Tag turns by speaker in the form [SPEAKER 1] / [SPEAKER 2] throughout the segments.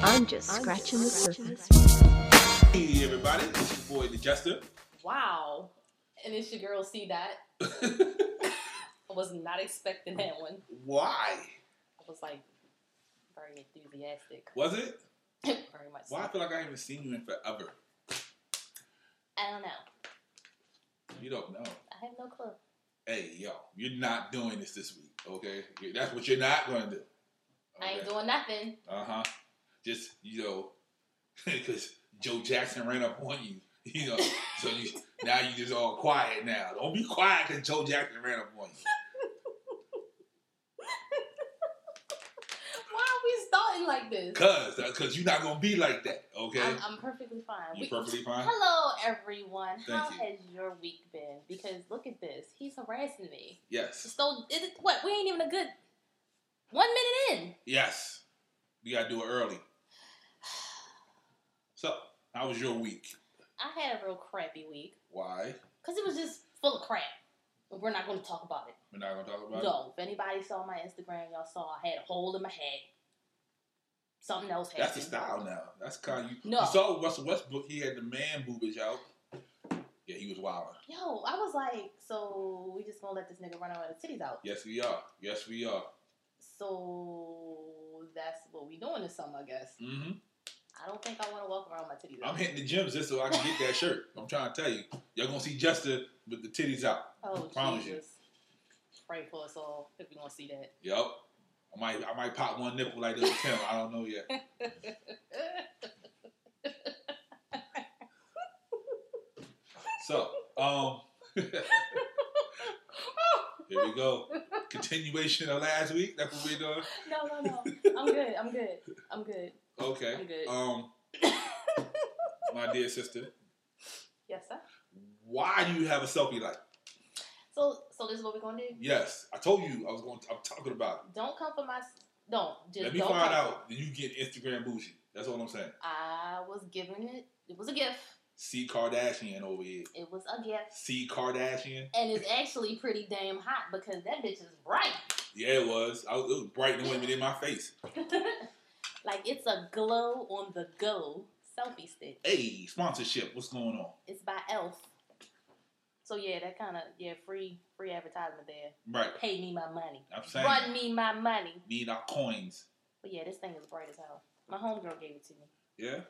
[SPEAKER 1] I'm just scratching the surface.
[SPEAKER 2] Hey everybody, it's your boy the Jester.
[SPEAKER 3] Wow. And it's your girl see that. I was not expecting that one.
[SPEAKER 2] Why
[SPEAKER 3] I was like very enthusiastic.
[SPEAKER 2] was it?
[SPEAKER 3] very much so.
[SPEAKER 2] Why I feel like I haven't seen you in forever.
[SPEAKER 3] I don't know.
[SPEAKER 2] You don't know.
[SPEAKER 3] I have no clue.
[SPEAKER 2] Hey yo, you're not doing this this week, okay? You- That's what you're not going to do.
[SPEAKER 3] I ain't doing nothing.
[SPEAKER 2] Uh huh. Just you know, because Joe Jackson ran up on you. You know, so you now you just all quiet now. Don't be quiet because Joe Jackson ran up on you.
[SPEAKER 3] Why are we starting like this?
[SPEAKER 2] Cause, uh, cause you're not gonna be like that, okay?
[SPEAKER 3] I'm, I'm perfectly fine.
[SPEAKER 2] you
[SPEAKER 3] Uh-uh. We-
[SPEAKER 2] perfectly fine.
[SPEAKER 3] Hello, everyone. How
[SPEAKER 2] you.
[SPEAKER 3] has your week been? Because look at this. He's harassing me.
[SPEAKER 2] Yes,
[SPEAKER 3] So, it, what? We ain't even a good one minute in.
[SPEAKER 2] yes. We gotta do it early. So, how was your week?
[SPEAKER 3] I had a real crappy week
[SPEAKER 2] Why?
[SPEAKER 3] because it was just full of crap. But we're not going to talk about it.
[SPEAKER 2] We're not gonna talk about
[SPEAKER 3] No, if anybody saw my Instagram, y'all saw I had a hole in my head. Something else
[SPEAKER 2] it.
[SPEAKER 3] happened.
[SPEAKER 2] That's the style now. That's kind of you.
[SPEAKER 3] No.
[SPEAKER 2] You saw Russell Westbrook. He had the man boobage out. Yeah, he was wilding.
[SPEAKER 3] Yo, I was like, so we just gonna let this nigga run around with the titties out.
[SPEAKER 2] Yes, we are. Yes, we are.
[SPEAKER 3] So that's what we doing this summer, I guess.
[SPEAKER 2] hmm
[SPEAKER 3] I don't think I want to walk around with my titties out.
[SPEAKER 2] I'm hitting the gyms just so I can get that shirt. I'm trying to tell you, y'all gonna see Jester with the titties out.
[SPEAKER 3] oh
[SPEAKER 2] promise you.
[SPEAKER 3] Jesus! Pray for us all if we gonna see that.
[SPEAKER 2] Yup. I might, I might pop one nipple like this with Kim. I don't know yet. So, um, here we go. Continuation of last week. That's what we're doing.
[SPEAKER 3] no, no, no. I'm good. I'm good. I'm good. I'm
[SPEAKER 2] Okay.
[SPEAKER 3] good.
[SPEAKER 2] Um, my dear sister,
[SPEAKER 3] yes, sir.
[SPEAKER 2] why do you have a selfie light?
[SPEAKER 3] So, so this is what we gonna do.
[SPEAKER 2] Yes, I told you I was going. To, I'm talking about
[SPEAKER 3] Don't come for my. Don't
[SPEAKER 2] it.
[SPEAKER 3] just
[SPEAKER 2] Let me
[SPEAKER 3] don't
[SPEAKER 2] find
[SPEAKER 3] come.
[SPEAKER 2] out. Then you get Instagram bougie. That's all I'm saying.
[SPEAKER 3] I was giving it. It was a gift.
[SPEAKER 2] See Kardashian over here.
[SPEAKER 3] It was a gift.
[SPEAKER 2] See Kardashian.
[SPEAKER 3] And it's actually pretty damn hot because that bitch is bright.
[SPEAKER 2] Yeah, it was. I was it was bright and women in my face.
[SPEAKER 3] like it's a glow on the go selfie stick.
[SPEAKER 2] Hey, sponsorship. What's going on?
[SPEAKER 3] It's by Elf. So yeah, that kind of yeah free free advertisement there.
[SPEAKER 2] Right.
[SPEAKER 3] Pay me my money.
[SPEAKER 2] I'm saying.
[SPEAKER 3] Run me my money.
[SPEAKER 2] Need our coins.
[SPEAKER 3] But yeah, this thing is bright as hell. My homegirl gave it to me.
[SPEAKER 2] Yeah.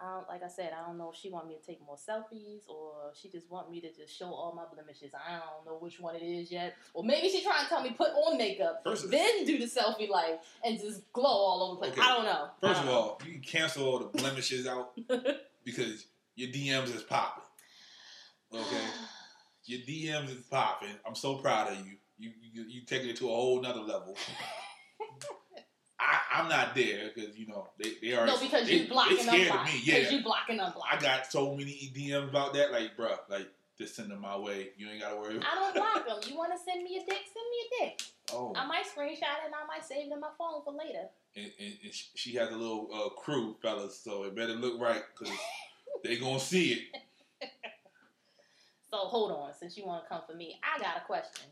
[SPEAKER 3] I don't, like I said, I don't know if she want me to take more selfies or she just want me to just show all my blemishes. I don't know which one it is yet. Or maybe she trying to tell me put on makeup,
[SPEAKER 2] First-
[SPEAKER 3] then do the selfie like and just glow all over the place.
[SPEAKER 2] Okay.
[SPEAKER 3] I don't know.
[SPEAKER 2] First
[SPEAKER 3] I
[SPEAKER 2] of
[SPEAKER 3] don't
[SPEAKER 2] all, you can cancel all the blemishes out because your DMs is popping.
[SPEAKER 3] know.
[SPEAKER 2] Okay, your DMs is popping. I'm so proud of you. You you, you taking it to a whole nother level. I, I'm not there because you know they they are
[SPEAKER 3] no, because
[SPEAKER 2] they,
[SPEAKER 3] you block
[SPEAKER 2] they
[SPEAKER 3] and
[SPEAKER 2] scared
[SPEAKER 3] unblock.
[SPEAKER 2] of me.
[SPEAKER 3] Because
[SPEAKER 2] Yeah,
[SPEAKER 3] you block and unblock.
[SPEAKER 2] I got so many DMs about that. Like, bruh, like just send them my way. You ain't gotta worry.
[SPEAKER 3] I don't block them. You want to send me a dick? Send me a dick.
[SPEAKER 2] Oh,
[SPEAKER 3] I might screenshot it and I might save it in my phone for later.
[SPEAKER 2] and, and, and sh- she has a little uh, crew, fellas, so it better look right because they gonna see it.
[SPEAKER 3] So hold on, since you want to come for me, I got a question.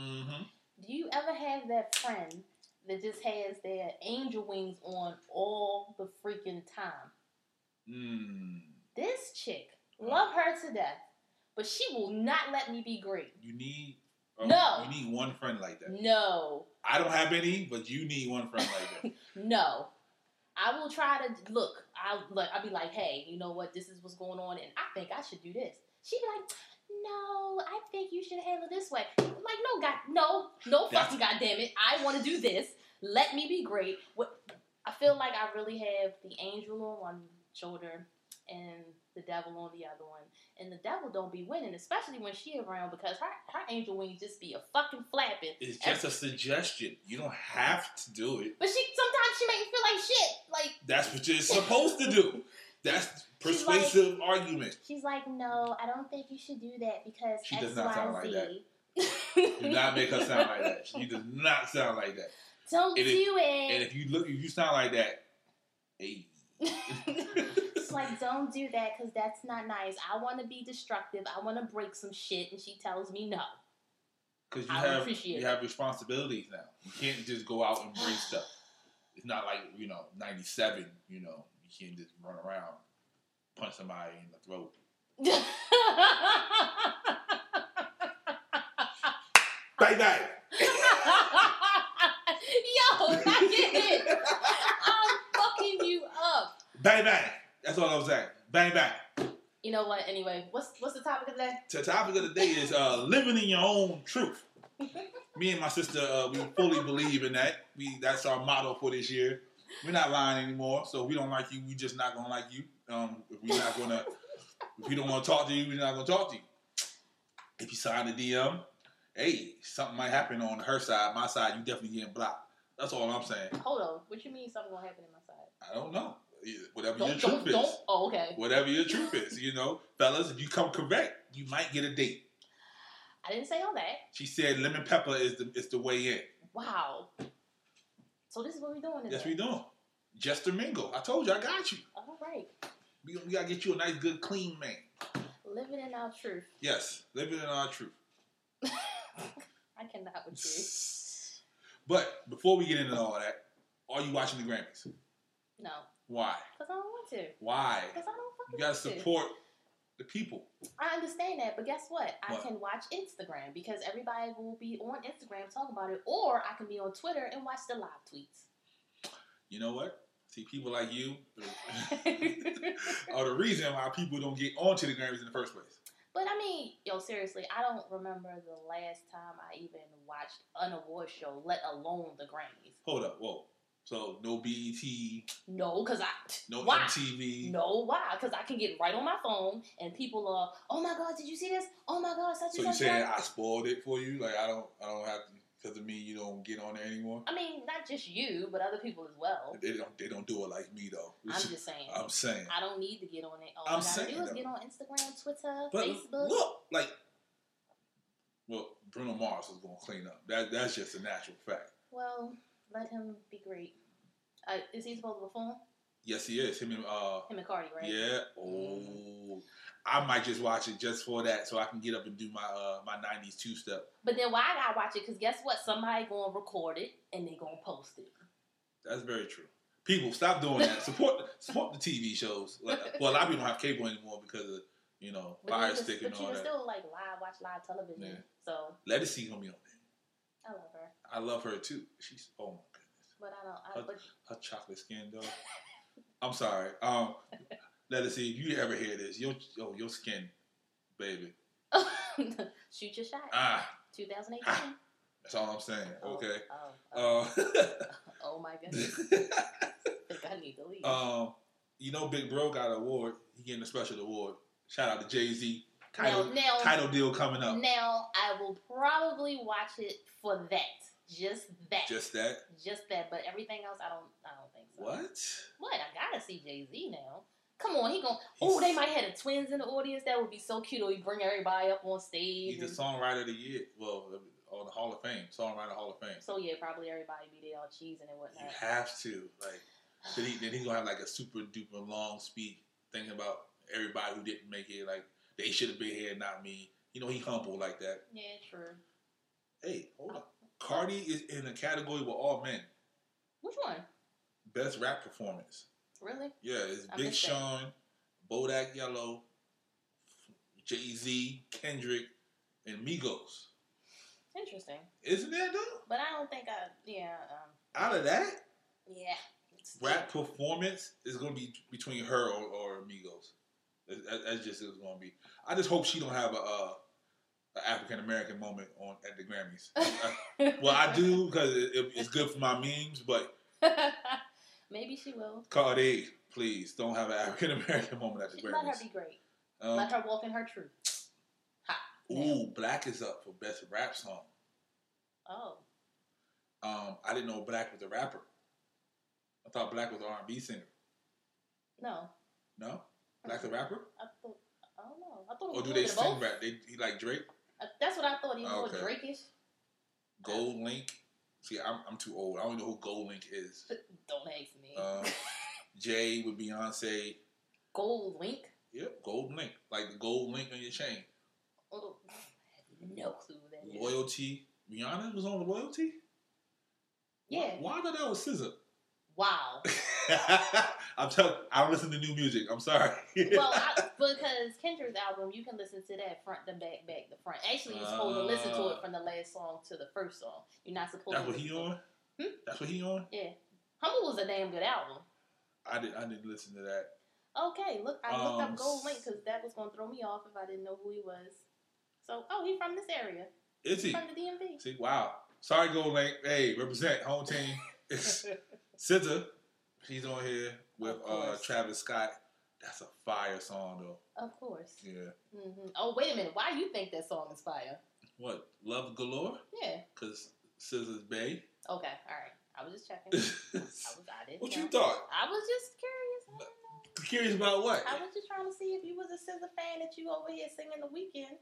[SPEAKER 2] Mm-hmm.
[SPEAKER 3] Do you ever have that friend that just has their angel wings on all the freaking time?
[SPEAKER 2] Mm.
[SPEAKER 3] This chick, love her to death, but she will not let me be great.
[SPEAKER 2] You need uh,
[SPEAKER 3] No.
[SPEAKER 2] You need one friend like that.
[SPEAKER 3] No,
[SPEAKER 2] I don't have any, but you need one friend like that.
[SPEAKER 3] no. I will try to look. I look. I'll be like, hey, you know what? This is what's going on, and I think I should do this. She be like, no, I think you should handle it this way. I'm like, no, god, no, no,
[SPEAKER 2] That's-
[SPEAKER 3] fucking goddamn it. I want to do this. Let me be great. What? I feel like I really have the angel on one shoulder and the devil on the other one. And the devil don't be winning, especially when she around, because her her angel wings just be a fucking flapping.
[SPEAKER 2] It's just a suggestion. You don't have to do it.
[SPEAKER 3] But she sometimes she make me feel like shit. Like
[SPEAKER 2] That's what you're supposed to do. That's
[SPEAKER 3] She's like-
[SPEAKER 2] persuasive argument.
[SPEAKER 3] She's like, no, I don't think you should do that because
[SPEAKER 2] She
[SPEAKER 3] X,
[SPEAKER 2] does not
[SPEAKER 3] Y,
[SPEAKER 2] sound like
[SPEAKER 3] Z."
[SPEAKER 2] Do not make her sound like that. She does not sound like that.
[SPEAKER 3] Don't
[SPEAKER 2] And if-
[SPEAKER 3] do
[SPEAKER 2] And
[SPEAKER 3] it.
[SPEAKER 2] if you look, if you sound like that, hey,
[SPEAKER 3] It's like, don't do that because that's not nice. I want to be destructive. I want to break some shit, and she tells me no.
[SPEAKER 2] because you
[SPEAKER 3] I would
[SPEAKER 2] have you
[SPEAKER 3] appreciate it.
[SPEAKER 2] have responsibilities now. You can't just go out and bring stuff. It's not like you know '97. You know, you can't just run around punch somebody in the throat. Bang bang.
[SPEAKER 3] Yo, I get it. I'm fucking you up.
[SPEAKER 2] Bang bang. That's all I'm saying. Bang bang.
[SPEAKER 3] You know what? Anyway, what's what's the topic of today?
[SPEAKER 2] The topic of the day is uh, living in your own truth. Me and my sister, uh, we fully believe in that. We that's our motto for this year. We're not lying anymore, so if we don't like you. We just not gonna like you. Um, if we're not gonna, if we don't want to talk to you, we're not gonna talk to you. If you sign the DM, hey, something might happen on her side, my side. You definitely getting blocked. That's all I'm saying.
[SPEAKER 3] Hold on. What you mean something gonna happen in my side?
[SPEAKER 2] I don't know. Whatever your
[SPEAKER 3] Don't
[SPEAKER 2] truth
[SPEAKER 3] don't
[SPEAKER 2] is
[SPEAKER 3] don't. Oh, okay.
[SPEAKER 2] whatever your truth is. You know, fellas, if you come correct, you might get a date.
[SPEAKER 3] I didn't say all that.
[SPEAKER 2] She said lemon pepper is the is the way in.
[SPEAKER 3] Wow. So this is what we're doing. Today.
[SPEAKER 2] That's what we doing. Just to mingle. I told you, I got you.
[SPEAKER 3] All right.
[SPEAKER 2] We, we gotta get you a nice, good, clean man.
[SPEAKER 3] Living in our truth.
[SPEAKER 2] Yes, living in our truth.
[SPEAKER 3] I cannot with you.
[SPEAKER 2] But before we get into all that, are you watching the Grammys?
[SPEAKER 3] No,
[SPEAKER 2] Why?
[SPEAKER 3] because I don't want to.
[SPEAKER 2] Why?
[SPEAKER 3] Because I don't fucking
[SPEAKER 2] You gotta
[SPEAKER 3] want to.
[SPEAKER 2] support the people.
[SPEAKER 3] I understand that, but guess what? I
[SPEAKER 2] What?
[SPEAKER 3] can watch Instagram because everybody will be on Instagram talking about it, or I can be on Twitter and watch the live
[SPEAKER 2] You know what? See, people like you
[SPEAKER 3] tweets.
[SPEAKER 2] are the reason why people don't get onto the Grammys in the first place.
[SPEAKER 3] but I mean, yo, seriously, I don't remember the last time I even watched an award show, let alone the Grammys.
[SPEAKER 2] Hold up, whoa. So no BET,
[SPEAKER 3] No, because I
[SPEAKER 2] No
[SPEAKER 3] why?
[SPEAKER 2] MTV.
[SPEAKER 3] No, why? Because I can get right on my phone and people are, oh my god, did you see this? Oh my god, such
[SPEAKER 2] So you
[SPEAKER 3] and such.
[SPEAKER 2] saying
[SPEAKER 3] I-,
[SPEAKER 2] I spoiled it for you? Like I don't, I don't have to because of me. You don't get on there anymore.
[SPEAKER 3] I mean, not just you, but other people as well.
[SPEAKER 2] They don't, they don't do it like me though.
[SPEAKER 3] I'm
[SPEAKER 2] It's-
[SPEAKER 3] just saying.
[SPEAKER 2] I'm saying.
[SPEAKER 3] I don't need to get on it. All
[SPEAKER 2] I'm
[SPEAKER 3] I gotta
[SPEAKER 2] saying,
[SPEAKER 3] do is
[SPEAKER 2] though.
[SPEAKER 3] get on Instagram, Twitter,
[SPEAKER 2] But
[SPEAKER 3] Facebook.
[SPEAKER 2] look, like, well, Bruno Mars was gonna clean up. That that's just a natural fact.
[SPEAKER 3] Well, let him be great. Uh, is he supposed to perform?
[SPEAKER 2] Yes, he is. Him and uh,
[SPEAKER 3] Him and Cardi, right? Mm-hmm.
[SPEAKER 2] yeah. Oh, I might just watch it just for that, so I can get up and do my uh my '90s two step.
[SPEAKER 3] But then why I gotta watch it? Because guess what? Somebody gonna record it and they gonna post it.
[SPEAKER 2] That's very true. People, stop doing that. Support support the TV shows. Like, well, a lot of people don't have cable anymore because of you know
[SPEAKER 3] But
[SPEAKER 2] fire
[SPEAKER 3] you can-
[SPEAKER 2] stick and
[SPEAKER 3] But you
[SPEAKER 2] all
[SPEAKER 3] can
[SPEAKER 2] that.
[SPEAKER 3] still like live watch live television.
[SPEAKER 2] Yeah.
[SPEAKER 3] So
[SPEAKER 2] Legacy gonna be on there.
[SPEAKER 3] I love her,
[SPEAKER 2] I love her too. She's oh my goodness,
[SPEAKER 3] but I don't. I,
[SPEAKER 2] Uh,
[SPEAKER 3] but
[SPEAKER 2] her chocolate skin though. I'm sorry. Um, Legacy, if you ever hear this, your oh your skin, baby.
[SPEAKER 3] Shoot your shot.
[SPEAKER 2] Ah,
[SPEAKER 3] 2018.
[SPEAKER 2] that's all I'm saying. Okay.
[SPEAKER 3] Oh, oh,
[SPEAKER 2] Uh,
[SPEAKER 3] oh my goodness. I think I need to leave.
[SPEAKER 2] um, you know, Big Bro got an award. He getting a special award. Shout out to Jay Z.
[SPEAKER 3] now,
[SPEAKER 2] Title,
[SPEAKER 3] now,
[SPEAKER 2] title uh, deal coming up.
[SPEAKER 3] now, I will probably watch it for that. Just that.
[SPEAKER 2] Just that.
[SPEAKER 3] Just that. But everything else, I don't. I don't think so.
[SPEAKER 2] What?
[SPEAKER 3] What? I gotta see Jay Z now. Come on, he gon' Oh, they might have the twins in the audience. That would be so cute. Or he bring everybody up on stage.
[SPEAKER 2] He's the
[SPEAKER 3] and-
[SPEAKER 2] songwriter of the year. Well, on the Hall of Fame, songwriter Hall of Fame.
[SPEAKER 3] so yeah, probably everybody be there all cheesing and
[SPEAKER 2] You
[SPEAKER 3] whatnot.
[SPEAKER 2] have to like. Then, he, then he's gonna have like a super duper long speech thinking about everybody who didn't make it. Like they should have been here, not me. You know, he humble like that.
[SPEAKER 3] Yeah, true.
[SPEAKER 2] Hey, hold on. Cardi is in a category with all men.
[SPEAKER 3] Which one?
[SPEAKER 2] Best rap performance.
[SPEAKER 3] Really?
[SPEAKER 2] Yeah, it's
[SPEAKER 3] I
[SPEAKER 2] Big
[SPEAKER 3] missed that.
[SPEAKER 2] Sean, Bodak Yellow, Jay Z, Kendrick, and Migos.
[SPEAKER 3] Interesting.
[SPEAKER 2] Isn't that though?
[SPEAKER 3] But I don't think I. Yeah. Um,
[SPEAKER 2] Out of that,
[SPEAKER 3] yeah. It's-
[SPEAKER 2] rap performance is going to be between her or, or Amigos. That- that- That's just it's going to be. I just hope she don't have a, uh, a African American moment on at the Grammys. well, I do because it, it- it's good for my memes, but
[SPEAKER 3] Maybe she will.
[SPEAKER 2] Cardi, please don't have an African American moment at the
[SPEAKER 3] She, let her
[SPEAKER 2] Grammys.
[SPEAKER 3] be great.
[SPEAKER 2] Um,
[SPEAKER 3] let her walk in her truth.
[SPEAKER 2] ooh, Black is up for best rap song.
[SPEAKER 3] Oh.
[SPEAKER 2] Um, I didn't know Black was a rapper. I thought Black was an R and B singer.
[SPEAKER 3] No.
[SPEAKER 2] No, Black's a rapper,
[SPEAKER 3] I thought. I don't know. I thought it was
[SPEAKER 2] or do
[SPEAKER 3] a
[SPEAKER 2] they
[SPEAKER 3] little bit of
[SPEAKER 2] sing
[SPEAKER 3] both.
[SPEAKER 2] rap? They he like Drake.
[SPEAKER 3] Uh, That's what I thought. He was more
[SPEAKER 2] Okay.
[SPEAKER 3] Drake-ish.
[SPEAKER 2] Gold Link. See, I'm, I'm too old. I don't know who Gold Link is.
[SPEAKER 3] Don't ask me.
[SPEAKER 2] Um, Jay with Beyonce.
[SPEAKER 3] Gold link.
[SPEAKER 2] Yep, Gold Link. Like the Gold Link on your chain.
[SPEAKER 3] Oh, I have no clue who that is.
[SPEAKER 2] Loyalty. Rihanna was on Loyalty?
[SPEAKER 3] Yeah.
[SPEAKER 2] Why, why I thought that was SZA?
[SPEAKER 3] Wow.
[SPEAKER 2] I'm telling. I don't listen to new music. I'm sorry.
[SPEAKER 3] well, I, because Kendra's album, you can listen to that front to back, back to front. Actually, you're supposed to listen to it from the last song to the first song. You're not supposed.
[SPEAKER 2] That's
[SPEAKER 3] to
[SPEAKER 2] Uh. what he
[SPEAKER 3] listen to it.
[SPEAKER 2] on.
[SPEAKER 3] Hmm?
[SPEAKER 2] That's what he on.
[SPEAKER 3] Yeah, Humble was a damn good album.
[SPEAKER 2] I didn't. I didn't listen to that.
[SPEAKER 3] Okay, look, I looked
[SPEAKER 2] Um,
[SPEAKER 3] up Gold Link because that was gonna throw me off if I didn't know who he was. So, oh, he from this area.
[SPEAKER 2] Is
[SPEAKER 3] He
[SPEAKER 2] he?
[SPEAKER 3] from the DMV.
[SPEAKER 2] See, wow. Sorry, Gold Link. Hey, represent home team. SZA, she's on here with
[SPEAKER 3] Of
[SPEAKER 2] uh,
[SPEAKER 3] course.
[SPEAKER 2] Travis Scott. That's a fire song though.
[SPEAKER 3] Of course.
[SPEAKER 2] Yeah.
[SPEAKER 3] hmm Oh, wait a minute. Why you think that song is fire?
[SPEAKER 2] What? Love galore?
[SPEAKER 3] Yeah.
[SPEAKER 2] Cause SZA's bae.
[SPEAKER 3] Okay. All right. I was just checking. I
[SPEAKER 2] what
[SPEAKER 3] was. I didn't.
[SPEAKER 2] you
[SPEAKER 3] know.
[SPEAKER 2] thought?
[SPEAKER 3] I was just curious. I don't know.
[SPEAKER 2] Curious about what?
[SPEAKER 3] I was just trying to see if you was a SZA fan that you over here singing the weekend.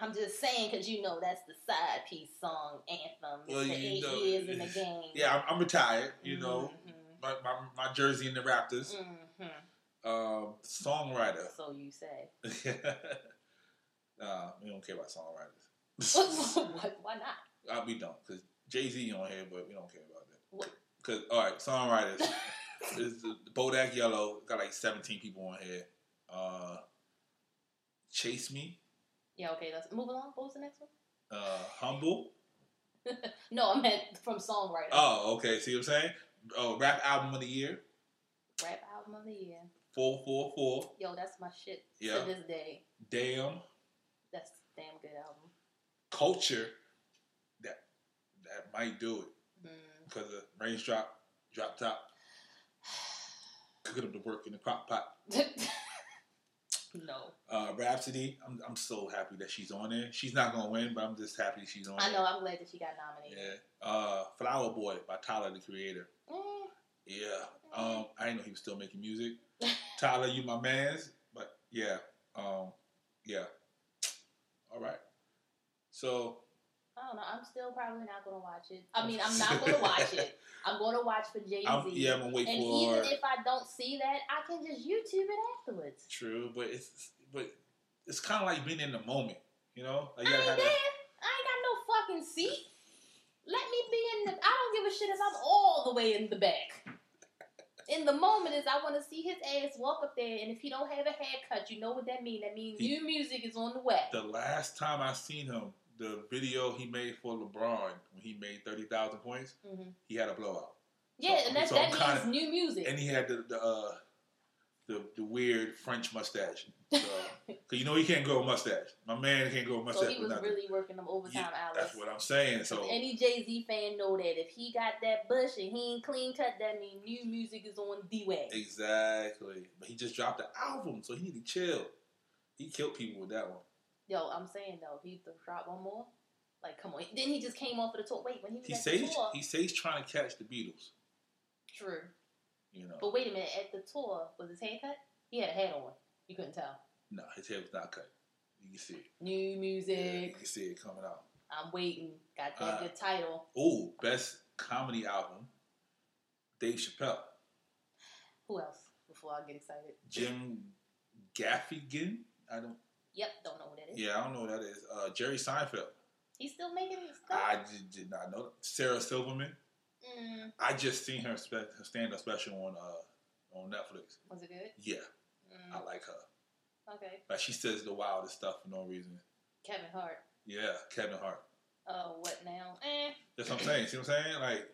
[SPEAKER 3] I'm just saying because you know that's the side piece song anthem. It's
[SPEAKER 2] Well,
[SPEAKER 3] the
[SPEAKER 2] you
[SPEAKER 3] eight
[SPEAKER 2] know-
[SPEAKER 3] years in the game.
[SPEAKER 2] Yeah, I'm, I'm retired. You know,
[SPEAKER 3] Mhm.
[SPEAKER 2] my, my my jersey and the Raptors.
[SPEAKER 3] Mhm.
[SPEAKER 2] Um, songwriter.
[SPEAKER 3] So you say.
[SPEAKER 2] nah, we don't care about songwriters.
[SPEAKER 3] what? Why not?
[SPEAKER 2] uh, we don't, cause Jay Z on here, but we don't care about that.
[SPEAKER 3] What?
[SPEAKER 2] Cause all right, songwriters. It's the the Bodak Yellow got like 17 people on here. Uh, Chase Me,
[SPEAKER 3] Yeah, okay, let's move along. What was the next one?
[SPEAKER 2] uh, Humble.
[SPEAKER 3] No, I meant from songwriter.
[SPEAKER 2] Oh, okay. See what I'm saying? Oh, rap album of the year,
[SPEAKER 3] Rap album of the year.
[SPEAKER 2] four four four.
[SPEAKER 3] Yo, that's my shit
[SPEAKER 2] Yeah.
[SPEAKER 3] to this day.
[SPEAKER 2] Damn.
[SPEAKER 3] That's a damn good album.
[SPEAKER 2] culture that that might do it
[SPEAKER 3] Mm.
[SPEAKER 2] because of raindrop, drop top, cooking up the work in the crock pot.
[SPEAKER 3] Hmm. no.
[SPEAKER 2] Uh, Rhapsody, I'm, I'm so happy that she's on there. She's not gonna win, but I'm just happy she's on.
[SPEAKER 3] I
[SPEAKER 2] there.
[SPEAKER 3] know, I'm glad that she got nominated.
[SPEAKER 2] Yeah. Uh, Flower Boy by Tyler the Creator.
[SPEAKER 3] Mm.
[SPEAKER 2] Yeah. Um, I didn't know he was still making music. Tyler, you my man's. But yeah. Um, yeah. All right. So
[SPEAKER 3] I don't know. I'm still probably not gonna watch it. I mean, I'm not gonna watch it. I'm gonna watch for Jay
[SPEAKER 2] I'm,
[SPEAKER 3] Z.
[SPEAKER 2] yeah, I'm gonna wait
[SPEAKER 3] and
[SPEAKER 2] for.
[SPEAKER 3] even if I don't see that, I can just YouTube it afterwards.
[SPEAKER 2] True, but it's but it's kind of like being in the moment, you know. Like you
[SPEAKER 3] I
[SPEAKER 2] gotta
[SPEAKER 3] ain't
[SPEAKER 2] have
[SPEAKER 3] there.
[SPEAKER 2] that,
[SPEAKER 3] I ain't got no fucking seat. Let me be in the. I don't give a shit if I'm all the way in the back. In the moment is I want to see his ass walk up there, and if he don't have a haircut, you know what that means. That means
[SPEAKER 2] He-
[SPEAKER 3] new music is on the way.
[SPEAKER 2] the last time I seen him, the video he made for LeBron when he made thirty thousand points,
[SPEAKER 3] Mhm.
[SPEAKER 2] he had a blowout,
[SPEAKER 3] Yeah,
[SPEAKER 2] so-
[SPEAKER 3] and that,
[SPEAKER 2] so
[SPEAKER 3] that
[SPEAKER 2] I'm kinda-
[SPEAKER 3] means new music.
[SPEAKER 2] and he had the the uh, the, the weird French mustache. So, Cause you know he can't grow a mustache. My man can't grow a
[SPEAKER 3] so
[SPEAKER 2] mustache
[SPEAKER 3] he
[SPEAKER 2] with
[SPEAKER 3] was
[SPEAKER 2] nothing.
[SPEAKER 3] really working them overtime
[SPEAKER 2] Yeah,
[SPEAKER 3] hours.
[SPEAKER 2] That's what I'm saying.
[SPEAKER 3] If
[SPEAKER 2] So
[SPEAKER 3] Any Jay Z fan know that if he got that bush and he ain't clean cut, that means new music is on the way.
[SPEAKER 2] exactly, but he just dropped the album, so he need to chill. He killed people with that one.
[SPEAKER 3] Yo, I'm saying though, if he drop one more, like come on. Then he just came off of the tour. Wait, when he was
[SPEAKER 2] He
[SPEAKER 3] at
[SPEAKER 2] says
[SPEAKER 3] the tour,
[SPEAKER 2] he says he's trying to catch the Beatles.
[SPEAKER 3] true.
[SPEAKER 2] You know,
[SPEAKER 3] But wait a minute, at the tour, was his hair cut? He had a hat on. You couldn't tell.
[SPEAKER 2] No, his hair was not cut. You can see it.
[SPEAKER 3] New
[SPEAKER 2] You
[SPEAKER 3] music.
[SPEAKER 2] can see it coming out.
[SPEAKER 3] I'm waiting. Got that
[SPEAKER 2] Uh,
[SPEAKER 3] good title.
[SPEAKER 2] Oh, best comedy album. Dave Chappelle.
[SPEAKER 3] Who else? Before I get excited.
[SPEAKER 2] Jim Gaffigan. I don't.
[SPEAKER 3] Yep, don't know who that is.
[SPEAKER 2] Yeah, I don't know who that is. Uh, Jerry Seinfeld.
[SPEAKER 3] He's still making
[SPEAKER 2] I
[SPEAKER 3] stuff.
[SPEAKER 2] did, did not know. That. Sarah Silverman.
[SPEAKER 3] Mm,
[SPEAKER 2] I just seen her, spe- her stand-up special on uh, on Netflix.
[SPEAKER 3] was it good?
[SPEAKER 2] Yeah, I
[SPEAKER 3] Mm,
[SPEAKER 2] like her.
[SPEAKER 3] okay.
[SPEAKER 2] Like she says the wildest stuff for no reason.
[SPEAKER 3] Kevin Hart.
[SPEAKER 2] Yeah, Kevin Hart.
[SPEAKER 3] Uh, what now? Eh,
[SPEAKER 2] That's what I'm saying. See what I'm saying? Like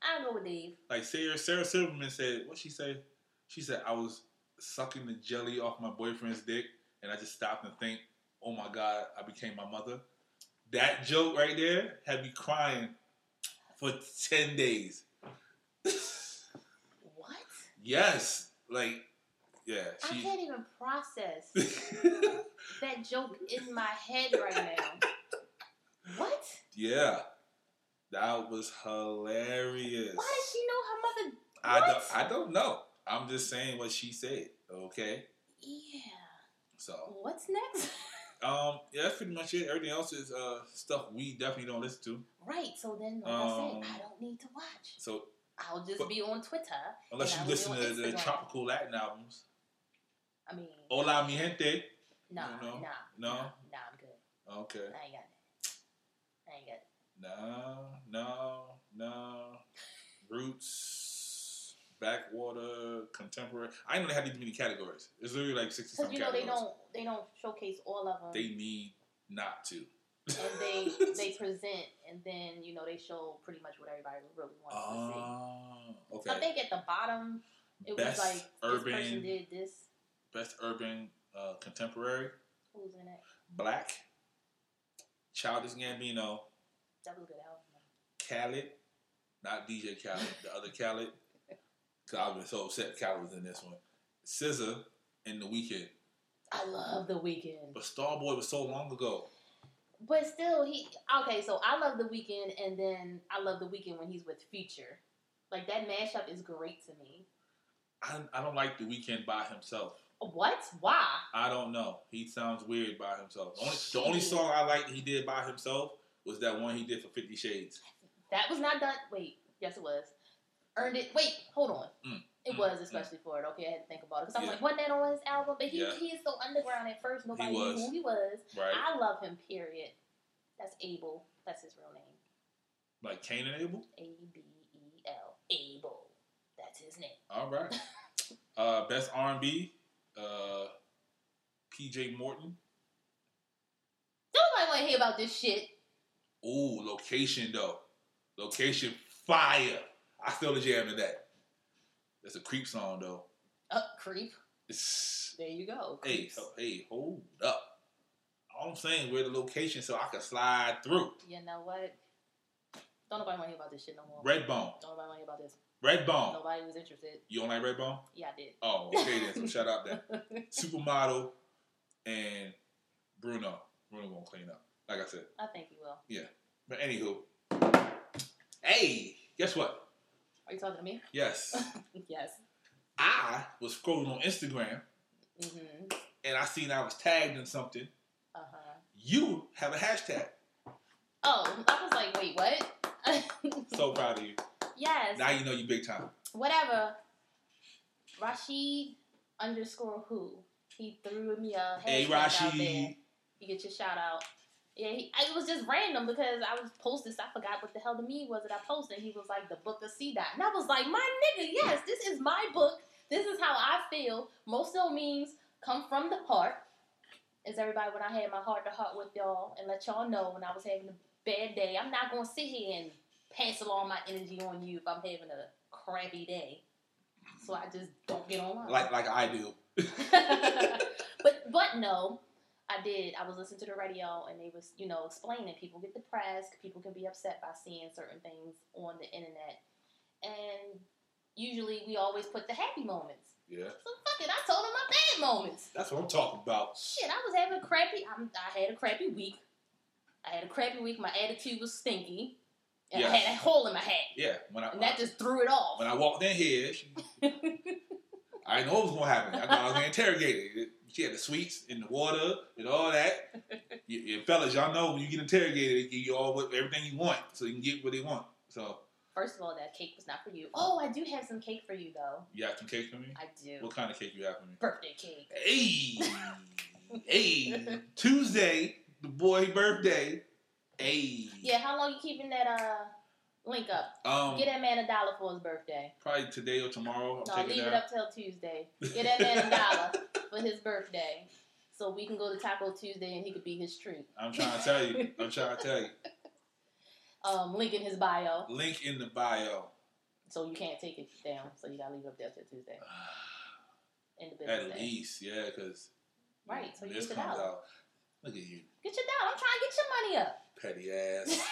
[SPEAKER 3] I'll go with Dave.
[SPEAKER 2] like Sarah Sarah Silverman said, what she say? She said I was sucking the jelly off my boyfriend's dick, and I just stopped and think, oh my god, I became my mother. That joke right there had me crying for ten days.
[SPEAKER 3] What?
[SPEAKER 2] yes, like yeah,
[SPEAKER 3] I
[SPEAKER 2] she.
[SPEAKER 3] can't even process that joke in my head right now. what?
[SPEAKER 2] yeah, that was hilarious.
[SPEAKER 3] Why does she know her mother?
[SPEAKER 2] I don't,
[SPEAKER 3] What?
[SPEAKER 2] I don't know. I'm just saying what she said. Okay,
[SPEAKER 3] Yeah.
[SPEAKER 2] so.
[SPEAKER 3] What's next?
[SPEAKER 2] Um, yeah, that's pretty much it. Everything else is uh stuff we definitely don't listen to.
[SPEAKER 3] Right. So then, like
[SPEAKER 2] Um,
[SPEAKER 3] I said, I don't need to watch.
[SPEAKER 2] So
[SPEAKER 3] I'll just
[SPEAKER 2] but-
[SPEAKER 3] be on Twitter.
[SPEAKER 2] unless you
[SPEAKER 3] And I was
[SPEAKER 2] listen
[SPEAKER 3] on
[SPEAKER 2] to the
[SPEAKER 3] Instagram.
[SPEAKER 2] tropical Latin albums,
[SPEAKER 3] I mean,
[SPEAKER 2] Hola Mi Gente.
[SPEAKER 3] nah,
[SPEAKER 2] no, no,
[SPEAKER 3] nah,
[SPEAKER 2] no.
[SPEAKER 3] nah, nah, I'm good.
[SPEAKER 2] Okay,
[SPEAKER 3] I ain't got that. I ain't
[SPEAKER 2] no,
[SPEAKER 3] got
[SPEAKER 2] no, no. Roots. backwater, contemporary. I didn't know they had these many categories. It's literally like sixty
[SPEAKER 3] Because
[SPEAKER 2] something
[SPEAKER 3] you know they
[SPEAKER 2] categories.
[SPEAKER 3] don't they don't showcase all of them.
[SPEAKER 2] They need not to.
[SPEAKER 3] and they they present and then you know they show pretty much what everybody really wants to see.
[SPEAKER 2] Oh, Ah, okay.
[SPEAKER 3] I think at the bottom it
[SPEAKER 2] best
[SPEAKER 3] was like this person
[SPEAKER 2] urban,
[SPEAKER 3] did this.
[SPEAKER 2] best urban uh, contemporary,
[SPEAKER 3] Who's in it?
[SPEAKER 2] black, Childish Gambino,
[SPEAKER 3] That was a good album.
[SPEAKER 2] Khaled, not DJ Khaled, the other Khaled. Cause I've been so upset Khaled was in this one. Scissor and The Weeknd,
[SPEAKER 3] I love The Weeknd,
[SPEAKER 2] but Starboy was so long ago.
[SPEAKER 3] but still he okay. So I love The Weeknd, and then I love The Weeknd when he's with Future. Like that mashup is great to me.
[SPEAKER 2] I, I don't like The Weeknd by himself.
[SPEAKER 3] What? Why?
[SPEAKER 2] I don't know. He sounds weird by himself. The only, the only
[SPEAKER 3] Shit.
[SPEAKER 2] song I liked he did by himself was that one he did for Fifty Shades.
[SPEAKER 3] That was not done. Wait, yes, it was. Earned it. Wait, hold on.
[SPEAKER 2] Mm,
[SPEAKER 3] It
[SPEAKER 2] mm,
[SPEAKER 3] was especially for it. Okay, I had to think about it because I was
[SPEAKER 2] Yeah.
[SPEAKER 3] like, wasn't that on his album? But he
[SPEAKER 2] Yeah.
[SPEAKER 3] he is so underground at first. Nobody knew
[SPEAKER 2] was.
[SPEAKER 3] who he was.
[SPEAKER 2] Right?
[SPEAKER 3] I love him. Period. That's Abel. That's his real name.
[SPEAKER 2] like Cain and Abel?
[SPEAKER 3] A B E L. Abel. That's his name.
[SPEAKER 2] All right. uh, best R and B, uh, PJ Morton.
[SPEAKER 3] Nobody want to hear about this shit.
[SPEAKER 2] Ooh, location though. Location fire. I still jam to that. That's a creep song though.
[SPEAKER 3] Up Uh, creep.
[SPEAKER 2] It's,
[SPEAKER 3] There you go.
[SPEAKER 2] hey,
[SPEAKER 3] creeps.
[SPEAKER 2] ho- hey, hold up. All I'm saying, where the location so I can slide through.
[SPEAKER 3] You know what? Don't nobody want to hear about this shit no more.
[SPEAKER 2] Redbone.
[SPEAKER 3] Don't nobody want to hear about this.
[SPEAKER 2] Redbone.
[SPEAKER 3] Nobody was interested.
[SPEAKER 2] You don't like Redbone?
[SPEAKER 3] Yeah, I did.
[SPEAKER 2] Oh, okay then. So shout out that supermodel and Bruno. Bruno gonna clean up. Like I said.
[SPEAKER 3] I think he will.
[SPEAKER 2] But anywho, hey, guess what?
[SPEAKER 3] Are you talking to me?
[SPEAKER 2] Yes,
[SPEAKER 3] Yes.
[SPEAKER 2] I was scrolling on Instagram
[SPEAKER 3] Mm-hmm.
[SPEAKER 2] and I seen I was tagged in something.
[SPEAKER 3] Uh huh.
[SPEAKER 2] You have a hashtag.
[SPEAKER 3] Oh, I was like, wait, what?
[SPEAKER 2] So proud of you.
[SPEAKER 3] yes.
[SPEAKER 2] Now you know you big time.
[SPEAKER 3] Whatever. Rashid underscore who? He threw me a
[SPEAKER 2] Hey,
[SPEAKER 3] hashtag out there.
[SPEAKER 2] Rashi.
[SPEAKER 3] You get your shout out. Yeah, he, I- it was just random because I was posting. So I forgot what the hell the meme was that I posted. He was like the book of C dot, and I was like, my nigga, yes, this is my book. This is how I feel. Most of the memes come from the heart. Is everybody when I had my heart to heart with y'all and let y'all know when I was having a bad day. I'm not gonna sit here and pass along my energy on you if I'm having a crappy day. So I just don't get online.
[SPEAKER 2] Like like I do.
[SPEAKER 3] but but no, I did. I was listening to the radio and they was you know explaining people get depressed, people can be upset by seeing certain things on the internet, and usually we always put the happy moments.
[SPEAKER 2] Yeah,
[SPEAKER 3] So fuck it, I told them my bad moments.
[SPEAKER 2] that's what I'm talking about.
[SPEAKER 3] Shit, I was having a crappy. I'm, I had a crappy week. I had a crappy week. My attitude was stinky, and I
[SPEAKER 2] Yes.
[SPEAKER 3] had a hole in my hat,
[SPEAKER 2] Yeah, when I
[SPEAKER 3] and that just threw it off.
[SPEAKER 2] when I walked in here, she, I didn't know what was gonna happen. I thought I was gonna interrogate it. She had the sweets and the water and all that. You, you fellas, y'all know when you get interrogated, they give you all what, everything you want, so you can get what they want. So
[SPEAKER 3] First of all, that cake was not for you. Oh, I do have some cake for you though.
[SPEAKER 2] you have some cake for me.
[SPEAKER 3] I do.
[SPEAKER 2] What kind of cake you have for me?
[SPEAKER 3] Birthday cake.
[SPEAKER 2] Hey, hey, Tuesday, the boy birthday. Hey,
[SPEAKER 3] Yeah, how long you keeping that uh link up?
[SPEAKER 2] Um,
[SPEAKER 3] Get that man a dollar for his birthday.
[SPEAKER 2] probably today or tomorrow. I'm
[SPEAKER 3] No,
[SPEAKER 2] taking
[SPEAKER 3] leave
[SPEAKER 2] that.
[SPEAKER 3] it up till Tuesday. Get that man a dollar for his birthday, so we can go to Taco Tuesday and he could be his treat.
[SPEAKER 2] I'm trying to tell you. I'm trying to tell you.
[SPEAKER 3] Um, link in his bio,
[SPEAKER 2] Link in the bio.
[SPEAKER 3] so you can't take it down. So you gotta leave it up there till Tuesday in the business
[SPEAKER 2] At
[SPEAKER 3] day.
[SPEAKER 2] least, yeah, because
[SPEAKER 3] Right, so you
[SPEAKER 2] this
[SPEAKER 3] get it
[SPEAKER 2] comes
[SPEAKER 3] out.
[SPEAKER 2] out. Look at you,
[SPEAKER 3] Get your dollar. I'm trying to get your money up.
[SPEAKER 2] petty ass.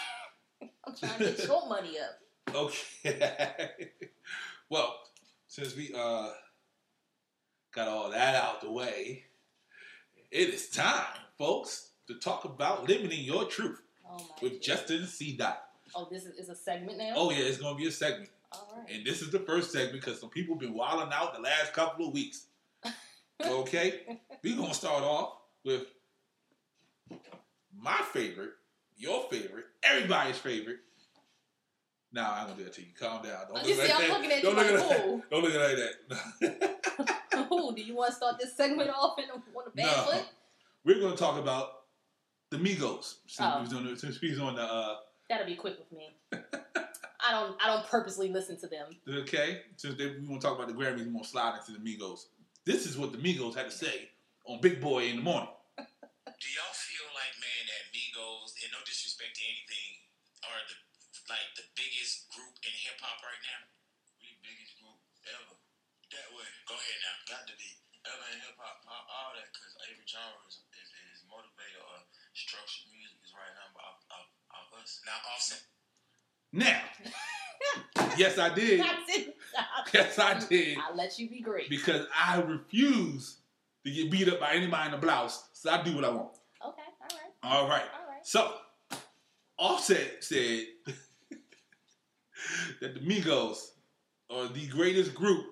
[SPEAKER 3] I'm trying to get your money up.
[SPEAKER 2] okay. well, since we uh got all that out the way, it is time, folks, to talk about living in your truth
[SPEAKER 3] Oh my.
[SPEAKER 2] with
[SPEAKER 3] goodness.
[SPEAKER 2] Justin C. Dot.
[SPEAKER 3] Oh, this is, is a segment now.
[SPEAKER 2] Oh yeah, it's gonna be a segment.
[SPEAKER 3] All right.
[SPEAKER 2] And this is the first segment because some people been wilding out the last couple of weeks. Okay? We're going to start off with my favorite, your favorite, everybody's favorite. Nah, I'm going to do that to you. Calm down. Don't
[SPEAKER 3] You
[SPEAKER 2] look
[SPEAKER 3] see,
[SPEAKER 2] like
[SPEAKER 3] I'm
[SPEAKER 2] that.
[SPEAKER 3] looking at
[SPEAKER 2] Don't
[SPEAKER 3] you
[SPEAKER 2] look
[SPEAKER 3] like,
[SPEAKER 2] that.
[SPEAKER 3] "Whoa."
[SPEAKER 2] Don't look like that.
[SPEAKER 3] Ooh, do you want to start this segment off in a, on a bad
[SPEAKER 2] No.
[SPEAKER 3] foot?
[SPEAKER 2] We're going to talk about the Migos. Since,
[SPEAKER 3] Oh.
[SPEAKER 2] we was on the, since we was on the, uh,
[SPEAKER 3] That'll be quick with me. I I don't I don't purposely listen to them.
[SPEAKER 2] Okay, since they, we want to talk about the Grammys, we want to slide into the Migos. This is what the Migos had to say on Big Boy in the morning.
[SPEAKER 4] Do y'all feel like, man, that Migos, and no disrespect to anything, are the like the biggest group in hip hop right now? We the biggest group ever. That way. Go ahead now. Got to be. Ever in hip hop, pop, all that, because every genre is, is, is motivated or structured music is right now off, off, off us. Now, Offset.
[SPEAKER 2] Now, yes, I did.
[SPEAKER 3] I didn't stop.
[SPEAKER 2] Yes, I did.
[SPEAKER 3] I let you be great.
[SPEAKER 2] Because I refuse to get beat up by anybody in a blouse, so I do what I want.
[SPEAKER 3] Okay, all right,
[SPEAKER 2] All right.
[SPEAKER 3] all right.
[SPEAKER 2] So, Offset said that the Migos are the greatest group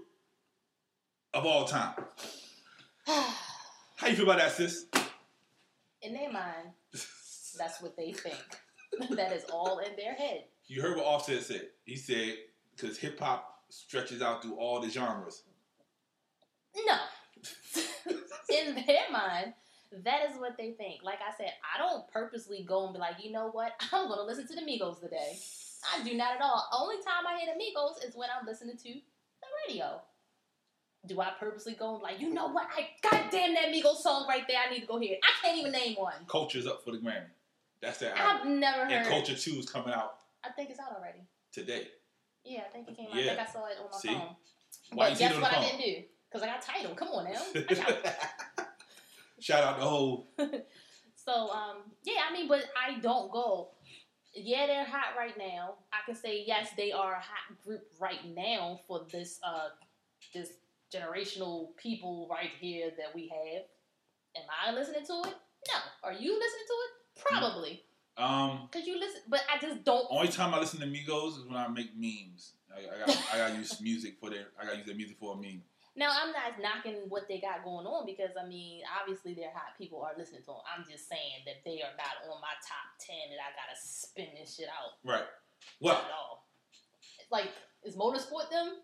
[SPEAKER 2] of all time. How you feel about that, sis?
[SPEAKER 3] In their mind, that's what they think. that is all in their head.
[SPEAKER 2] You heard what Offset said. He said because hip hop stretches out through all the genres.
[SPEAKER 3] No. in their mind, that is what they think. Like I said, I don't purposely go and be like, you know what? I'm going to listen to the Migos today. I do not at all. Only time I hear the Migos is when I'm listening to the radio. Do I purposely go and be like, you know what? I goddamn that Migos song right there. I need to go hear it. I can't even name one.
[SPEAKER 2] Culture's up for the Grammy. That's their album.
[SPEAKER 3] I've never heard.
[SPEAKER 2] And Culture Two is coming out
[SPEAKER 3] I think it's out already.
[SPEAKER 2] today.
[SPEAKER 3] Yeah, I think it came out.
[SPEAKER 2] Yeah.
[SPEAKER 3] I think I saw it on my
[SPEAKER 2] See?
[SPEAKER 3] phone.
[SPEAKER 2] Why
[SPEAKER 3] but
[SPEAKER 2] you see it
[SPEAKER 3] guess
[SPEAKER 2] on
[SPEAKER 3] what
[SPEAKER 2] the
[SPEAKER 3] I
[SPEAKER 2] phone?
[SPEAKER 3] didn't do? Because I got title. Come on now. I got-
[SPEAKER 2] Shout out the whole
[SPEAKER 3] so um, yeah, I mean, but I don't go. Yeah, they're hot right now. I can say yes, they are a hot group right now for this uh this generational people right here that we have. Am I listening to it? No. Are you listening
[SPEAKER 2] Mm.
[SPEAKER 3] to it? Probably.
[SPEAKER 2] um
[SPEAKER 3] Cause you listen, but I just don't.
[SPEAKER 2] Only time I listen to Migos is when I make memes. I, I got I gotta use music for their I gotta use their music for a meme.
[SPEAKER 3] Now I'm not knocking what they got going on because I mean, obviously they're hot. People are listening to them. I'm just saying that they are not on my top ten, and I gotta spin this shit out.
[SPEAKER 2] Right. Well,
[SPEAKER 3] Not at all. It's Like, is motorsport them?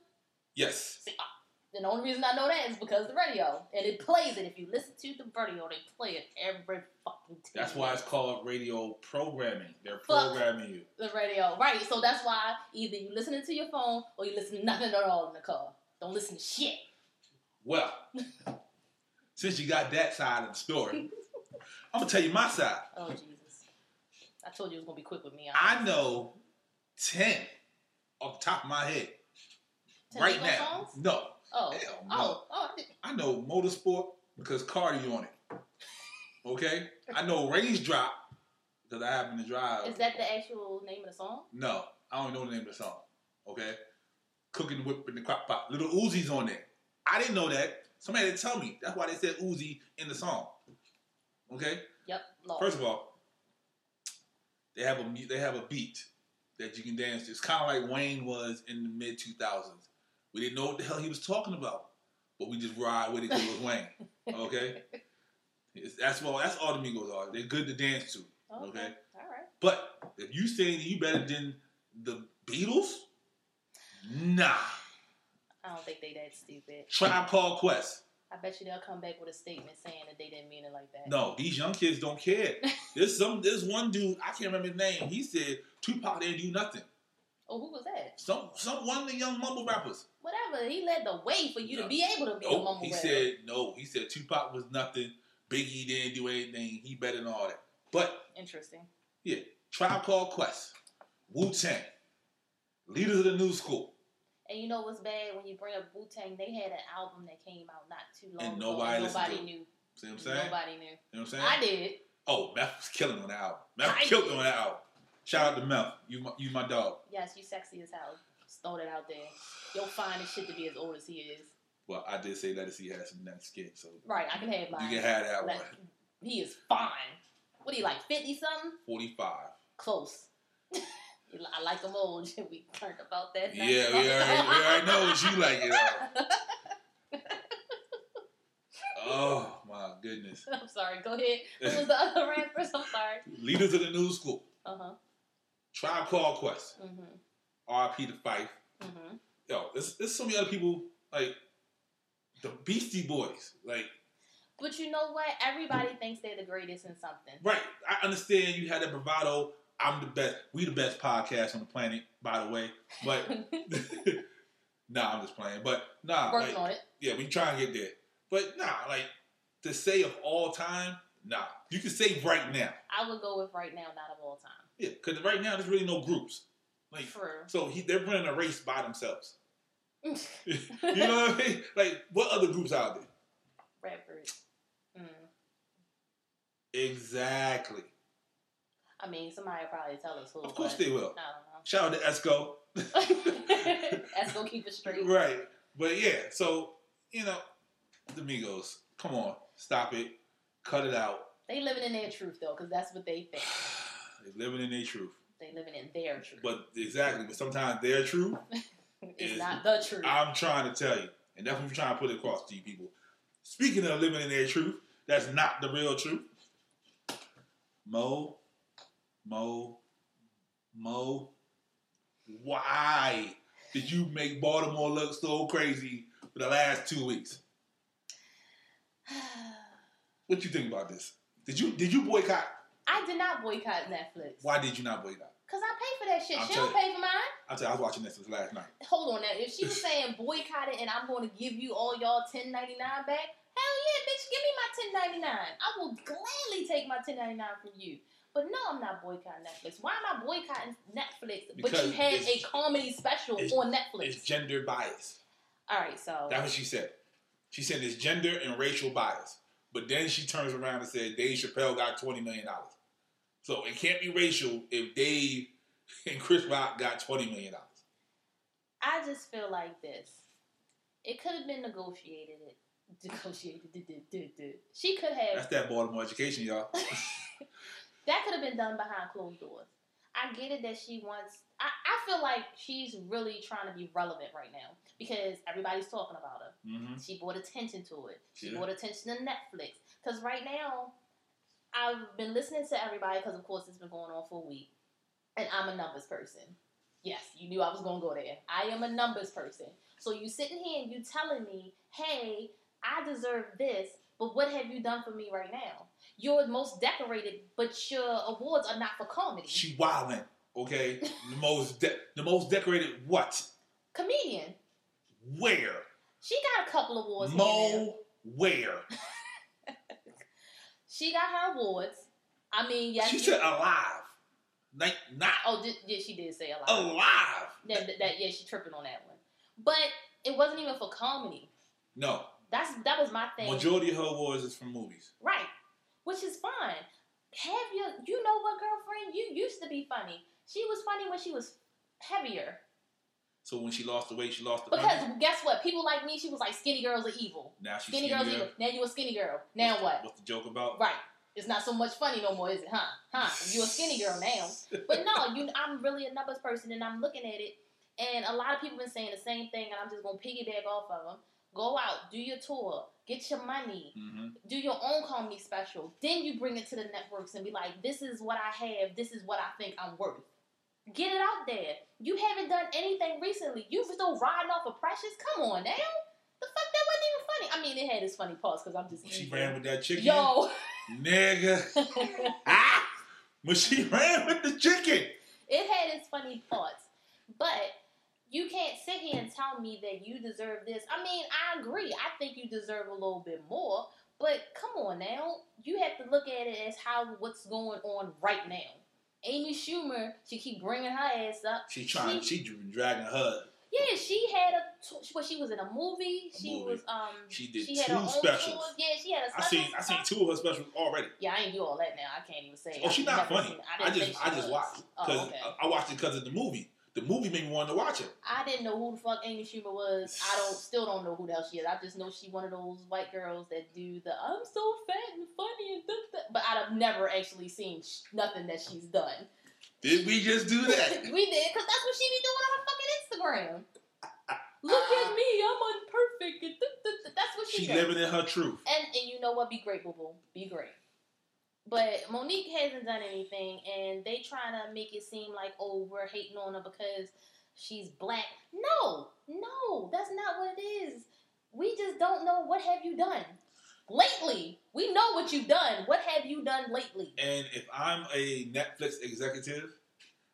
[SPEAKER 2] yes.
[SPEAKER 3] See, uh, the only reason I know that is because the radio, and it plays it. If you listen to the radio, they play it every fucking. 10
[SPEAKER 2] That's why it's
[SPEAKER 3] minutes.
[SPEAKER 2] called radio programming. They're
[SPEAKER 3] Fuck.
[SPEAKER 2] programming you.
[SPEAKER 3] the radio, right? So that's why either you listening to your phone or you listen to nothing at all in the car. Don't listen to shit.
[SPEAKER 2] Well, since you got that side of the story, I'm gonna tell you my side.
[SPEAKER 3] Oh Jesus! I told you it was gonna be quick with me.
[SPEAKER 2] I know ten off the top of my head
[SPEAKER 3] Ten
[SPEAKER 2] right
[SPEAKER 3] Migos
[SPEAKER 2] now.
[SPEAKER 3] songs?
[SPEAKER 2] No,
[SPEAKER 3] Oh,
[SPEAKER 2] Hell no.
[SPEAKER 3] oh, oh! I didn't-
[SPEAKER 2] I know motorsport because Cardi on it. Okay, I know range drop because I happen to drive.
[SPEAKER 3] Is that the actual name of the song?
[SPEAKER 2] No, I don't know the name of the song. Okay, cooking whip in the crock pot. Little Uzi's on there. I didn't know that. Somebody had to tell me. That's why they said Uzi in the song. Okay.
[SPEAKER 3] Yep. Law.
[SPEAKER 2] First of all, they have a mu- they have a beat that you can dance to. It's kind of like Wayne was in the mid two thousands. We didn't know what the hell he was talking about, but we just ride with it 'cause it was Wayne. Okay. It's, that's all. That's all the Migos are. They're good to dance to.
[SPEAKER 3] okay.
[SPEAKER 2] okay.
[SPEAKER 3] All right.
[SPEAKER 2] But if you saying you better than the Beatles, nah.
[SPEAKER 3] I don't think they that stupid.
[SPEAKER 2] Tribe Called Quest.
[SPEAKER 3] I bet you they'll come back with a statement saying that they didn't mean it like that.
[SPEAKER 2] No, these young kids don't care. There's some. There's one dude I can't remember his name. He said Tupac didn't do nothing.
[SPEAKER 3] Oh, who was that?
[SPEAKER 2] Some some one of the young mumble rappers.
[SPEAKER 3] Whatever. He led the way for you
[SPEAKER 2] No.
[SPEAKER 3] to be able to be a
[SPEAKER 2] Nope.
[SPEAKER 3] mumble
[SPEAKER 2] He
[SPEAKER 3] rapper.
[SPEAKER 2] said no. He said Tupac was nothing. Biggie didn't do anything. He better than all that. But
[SPEAKER 3] Interesting.
[SPEAKER 2] Tribe Called Quest, Wu Tang, leaders of the new school,
[SPEAKER 3] And you know what's bad when you bring up Wu Tang? They had an album that came out not too long
[SPEAKER 2] And
[SPEAKER 3] ago.
[SPEAKER 2] nobody listened
[SPEAKER 3] nobody
[SPEAKER 2] to it.
[SPEAKER 3] knew.
[SPEAKER 2] See what I'm saying?
[SPEAKER 3] Nobody knew.
[SPEAKER 2] You know what I'm saying?
[SPEAKER 3] I did.
[SPEAKER 2] Oh, Meth was killing on the album. Meth
[SPEAKER 3] I-
[SPEAKER 2] killed on the album. Shout out to Meth. You my, you my dog.
[SPEAKER 3] Yes, you sexy as hell. Just throw that out there. You'll find this shit to be as old as he is.
[SPEAKER 2] Well, I did say that as he had some nice skin, so
[SPEAKER 3] Right. I can have
[SPEAKER 2] you
[SPEAKER 3] mine.
[SPEAKER 2] can have that one.
[SPEAKER 3] Like, he is fine. What do you like, 50 something?
[SPEAKER 2] Forty five.
[SPEAKER 3] Close. I like him old. We learned about that.
[SPEAKER 2] Yeah, we already, we already know what you like it all. Oh my goodness.
[SPEAKER 3] I'm sorry, go ahead. Who was the other rappers? I'm sorry.
[SPEAKER 2] Leaders of the new school.
[SPEAKER 3] Uh huh.
[SPEAKER 2] Tribe Called Quest.
[SPEAKER 3] Mm
[SPEAKER 2] RP to Fife.
[SPEAKER 3] hmm. Mm hmm.
[SPEAKER 2] Yo, there's, there's so many other people like the Beastie Boys. Like
[SPEAKER 3] But you know what? Everybody thinks they're the greatest in something.
[SPEAKER 2] Right. I understand you had that bravado. I'm the best. We the best podcast on the planet, by the way. But nah, I'm just playing. But nah,
[SPEAKER 3] Working
[SPEAKER 2] like,
[SPEAKER 3] on it.
[SPEAKER 2] yeah, we try and get there. But nah, like to say of all time, nah. You can say right now.
[SPEAKER 3] I would go with right now, not of all time.
[SPEAKER 2] Yeah, because right now there's really no groups. Like
[SPEAKER 3] True.
[SPEAKER 2] so he, they're running a race by themselves. You know what I mean? Like what other groups out there?
[SPEAKER 3] Rap group. Mm.
[SPEAKER 2] Exactly.
[SPEAKER 3] I mean, somebody will probably tell us who.
[SPEAKER 2] Of course
[SPEAKER 3] but
[SPEAKER 2] they will.
[SPEAKER 3] I
[SPEAKER 2] Shout out to Esco.
[SPEAKER 3] don't know. That's gonna keep it straight.
[SPEAKER 2] Right. But yeah, so you know, the Migos, come on, stop it, cut it out.
[SPEAKER 3] They living in their truth though, because that's what they think.
[SPEAKER 2] They're living in their truth.
[SPEAKER 3] They living in their truth.
[SPEAKER 2] But exactly, but sometimes their truth,
[SPEAKER 3] it's
[SPEAKER 2] is-
[SPEAKER 3] not the truth.
[SPEAKER 2] I'm trying to tell you. And that's what I'm trying to put across to you people. Speaking of living in their truth, that's not the real truth. Mo, Mo, Mo, why did you make Baltimore look so crazy for the last two weeks? What you think about this? Did you did you boycott?
[SPEAKER 3] I did not boycott Netflix.
[SPEAKER 2] Why did you not boycott?
[SPEAKER 3] Cause I pay for that shit.
[SPEAKER 2] I'm
[SPEAKER 3] she don't
[SPEAKER 2] telling
[SPEAKER 3] pay for mine.
[SPEAKER 2] I tell you, I was watching Netflix last night.
[SPEAKER 3] Hold on now. If she was saying boycott it and I'm going to give you all y'all ten ninety nine back, hell yeah, bitch, give me my ten ninety nine. I will gladly take my ten ninety nine from you. But no, I'm not boycotting Netflix. Why am I boycotting Netflix? but
[SPEAKER 2] Because
[SPEAKER 3] you had a
[SPEAKER 2] it's-
[SPEAKER 3] comedy special
[SPEAKER 2] it's-
[SPEAKER 3] on Netflix.
[SPEAKER 2] It's gender bias.
[SPEAKER 3] all right, so
[SPEAKER 2] That's what she said. She said it's gender and racial bias. But then she turns around and said Dave Chappelle got twenty million dollars. So it can't be racial if Dave and Chris Rock got twenty million dollars.
[SPEAKER 3] I just feel like this. It could have been negotiated. Negotiated. did- did- did- did. She could have
[SPEAKER 2] That's that Baltimore education, y'all.
[SPEAKER 3] That could have been done behind closed doors. I get it that she wants. I, I feel like she's really trying to be relevant right now because everybody's talking about her.
[SPEAKER 2] hmm
[SPEAKER 3] She brought attention to it. She
[SPEAKER 2] Yeah.
[SPEAKER 3] brought attention to Netflix because right now I've been listening to everybody because of course it's been going on for a week, and I'm a numbers person. Yes, you knew I was gonna go there. I am a numbers person. So you sitting here and you telling me, hey, I deserve this, but what have you done for me right now? You're most decorated, but your awards are not for comedy.
[SPEAKER 2] She wildin', okay? The most de- the most decorated what?
[SPEAKER 3] Comedian.
[SPEAKER 2] Where?
[SPEAKER 3] She got a couple awards. here and there.
[SPEAKER 2] Mo where?
[SPEAKER 3] She got her awards. I mean, yes.
[SPEAKER 2] She
[SPEAKER 3] you-
[SPEAKER 2] said uh, alive. Like not
[SPEAKER 3] Oh, did, yeah, she did say a lot.
[SPEAKER 2] Oh, alive.
[SPEAKER 3] That, that, that- yeah, she tripping on that one. But it wasn't even for comedy.
[SPEAKER 2] No,
[SPEAKER 3] That's that was my thing,
[SPEAKER 2] Majority of her awards is from movies.
[SPEAKER 3] right? Which is fine. Have your, you know what, girlfriend? You used to be funny. She was funny when she was heavier.
[SPEAKER 2] So when she lost the weight, she lost the
[SPEAKER 3] Because
[SPEAKER 2] money.
[SPEAKER 3] guess what? People like me, she was like, skinny girls are evil.
[SPEAKER 2] Now she's skinny
[SPEAKER 3] Skinny, girls are
[SPEAKER 2] girl.
[SPEAKER 3] evil. Now you a skinny girl. Now what?
[SPEAKER 2] What's the joke about?
[SPEAKER 3] Right. It's not so much funny no more, is it? Huh? Huh? You a skinny girl now.
[SPEAKER 2] Mm-hmm.
[SPEAKER 3] But no, you I'm really a numbers person and I'm looking at it and a lot of people been saying the same thing and I'm just gonna piggyback off of them. Go out, do your tour, get your money,
[SPEAKER 2] hmm
[SPEAKER 3] do your own comedy special. Then you bring it to the networks and be like, this is what I have, this is what I think I'm worth. Get it out there. You haven't done anything recently. You still riding off of Precious? Come on now. The fuck, that wasn't even funny. I mean, it had its funny parts because I'm just.
[SPEAKER 2] She
[SPEAKER 3] evil.
[SPEAKER 2] ran with that chicken,
[SPEAKER 3] Mm-hmm. Yo.
[SPEAKER 2] nigga. ah! When she ran with the chicken,
[SPEAKER 3] It had its funny parts, but you can't sit here and tell me that you deserve this. I mean, I agree. I think you deserve a little bit more, but come on now. You have to look at it as how what's going on right now. Amy Schumer, she keep bringing her ass up.
[SPEAKER 2] she trying. She, dragging her.
[SPEAKER 3] Yeah, she had a. T- well, she was in a movie.
[SPEAKER 2] A
[SPEAKER 3] she
[SPEAKER 2] movie.
[SPEAKER 3] was um.
[SPEAKER 2] She did
[SPEAKER 3] had
[SPEAKER 2] two
[SPEAKER 3] her own
[SPEAKER 2] specials.
[SPEAKER 3] tour. Yeah, she had a
[SPEAKER 2] I
[SPEAKER 3] special.
[SPEAKER 2] seen. I seen two of her specials already.
[SPEAKER 3] Yeah, I ain't do all that now. I can't even say.
[SPEAKER 2] Oh, she not
[SPEAKER 3] I've never
[SPEAKER 2] funny.
[SPEAKER 3] seen it.
[SPEAKER 2] I
[SPEAKER 3] didn't
[SPEAKER 2] just.
[SPEAKER 3] think she
[SPEAKER 2] I just
[SPEAKER 3] was.
[SPEAKER 2] watched because
[SPEAKER 3] Oh, okay.
[SPEAKER 2] I, I watched it because of the movie. The movie made me want to watch it.
[SPEAKER 3] I didn't know who the fuck Amy Schumer was. I don't still don't know who the hell she is. I just know she one of those white girls that do the I'm so fat and funny and da, da. but I've never actually seen sh- nothing that she's done.
[SPEAKER 2] Did we just do
[SPEAKER 3] we did
[SPEAKER 2] that?
[SPEAKER 3] because that's what she be doing on her fucking Instagram. Look at me, I'm unperfect. And da, da, da. That's what she,
[SPEAKER 2] she
[SPEAKER 3] does.
[SPEAKER 2] living in her truth.
[SPEAKER 3] And and you know what? Be great, boo boo. Be great. But Monique hasn't done anything, and they trying to make it seem like oh we're hating on her because she's black. No, no, that's not what it is. We just don't know what have you done lately. We know what you've done. What have you done lately?
[SPEAKER 2] And if I'm a Netflix executive,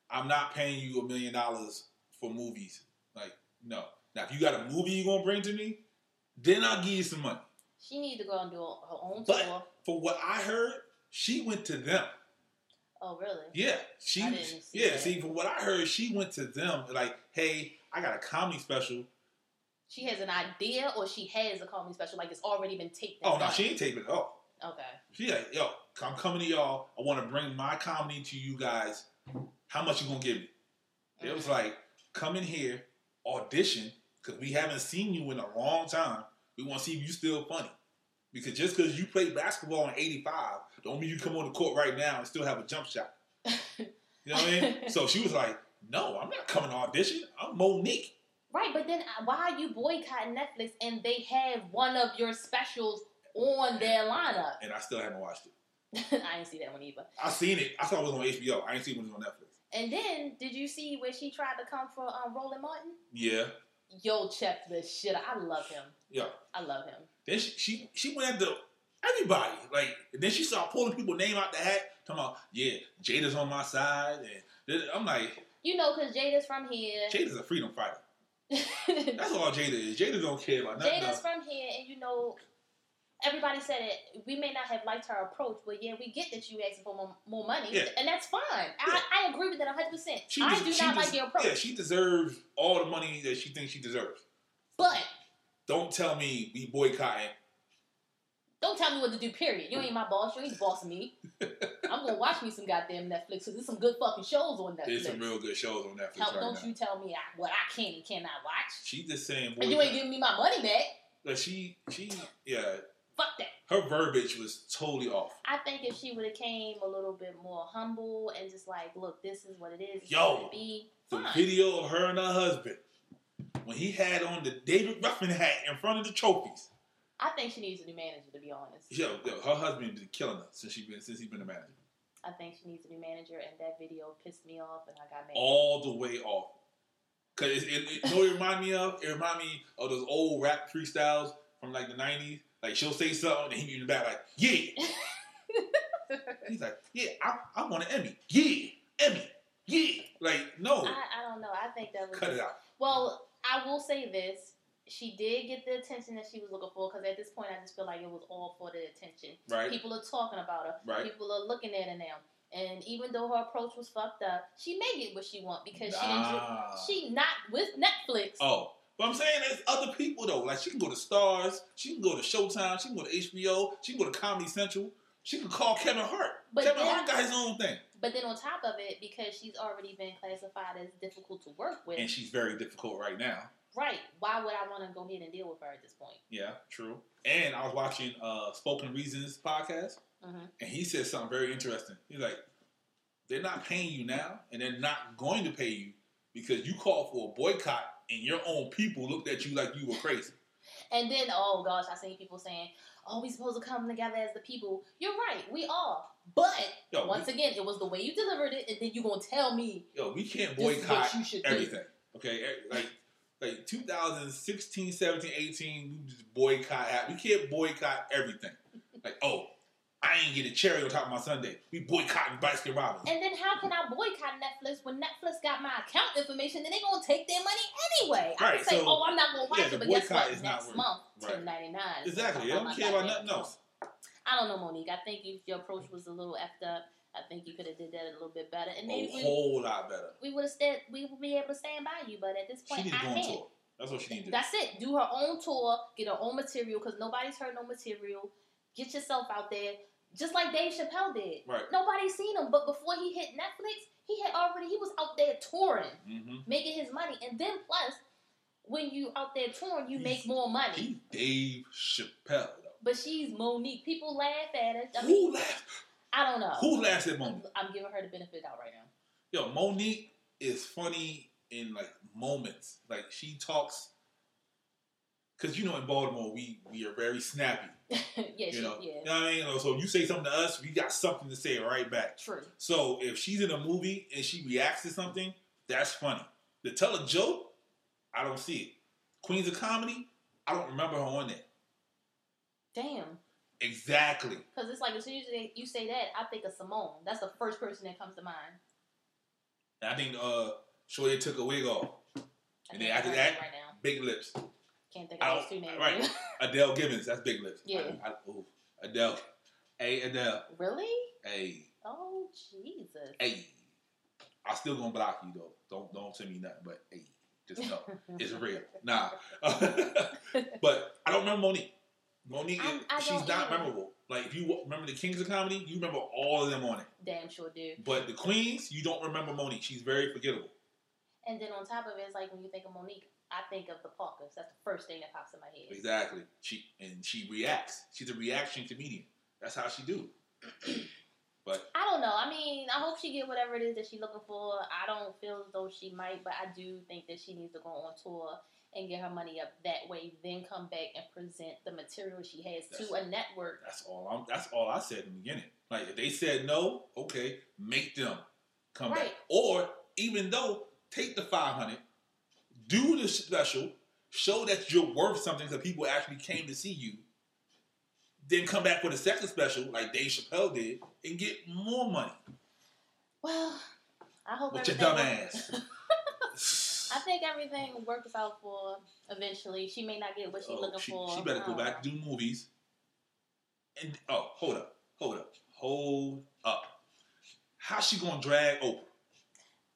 [SPEAKER 2] I'm not paying you a million dollars for movies. Like, no. Now, if you got a movie you're gonna bring to me, then I'll give you some money.
[SPEAKER 3] She needs to go and do her own
[SPEAKER 2] But-
[SPEAKER 3] tour.
[SPEAKER 2] For what I heard, she went to them.
[SPEAKER 3] Oh, really?
[SPEAKER 2] Yeah, she.
[SPEAKER 3] I didn't see
[SPEAKER 2] yeah,
[SPEAKER 3] that.
[SPEAKER 2] see, from what I heard, she went to them like, "Hey, I got a comedy special."
[SPEAKER 3] She has an idea, or she has a call me special. Like it's already been taped. and
[SPEAKER 2] Oh no,
[SPEAKER 3] done.
[SPEAKER 2] she ain't taping it off.
[SPEAKER 3] Okay.
[SPEAKER 2] She like, "Yo, I'm coming to y'all. I want to bring my comedy to you guys. How much you gonna give me?" It was like, "Come in here, audition, because we haven't seen you in a long time. We want to see if you still funny." Because just because you played basketball in '85, don't mean you come on the court right now and still have a jump shot. You know what I mean? So she was like, "No, I'm not coming to audition. I'm Monique."
[SPEAKER 3] Right, but then uh, why are you boycotting Netflix and they have one of your specials on their lineup?
[SPEAKER 2] and I still haven't watched it.
[SPEAKER 3] I didn't see that one either.
[SPEAKER 2] I seen it. I saw it was on HBO. I ain't seen it was on Netflix.
[SPEAKER 3] And then did you see where she tried to come for um, Roland Martin?
[SPEAKER 2] Yeah,
[SPEAKER 3] Yo, check this shit. out. I love him.
[SPEAKER 2] yeah.
[SPEAKER 3] I love him.
[SPEAKER 2] Then she she, she went after everybody. Like and then she started pulling people's name out the hat. Talking about yeah, Jada's on my side, and then I'm like,
[SPEAKER 3] You know, cause Jada's from here.
[SPEAKER 2] Jada's a freedom fighter. That's all Jada is. Jada don't care about nothing.
[SPEAKER 3] Jada's
[SPEAKER 2] else.
[SPEAKER 3] from here, and you know, everybody said it. We may not have liked her approach, but yeah, we get that you asking for more, more money,
[SPEAKER 2] Yeah.
[SPEAKER 3] and that's fine. I, I agree with that 100. percent
[SPEAKER 2] She
[SPEAKER 3] I
[SPEAKER 2] des-
[SPEAKER 3] do
[SPEAKER 2] she
[SPEAKER 3] not
[SPEAKER 2] des-
[SPEAKER 3] like your approach,
[SPEAKER 2] Yeah, she deserves all the money that she thinks she deserves.
[SPEAKER 3] but
[SPEAKER 2] Don't tell me we boycotting.
[SPEAKER 3] don't tell me what to do. Period. You ain't my boss. You ain't boss me. I'm gonna watch me some goddamn Netflix because there's some good fucking shows on Netflix.
[SPEAKER 2] There's some real good shows on Netflix
[SPEAKER 3] Help,
[SPEAKER 2] right
[SPEAKER 3] don't
[SPEAKER 2] now.
[SPEAKER 3] you tell me I, what I can and cannot watch.
[SPEAKER 2] She just saying, boy,
[SPEAKER 3] And you ain't giving me my money back.
[SPEAKER 2] like she she yeah.
[SPEAKER 3] Fuck that.
[SPEAKER 2] Her verbiage was totally off.
[SPEAKER 3] I think if she would have came a little bit more humble and just like, look, this is what it is. It's
[SPEAKER 2] Yo,
[SPEAKER 3] gonna be
[SPEAKER 2] the
[SPEAKER 3] fine.
[SPEAKER 2] video of her and her husband when he had on the David Ruffin hat in front of the trophies.
[SPEAKER 3] I think she needs a new manager, to be honest.
[SPEAKER 2] Yo, yo her husband been killing her since she been since he been a manager.
[SPEAKER 3] I think she needs a new manager, and that video pissed me off, and I got mad.
[SPEAKER 2] All the way off. Cause it, it, it- you know what it remind me of? It remind me of those old rap freestyles from like the nineties. Like she'll say something and he in the back like, yeah. He's like, yeah, I, I want an Emmy. Yeah, Emmy. Yeah. Like, no.
[SPEAKER 3] I, I don't know. I think that was
[SPEAKER 2] Cut it out.
[SPEAKER 3] well. I will say this: she did get the attention that she was looking for, because at this point, I just feel like it was all for the attention.
[SPEAKER 2] Right?
[SPEAKER 3] People are talking about her.
[SPEAKER 2] Right.
[SPEAKER 3] People are looking at her now. And even though her approach was fucked up, she may get what she want because
[SPEAKER 2] Nah.
[SPEAKER 3] she enjoy- she not with Netflix.
[SPEAKER 2] Oh, but I'm saying there's other people though. Like she can go to Stars, she can go to Showtime, she can go to HBO, she can go to Comedy Central. She can call Kevin Hart.
[SPEAKER 3] But
[SPEAKER 2] Kevin
[SPEAKER 3] then-
[SPEAKER 2] Hart got his own thing,
[SPEAKER 3] But then on top of it, because she's already been classified as difficult to work with,
[SPEAKER 2] and she's very difficult right now.
[SPEAKER 3] right? Why would I want to go ahead and deal with her at this point?
[SPEAKER 2] Yeah, true. And I was watching uh Spoken Reasons podcast,
[SPEAKER 3] Mhm.
[SPEAKER 2] and he said something very interesting. He's like, "They're not paying you now, and they're not going to pay you because you called for a boycott, and your own people looked at you like you were crazy."
[SPEAKER 3] And then, oh gosh, I seen people saying, "Oh, we supposed to come together as the people." You're right, we are. But
[SPEAKER 2] Yo,
[SPEAKER 3] once again, it was the way you delivered it, and then you gonna tell me
[SPEAKER 2] we, yo, we can't
[SPEAKER 3] this is
[SPEAKER 2] boycott
[SPEAKER 3] what you should do.
[SPEAKER 2] everything. Okay, e- like like 2016, 17, 18, we just boycott. out- We can't boycott everything. Like, oh, I ain't get a cherry on top of my Sunday. We boycotting Baskin Robbins.
[SPEAKER 3] And then how can I boycott Netflix when Netflix got my account information? Then they gonna take their money anyway. I can
[SPEAKER 2] Right,
[SPEAKER 3] say,
[SPEAKER 2] so-
[SPEAKER 3] "Oh, I'm not gonna watch
[SPEAKER 2] yeah, the
[SPEAKER 3] it," but guess
[SPEAKER 2] boycott
[SPEAKER 3] what?
[SPEAKER 2] is not
[SPEAKER 3] Next
[SPEAKER 2] worth-
[SPEAKER 3] month,
[SPEAKER 2] right.
[SPEAKER 3] ten ninety nine.
[SPEAKER 2] Exactly. They don't care about nothing else.
[SPEAKER 3] I don't know, Monique. I think you, your approach was a little effed up. I think you could have did that a little bit better, and
[SPEAKER 2] A
[SPEAKER 3] maybe we,
[SPEAKER 2] whole lot better.
[SPEAKER 3] we would have said we would be able to stand by you. But at this
[SPEAKER 2] She
[SPEAKER 3] point,
[SPEAKER 2] need to
[SPEAKER 3] I
[SPEAKER 2] go on
[SPEAKER 3] can't.
[SPEAKER 2] tour. That's what she need to do.
[SPEAKER 3] That's it. Do her own tour. Get her own material because nobody's heard no material. Get yourself out there, just like Dave Chappelle did.
[SPEAKER 2] Right.
[SPEAKER 3] Nobody seen him, but before he hit Netflix, he had already he was out there touring,
[SPEAKER 2] Mm-hmm.
[SPEAKER 3] making his money, and then plus, when you out there touring, you make more money.
[SPEAKER 2] He Dave Chappelle though.
[SPEAKER 3] But she's Monique. People laugh at her. I mean,
[SPEAKER 2] Who laughed?
[SPEAKER 3] I don't know.
[SPEAKER 2] Who laughed at Monique?
[SPEAKER 3] I'm giving her the benefit of the doubt right now.
[SPEAKER 2] Yo, Monique is funny in like moments. Like she talks, because you know in Baltimore we we are very snappy.
[SPEAKER 3] yeah,
[SPEAKER 2] You
[SPEAKER 3] she,
[SPEAKER 2] know,
[SPEAKER 3] yeah,
[SPEAKER 2] you know what I mean? Like, So you say something to us, we got something to say right back.
[SPEAKER 3] true.
[SPEAKER 2] So if she's in a movie and she reacts to something, that's funny. To tell a joke, I don't see it. Queens of Comedy, I don't remember her on that.
[SPEAKER 3] Damn.
[SPEAKER 2] Exactly.
[SPEAKER 3] Because it's like as soon as you say- you say that, I think of Simone. That's the first person that comes to mind.
[SPEAKER 2] And I think uh, Shorty took a wig off.
[SPEAKER 3] I
[SPEAKER 2] And
[SPEAKER 3] can't
[SPEAKER 2] then after
[SPEAKER 3] think of
[SPEAKER 2] that-
[SPEAKER 3] her right now,
[SPEAKER 2] Big lips.
[SPEAKER 3] can't think of those
[SPEAKER 2] Out.
[SPEAKER 3] two names.
[SPEAKER 2] Right. Adele Gibbons. That's big lips.
[SPEAKER 3] Yeah.
[SPEAKER 2] I, I, ooh. Adele. Hey, Adele.
[SPEAKER 3] really?
[SPEAKER 2] Hey.
[SPEAKER 3] Oh Jesus.
[SPEAKER 2] Hey. I still gonna block you though. Don't don't send me nothing. But hey, just know it's real. Nah. but I don't remember Monique. Monique,
[SPEAKER 3] I'm- I
[SPEAKER 2] she's
[SPEAKER 3] don't
[SPEAKER 2] not
[SPEAKER 3] either.
[SPEAKER 2] memorable. Like if you wa- remember the Kings of Comedy, you remember all of them on it.
[SPEAKER 3] Damn sure do.
[SPEAKER 2] But the Queens, you don't remember Monique. She's very forgettable.
[SPEAKER 3] And then on top of it, it's like when you think of Monique, I think of the Parkers. That's the first thing that pops in my head.
[SPEAKER 2] Exactly. She and she reacts. She's a reaction comedian. That's how she do. But
[SPEAKER 3] I don't know. I mean, I hope she get whatever it is that she's looking for. I don't feel as though she might, but I do think that she needs to go on tour and get her money up that way, then come back and present the material she has to a network.
[SPEAKER 2] that's all I'm that's all I said in the beginning. Like if they said no, okay, make them come back.
[SPEAKER 3] Right.
[SPEAKER 2] Or even though take the five hundred, do the special, show that you're worth something because people actually came to see you. Then come back for the second special, like Dave Chappelle did, and get more money
[SPEAKER 3] Well, I hope
[SPEAKER 2] with your
[SPEAKER 3] everything
[SPEAKER 2] dumb
[SPEAKER 3] works-
[SPEAKER 2] ass.
[SPEAKER 3] I think everything works out for eventually. She may not get what she's
[SPEAKER 2] Oh,
[SPEAKER 3] looking
[SPEAKER 2] she,
[SPEAKER 3] for. um,
[SPEAKER 2] she better go
[SPEAKER 3] I
[SPEAKER 2] back
[SPEAKER 3] don't
[SPEAKER 2] do movies. And oh, hold up, hold up, hold up. How's she gonna drag Oprah?
[SPEAKER 3] know.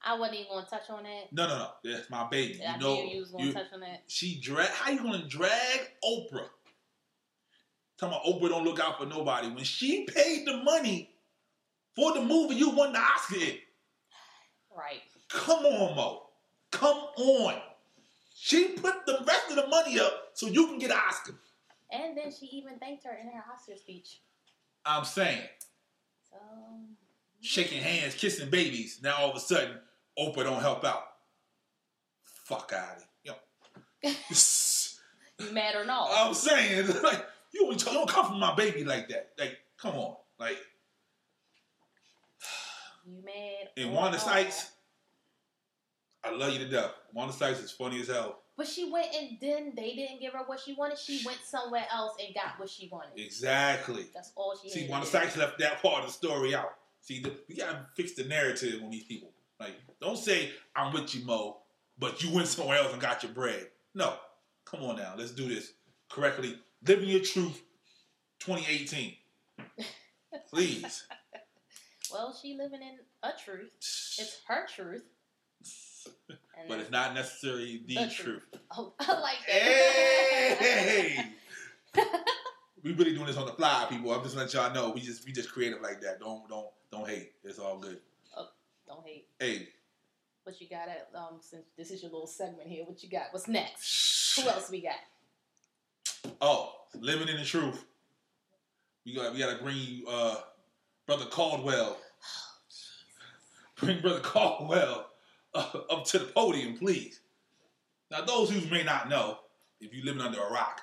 [SPEAKER 3] I wasn't even gonna touch on that.
[SPEAKER 2] No, no, no. That's my baby.
[SPEAKER 3] I
[SPEAKER 2] you know,
[SPEAKER 3] knew you was gonna
[SPEAKER 2] you-
[SPEAKER 3] touch on that.
[SPEAKER 2] she drag. How you gonna drag Oprah? Talking about Oprah don't look out for nobody. When she paid the money for the movie, you won the Oscar. in.
[SPEAKER 3] Right.
[SPEAKER 2] Come on, Mo. Come on. She put the rest of the money up so you can get an Oscar.
[SPEAKER 3] And then she even thanked her in her Oscar speech.
[SPEAKER 2] I'm saying.
[SPEAKER 3] So
[SPEAKER 2] shaking hands, kissing babies. Now all of a sudden, Oprah don't help out. Fuck out of here.
[SPEAKER 3] you mad or not?
[SPEAKER 2] I'm saying, like, you don't, you don't come from my baby like that. Like, come on. Like,
[SPEAKER 3] You mad?
[SPEAKER 2] and
[SPEAKER 3] or
[SPEAKER 2] Wanda
[SPEAKER 3] not.
[SPEAKER 2] Sykes, I love you to death. Wanda Sykes is funny as hell.
[SPEAKER 3] But she went and then they didn't give her what she wanted. She went somewhere else and got what she wanted.
[SPEAKER 2] Exactly.
[SPEAKER 3] That's all she
[SPEAKER 2] See,
[SPEAKER 3] had
[SPEAKER 2] Wanda
[SPEAKER 3] to do.
[SPEAKER 2] Sykes left that part of the story out. See, the, we gotta fix the narrative on these people. Like, don't say I'm with you, Mo, but you went somewhere else and got your bread. No, come on now, let's do this correctly. Living your truth, 2018. Please,
[SPEAKER 3] Well, she living in a truth. It's her truth. And
[SPEAKER 2] but it's not necessarily the,
[SPEAKER 3] The
[SPEAKER 2] truth.
[SPEAKER 3] truth. Oh, I like that.
[SPEAKER 2] Hey, we really doing this on the fly, people. I'm just letting y'all know we just we just creative like that. Don't don't don't hate. It's all good.
[SPEAKER 3] Don't hate.
[SPEAKER 2] Hey,
[SPEAKER 3] What you got? At, um, since this is your little segment here, what you got? What's next? Who else we got?
[SPEAKER 2] Oh, living in the truth. We got we gotta bring you uh brother Caldwell. Bring brother Caldwell uh, up to the podium, please. Now, those who may not know, if you're living under a rock,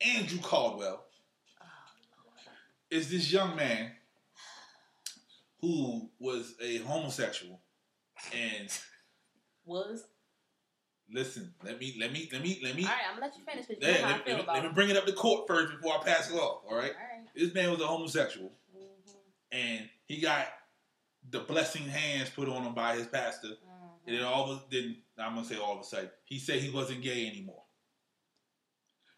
[SPEAKER 2] Andrew Caldwell is this young man who was a homosexual and
[SPEAKER 3] Was
[SPEAKER 2] listen, let me let me let me let me
[SPEAKER 3] all right. I'm gonna let you finish because you
[SPEAKER 2] Yeah,
[SPEAKER 3] know how I
[SPEAKER 2] let,
[SPEAKER 3] feel
[SPEAKER 2] let-
[SPEAKER 3] about
[SPEAKER 2] let me
[SPEAKER 3] it.
[SPEAKER 2] bring it up to court first before I pass it off, all right?
[SPEAKER 3] All right.
[SPEAKER 2] This man was a homosexual,
[SPEAKER 3] Mm-hmm.
[SPEAKER 2] and he got the blessing hands put on him by his pastor.
[SPEAKER 3] Mm-hmm.
[SPEAKER 2] And then all of a then I'm gonna say all of a sudden, he said he wasn't gay anymore.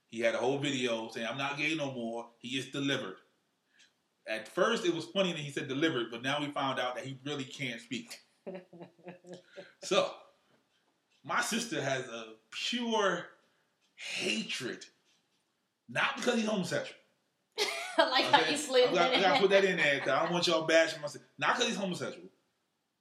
[SPEAKER 2] He had a whole video saying, "I'm not gay no more." He is delivered. At first, it was funny that he said delivered, but now we found out that he really can't speak. so, my sister has a pure hatred, not because he's homosexual.
[SPEAKER 3] Mm-hmm. I like how
[SPEAKER 2] Okay?
[SPEAKER 3] you slid
[SPEAKER 2] I gotta, I
[SPEAKER 3] in.
[SPEAKER 2] gotta put that in there 'cause I don't want y'all bashing myself. Not because he's homosexual,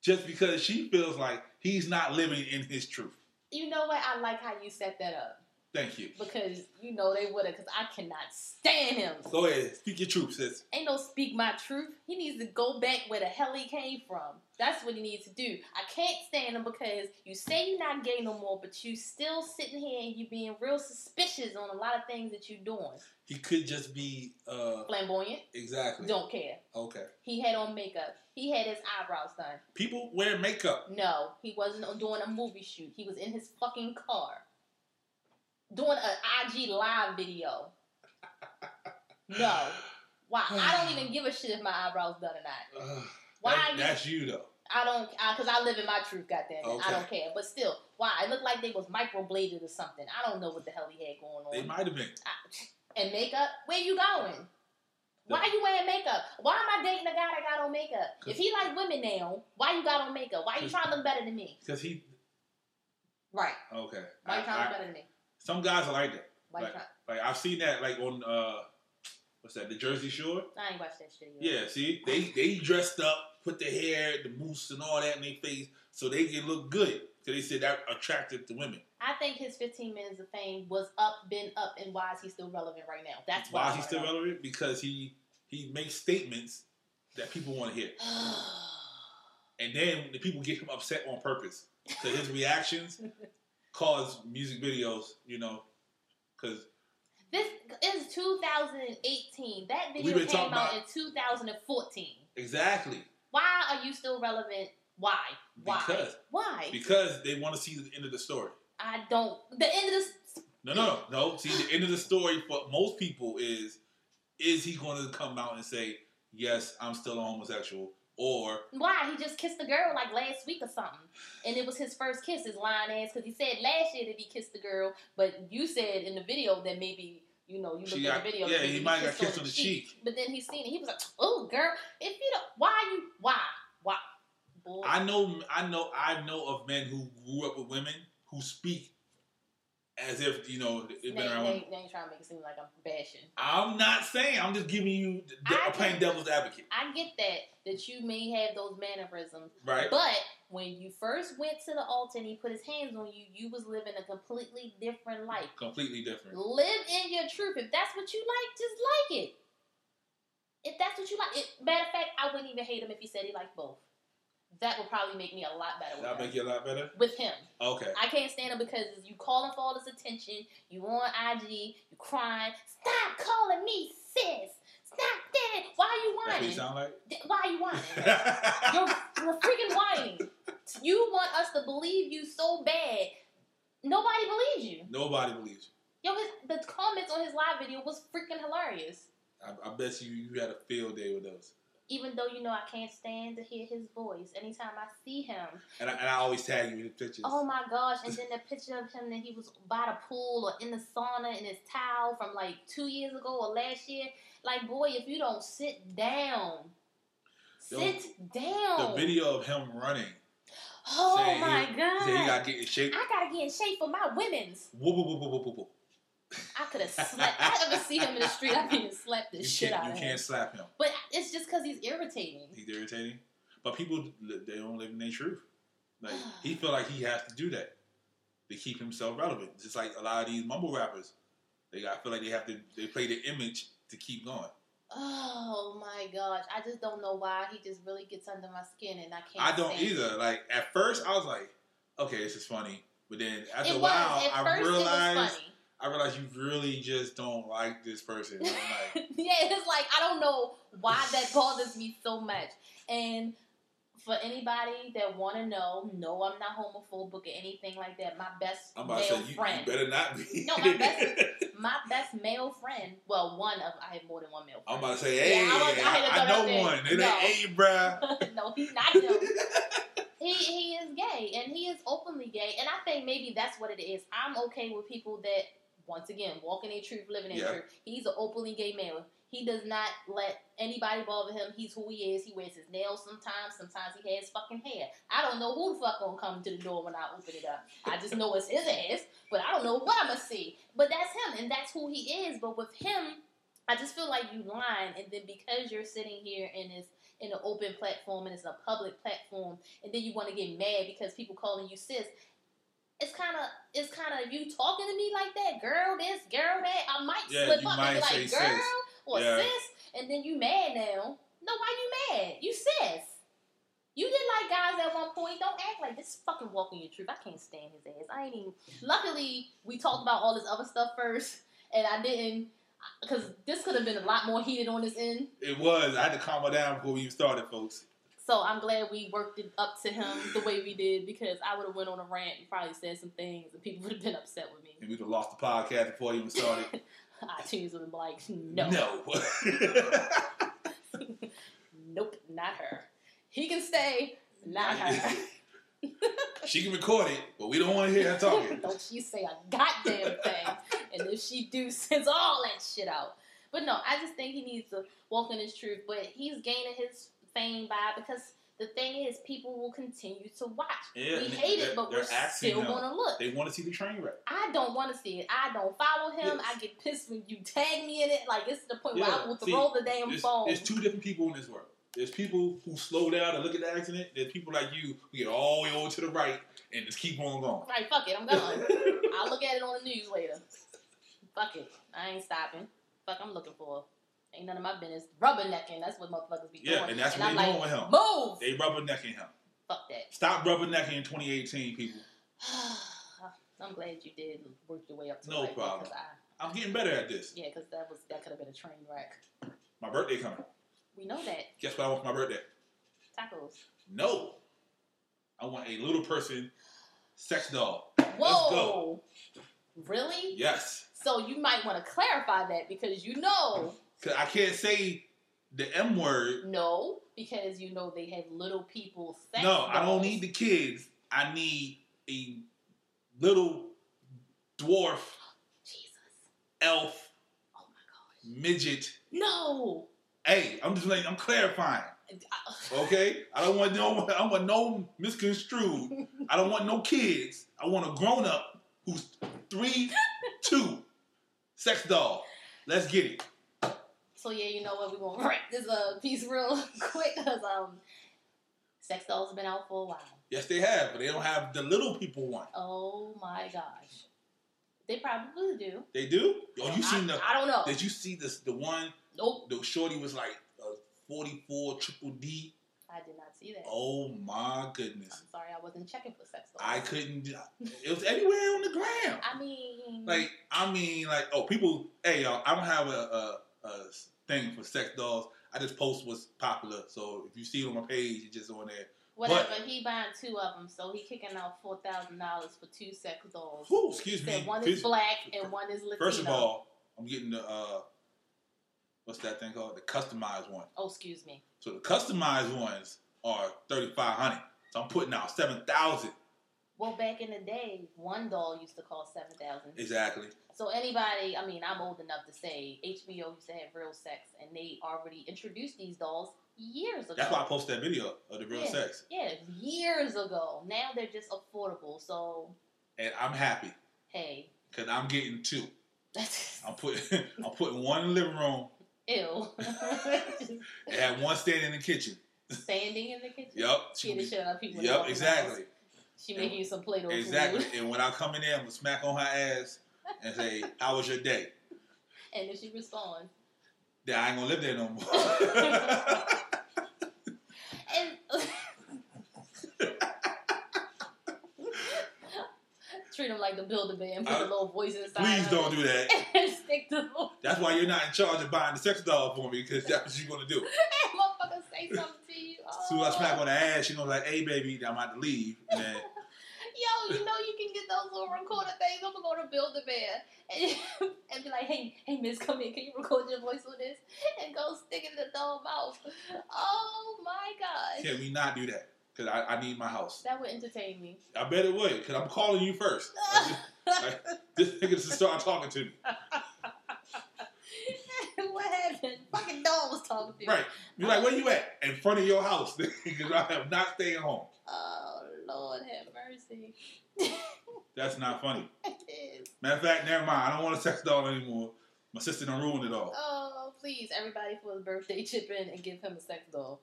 [SPEAKER 2] just because she feels like he's not living in his truth.
[SPEAKER 3] You know what? I like how you set that up
[SPEAKER 2] Thank you.
[SPEAKER 3] because you know they would have. Because I cannot stand him.
[SPEAKER 2] Go ahead, speak your truth, sis.
[SPEAKER 3] Ain't no speak my truth. He needs to go back where the hell he came from. That's what he needs to do. I can't stand him because you say you're not gay no more, but you still sitting here and you being real suspicious on a lot of things that you're doing.
[SPEAKER 2] He could just be uh
[SPEAKER 3] Flamboyant,
[SPEAKER 2] exactly
[SPEAKER 3] don't care.
[SPEAKER 2] okay.
[SPEAKER 3] He had on makeup. He had his eyebrows done.
[SPEAKER 2] People wear makeup.
[SPEAKER 3] No, he wasn't on- doing a movie shoot. He was in his fucking car doing an IG live video. No, Why? I don't even give a shit if my eyebrows done or not.
[SPEAKER 2] Ugh,
[SPEAKER 3] Why?
[SPEAKER 2] that-
[SPEAKER 3] are you-
[SPEAKER 2] that's you though.
[SPEAKER 3] I don't, because I, live in my truth, goddamn it.
[SPEAKER 2] Okay.
[SPEAKER 3] I don't care. But still, why? It looked like they was microbladed or something. I don't know what the hell he had going on.
[SPEAKER 2] They might have been.
[SPEAKER 3] I- and makeup? Where you going? Why you wearing makeup? Why am I dating a guy that got on makeup? If he like women now, why you got on makeup? Why you
[SPEAKER 2] Cause-
[SPEAKER 3] trying to look better than me?
[SPEAKER 2] Because he
[SPEAKER 3] Right.
[SPEAKER 2] okay.
[SPEAKER 3] Why
[SPEAKER 2] I-
[SPEAKER 3] you trying to
[SPEAKER 2] I-
[SPEAKER 3] look better than me?
[SPEAKER 2] some guys are like that.
[SPEAKER 3] Why you
[SPEAKER 2] Right.
[SPEAKER 3] trying?
[SPEAKER 2] Like I've seen that like on uh what's that, the Jersey Shore?
[SPEAKER 3] I ain't watched that shit yet.
[SPEAKER 2] Yeah, see, they they dressed up, put their hair, the mousse and all that in their face, so they can look good. Cause they said that attractive to women.
[SPEAKER 3] I think his 15 minutes of fame was up, been up, and why is he still relevant right now? That's why.
[SPEAKER 2] Why is he still relevant? Because he he makes statements that people want to hear.
[SPEAKER 3] relevant?
[SPEAKER 2] And then the people get him upset on purpose. So his reactions cause music videos, you know, because
[SPEAKER 3] this is 2018. That
[SPEAKER 2] We've
[SPEAKER 3] video
[SPEAKER 2] been
[SPEAKER 3] came out
[SPEAKER 2] talking
[SPEAKER 3] in 2014.
[SPEAKER 2] exactly
[SPEAKER 3] Why are you still relevant? Why? Why?
[SPEAKER 2] Because-
[SPEAKER 3] Why?
[SPEAKER 2] because they want to see the end of the story.
[SPEAKER 3] I don't. The end of this.
[SPEAKER 2] No, no, no. See, the end of the story for most people is is he going to come out and say, "Yes, I'm still a homosexual," or
[SPEAKER 3] Why? He just kissed the girl like last week or something. And it was his first kiss, his lying ass, because he said last year that he kissed the girl, but you said in the video that maybe. You know, you
[SPEAKER 2] She
[SPEAKER 3] looked at
[SPEAKER 2] got-
[SPEAKER 3] the video.
[SPEAKER 2] yeah,
[SPEAKER 3] that maybe
[SPEAKER 2] he might have got
[SPEAKER 3] on
[SPEAKER 2] kissed on the cheek.
[SPEAKER 3] But then he seen it. He was like, "Oh, girl, if you don't, why you, why, why, boy?"
[SPEAKER 2] I know, I know, I know of men who grew up with women who speak as if you know they've
[SPEAKER 3] they,
[SPEAKER 2] been around.
[SPEAKER 3] they,
[SPEAKER 2] women.
[SPEAKER 3] they ain't trying to make it seem like I'm bashing.
[SPEAKER 2] I'm not saying. I'm just giving you. the-
[SPEAKER 3] I
[SPEAKER 2] I'm playing
[SPEAKER 3] can-
[SPEAKER 2] devil's advocate,
[SPEAKER 3] I get that that you may have those mannerisms,
[SPEAKER 2] right?
[SPEAKER 3] but when you first went to the altar and he put his hands on you, you was living a completely different life.
[SPEAKER 2] Completely different.
[SPEAKER 3] Live in your truth. If that's what you like, just like it. If that's what you like, it, matter of fact, I wouldn't even hate him if he said he liked both. That would probably make me a lot better
[SPEAKER 2] That
[SPEAKER 3] with
[SPEAKER 2] make
[SPEAKER 3] him.
[SPEAKER 2] you a lot better.
[SPEAKER 3] With him,
[SPEAKER 2] Okay.
[SPEAKER 3] I can't stand him because you calling for all this attention. You on IG, you crying. Stop calling me sis. Stop that. Why are you
[SPEAKER 2] That's what you
[SPEAKER 3] whining?
[SPEAKER 2] sound like.
[SPEAKER 3] Th- Why are you whining? You're, you're freaking whining. You want us to believe you so bad. Nobody believes you.
[SPEAKER 2] Nobody believes
[SPEAKER 3] Yo, his, the comments on his live video was freaking hilarious.
[SPEAKER 2] you. I, I bet you you had a field day with those.
[SPEAKER 3] Even though you know I can't stand to hear his voice anytime I see him.
[SPEAKER 2] And I, and I always tag you in the pictures.
[SPEAKER 3] Oh my gosh! And then the picture of him that he was by the pool or in the sauna in his towel from like two years ago or last year. Like, boy, if you don't sit down,
[SPEAKER 2] Yo,
[SPEAKER 3] sit down.
[SPEAKER 2] The video of him running.
[SPEAKER 3] oh
[SPEAKER 2] saying
[SPEAKER 3] my
[SPEAKER 2] he,
[SPEAKER 3] god!
[SPEAKER 2] Saying he got getting shaped.
[SPEAKER 3] I gotta get in shape for my women's.
[SPEAKER 2] Whoop, whoop, whoop, whoop, whoop, whoop, whoop.
[SPEAKER 3] I could have slept. I ever see him in the street, I could have slapped the
[SPEAKER 2] You
[SPEAKER 3] shit
[SPEAKER 2] can't,
[SPEAKER 3] out
[SPEAKER 2] you
[SPEAKER 3] of
[SPEAKER 2] can't
[SPEAKER 3] him.
[SPEAKER 2] slap him.
[SPEAKER 3] But it's just because he's irritating.
[SPEAKER 2] He's irritating. But people, li- they don't live in their truth. Like he feel like he has to do that to keep himself relevant. Just like a lot of these mumble rappers, they got feel like they have to. They play their image to keep going.
[SPEAKER 3] Oh my gosh! I just don't know why he just really gets under my skin, and I can't.
[SPEAKER 2] I don't
[SPEAKER 3] stand it.
[SPEAKER 2] either. Like at first, I was like, okay, this is funny. But then after
[SPEAKER 3] It
[SPEAKER 2] a
[SPEAKER 3] was
[SPEAKER 2] while,
[SPEAKER 3] at
[SPEAKER 2] I
[SPEAKER 3] first. it was
[SPEAKER 2] realized
[SPEAKER 3] funny.
[SPEAKER 2] I realized you really just don't like this person. And I'm like,
[SPEAKER 3] yeah, it's like I don't know why that bothers me so much. And for anybody that want to know, no, I'm not homophobic or anything like that. My best
[SPEAKER 2] I'm about to say
[SPEAKER 3] male
[SPEAKER 2] you, you
[SPEAKER 3] friend,
[SPEAKER 2] better not be.
[SPEAKER 3] No, my best- my best male friend. Well, one of I have more than one male.
[SPEAKER 2] I'm
[SPEAKER 3] Friend.
[SPEAKER 2] about to say, hey,
[SPEAKER 3] Yeah, I was- I had to
[SPEAKER 2] I,
[SPEAKER 3] throw
[SPEAKER 2] know one.
[SPEAKER 3] that
[SPEAKER 2] It
[SPEAKER 3] in. No.
[SPEAKER 2] ain't, hey, bruh.
[SPEAKER 3] no, he's not him. he he is gay and he is openly gay, and I think maybe that's what it is. I'm okay with people that once again walking their truth, living their
[SPEAKER 2] Yeah.
[SPEAKER 3] truth. He's an openly gay man. He does not let anybody bother him. He's who he is. He wears his nails sometimes. Sometimes he has fucking hair. I don't know who the fuck gonna come to the door when I open it up. I just know it's his ass, but I don't know what I'm gonna see. But that's him, and that's who he is. But with him, I just feel like you lying, and then because you're sitting here in this in an open platform and it's a public platform, and then you want to get mad because people calling you sis. It's kind of it's kind of you talking to me like that, girl. This girl that I might
[SPEAKER 2] Yeah,
[SPEAKER 3] slip
[SPEAKER 2] you
[SPEAKER 3] up
[SPEAKER 2] might
[SPEAKER 3] and be like,
[SPEAKER 2] say
[SPEAKER 3] girl
[SPEAKER 2] sis.
[SPEAKER 3] or
[SPEAKER 2] Yeah.
[SPEAKER 3] sis, and then you mad now. No, why you mad? You sis. You did like guys at one point. Don't act like this. is Fucking walking your truth. I can't stand his ass. I ain't even. Luckily, we talked about all this other stuff first, and I didn't because this could have been a lot more heated on this end.
[SPEAKER 2] It was. I had to calm her down before we even started, folks.
[SPEAKER 3] So I'm glad we worked it up to him the way we did because I would have went on a rant and probably said some things and people would have been upset with me.
[SPEAKER 2] And we'd have lost the podcast before we even started.
[SPEAKER 3] iTunes would be like, no,
[SPEAKER 2] No.
[SPEAKER 3] nope, not her. He can stay, not her.
[SPEAKER 2] she can record it, but we don't want to hear her talking.
[SPEAKER 3] Don't she say a goddamn thing. and if she do, sends all that shit out. But no, I just think he needs to walk in his truth. But he's gaining his fame by because the thing is, people will continue to watch.
[SPEAKER 2] Yeah,
[SPEAKER 3] we
[SPEAKER 2] and
[SPEAKER 3] hate
[SPEAKER 2] they're-
[SPEAKER 3] it, but
[SPEAKER 2] they're
[SPEAKER 3] we're
[SPEAKER 2] asking
[SPEAKER 3] still
[SPEAKER 2] them.
[SPEAKER 3] gonna look.
[SPEAKER 2] They want to see the train wreck.
[SPEAKER 3] I don't want to see it. I don't follow him.
[SPEAKER 2] Yes.
[SPEAKER 3] I get pissed when you tag me in it. Like it's the point where
[SPEAKER 2] Yeah,
[SPEAKER 3] I will
[SPEAKER 2] see,
[SPEAKER 3] throw the damn
[SPEAKER 2] There's,
[SPEAKER 3] phone.
[SPEAKER 2] there's two different people in this world. There's people who slow down and look at the accident. There's people like you who get all the way over to the right and just keep on going.
[SPEAKER 3] Like fuck it, I'm gone. I'll look at it on the news later. Fuck it. I ain't stopping. Fuck, I'm looking for. Ain't none of my business. Rubbernecking. That's what motherfuckers be
[SPEAKER 2] yeah,
[SPEAKER 3] doing.
[SPEAKER 2] and that's
[SPEAKER 3] and
[SPEAKER 2] what
[SPEAKER 3] I'm
[SPEAKER 2] they're
[SPEAKER 3] like,
[SPEAKER 2] doing with him.
[SPEAKER 3] move.
[SPEAKER 2] They rubbernecking him.
[SPEAKER 3] Fuck that.
[SPEAKER 2] Stop rubbernecking in 2018, people.
[SPEAKER 3] I'm glad you did work your way up to
[SPEAKER 2] No
[SPEAKER 3] right now,
[SPEAKER 2] problem.
[SPEAKER 3] 'cause I-
[SPEAKER 2] I'm getting better at this.
[SPEAKER 3] yeah, because that was that could have been a train wreck.
[SPEAKER 2] My birthday coming.
[SPEAKER 3] We know that
[SPEAKER 2] Guess what I want for my birthday?
[SPEAKER 3] tacos.
[SPEAKER 2] No. I want a little person sex doll.
[SPEAKER 3] Whoa, really?
[SPEAKER 2] Yes.
[SPEAKER 3] So you might want to clarify that because you know
[SPEAKER 2] Cause I can't say the M word.
[SPEAKER 3] no because you know they have little people. Sex
[SPEAKER 2] no, I don't
[SPEAKER 3] dolls.
[SPEAKER 2] need the kids. I need a little dwarf,
[SPEAKER 3] Jesus.
[SPEAKER 2] elf,
[SPEAKER 3] Oh my gosh.
[SPEAKER 2] midget.
[SPEAKER 3] No.
[SPEAKER 2] Hey, I'm just letting, I'm clarifying. Okay, I don't want no, I don't want no misconstrued. I don't want no kids. I want a grown up who's three, two, sex doll. Let's get it.
[SPEAKER 3] So yeah, you know what? We gonna wrap this uh, piece real quick because um, sex dolls have been out for a while.
[SPEAKER 2] Yes, they have, but they don't have the little people one.
[SPEAKER 3] Oh my gosh, they probably do.
[SPEAKER 2] They do. Oh, you seen
[SPEAKER 3] I,
[SPEAKER 2] the?
[SPEAKER 3] I don't know.
[SPEAKER 2] Did you see this? The one
[SPEAKER 3] Nope,
[SPEAKER 2] the shorty was like a 44 triple D.
[SPEAKER 3] I did not see that.
[SPEAKER 2] Oh my goodness.
[SPEAKER 3] I'm sorry, I wasn't checking for sex dolls.
[SPEAKER 2] I couldn't do- it was everywhere on the ground.
[SPEAKER 3] I mean,
[SPEAKER 2] Like, I mean, like, oh people hey y'all, I don't have a, a, a thing for sex dolls. I just post what's popular. So if you see it on my page, it's just on there.
[SPEAKER 3] whatever. he buying two of them, so he kicking out four thousand dollars for two sex dolls.
[SPEAKER 2] Whew, excuse me.
[SPEAKER 3] Said one
[SPEAKER 2] Excuse-
[SPEAKER 3] is black and one is Latino.
[SPEAKER 2] First of all, I'm getting the uh what's that thing called? The customized one.
[SPEAKER 3] oh excuse me.
[SPEAKER 2] So the customized ones are thirty five hundred. So I'm putting out seven thousand.
[SPEAKER 3] Well, back in the day, one doll used to cost seven thousand.
[SPEAKER 2] Exactly.
[SPEAKER 3] So anybody, I mean, I'm old enough to say HBO used to have real sex, and they already introduced these dolls years ago.
[SPEAKER 2] That's why I posted that video of the real
[SPEAKER 3] Yeah.
[SPEAKER 2] sex.
[SPEAKER 3] Yeah, years ago. Now they're just affordable. So
[SPEAKER 2] And I'm happy
[SPEAKER 3] hey,
[SPEAKER 2] because I'm getting two.
[SPEAKER 3] that's
[SPEAKER 2] I'm putting I'm putting one in the living room
[SPEAKER 3] ill.
[SPEAKER 2] and have one standing in the kitchen.
[SPEAKER 3] Standing in the kitchen.
[SPEAKER 2] Yup. she-
[SPEAKER 3] Getting the shit out of people.
[SPEAKER 2] Yup, exactly.
[SPEAKER 3] She making you some Play-Doh.
[SPEAKER 2] Exactly.
[SPEAKER 3] Food.
[SPEAKER 2] And when I come in there, I'm gonna smack on her ass and say, How was your day?
[SPEAKER 3] And if she responds,
[SPEAKER 2] Then I ain't gonna live there no more.
[SPEAKER 3] and treat them like the Build-A-Bear and put
[SPEAKER 2] I-
[SPEAKER 3] a little voice inside.
[SPEAKER 2] Uh, Please
[SPEAKER 3] of
[SPEAKER 2] don't
[SPEAKER 3] it.
[SPEAKER 2] do that.
[SPEAKER 3] and stick to the
[SPEAKER 2] That's why you're not in charge of buying the sex doll for me, because that's what you're gonna do.
[SPEAKER 3] motherfucker say something to you. Oh.
[SPEAKER 2] As soon as I smack on her ass, she's gonna be like, hey baby, I'm about to leave. And then
[SPEAKER 3] Yo, you know you can get those little recorder things. I'm gonna go to Build a Bear and, and be like, hey, hey, Miss, come in. Can you record your voice on this? And go stick it in the doll mouth. Oh my gosh.
[SPEAKER 2] can we not do that? Because I, I need my house.
[SPEAKER 3] That would entertain me.
[SPEAKER 2] I bet it would, because I'm calling you first. Like, this nigga just started talking to me.
[SPEAKER 3] what happened? Fucking doll was talking to me.
[SPEAKER 2] Right. You're like, where you at? In front of your house, because I am not staying home.
[SPEAKER 3] Oh, Lord have mercy.
[SPEAKER 2] That's not funny.
[SPEAKER 3] It is.
[SPEAKER 2] Matter of fact, never mind. I don't want a sex doll anymore. My sister done ruined it all.
[SPEAKER 3] Oh, please, everybody for his birthday, chip in and give him a sex doll.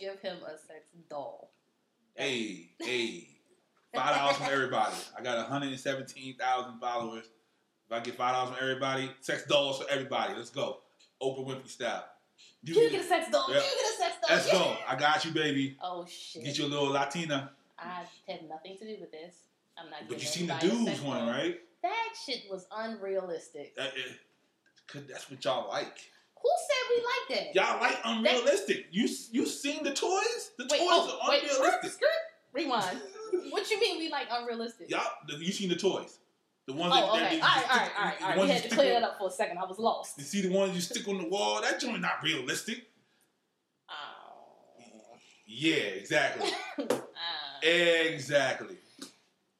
[SPEAKER 3] Give him a sex doll.
[SPEAKER 2] Hey, hey. Five dollars from everybody. I got 117,000 followers. If I get five dollars from everybody, sex dolls for everybody. Let's go. Oprah Winfrey style. You-
[SPEAKER 3] You get a sex doll.
[SPEAKER 2] Yeah.
[SPEAKER 3] You get a sex doll.
[SPEAKER 2] Let's
[SPEAKER 3] You-
[SPEAKER 2] go. I got you, baby.
[SPEAKER 3] Oh shit!
[SPEAKER 2] Get you a little Latina.
[SPEAKER 3] I had nothing to do with this. I'm not.
[SPEAKER 2] But
[SPEAKER 3] giving
[SPEAKER 2] you seen the
[SPEAKER 3] everybody a
[SPEAKER 2] dudes
[SPEAKER 3] sex
[SPEAKER 2] one,
[SPEAKER 3] doll.
[SPEAKER 2] right?
[SPEAKER 3] That shit was unrealistic.
[SPEAKER 2] That- it- 'cause that's what y'all like.
[SPEAKER 3] Who said we like that?
[SPEAKER 2] Y'all like unrealistic. You you seen the toys? The
[SPEAKER 3] wait,
[SPEAKER 2] toys
[SPEAKER 3] oh,
[SPEAKER 2] are
[SPEAKER 3] wait, skirt,
[SPEAKER 2] unrealistic.
[SPEAKER 3] skirt. Rewind. what you mean we like unrealistic?
[SPEAKER 2] Y'all, you seen the toys? The ones
[SPEAKER 3] Oh,
[SPEAKER 2] that,
[SPEAKER 3] okay.
[SPEAKER 2] that
[SPEAKER 3] All right, all right, all right, all right.
[SPEAKER 2] the
[SPEAKER 3] You
[SPEAKER 2] ones
[SPEAKER 3] had to
[SPEAKER 2] stick
[SPEAKER 3] clear
[SPEAKER 2] on-
[SPEAKER 3] that up for a second. I was lost.
[SPEAKER 2] You see the ones you stick on the wall? That joint not realistic.
[SPEAKER 3] Oh.
[SPEAKER 2] Yeah, exactly.
[SPEAKER 3] Uh,
[SPEAKER 2] exactly.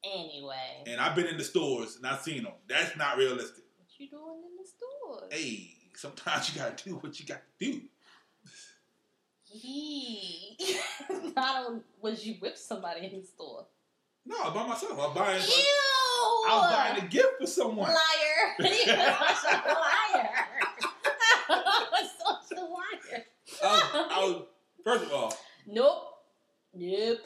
[SPEAKER 3] anyway,
[SPEAKER 2] And I've been in the stores and I've seen them. That's not realistic.
[SPEAKER 3] what you doing in the store?
[SPEAKER 2] Hey, sometimes you gotta do what you gotta do.
[SPEAKER 3] Yee. I don't. Was you whip somebody in the store?
[SPEAKER 2] No, by myself. I'm buying.
[SPEAKER 3] Ew!
[SPEAKER 2] I'm buying a gift for someone.
[SPEAKER 3] liar. He's a social liar. A social liar.
[SPEAKER 2] I was, I was- first of all,
[SPEAKER 3] Nope. Nope.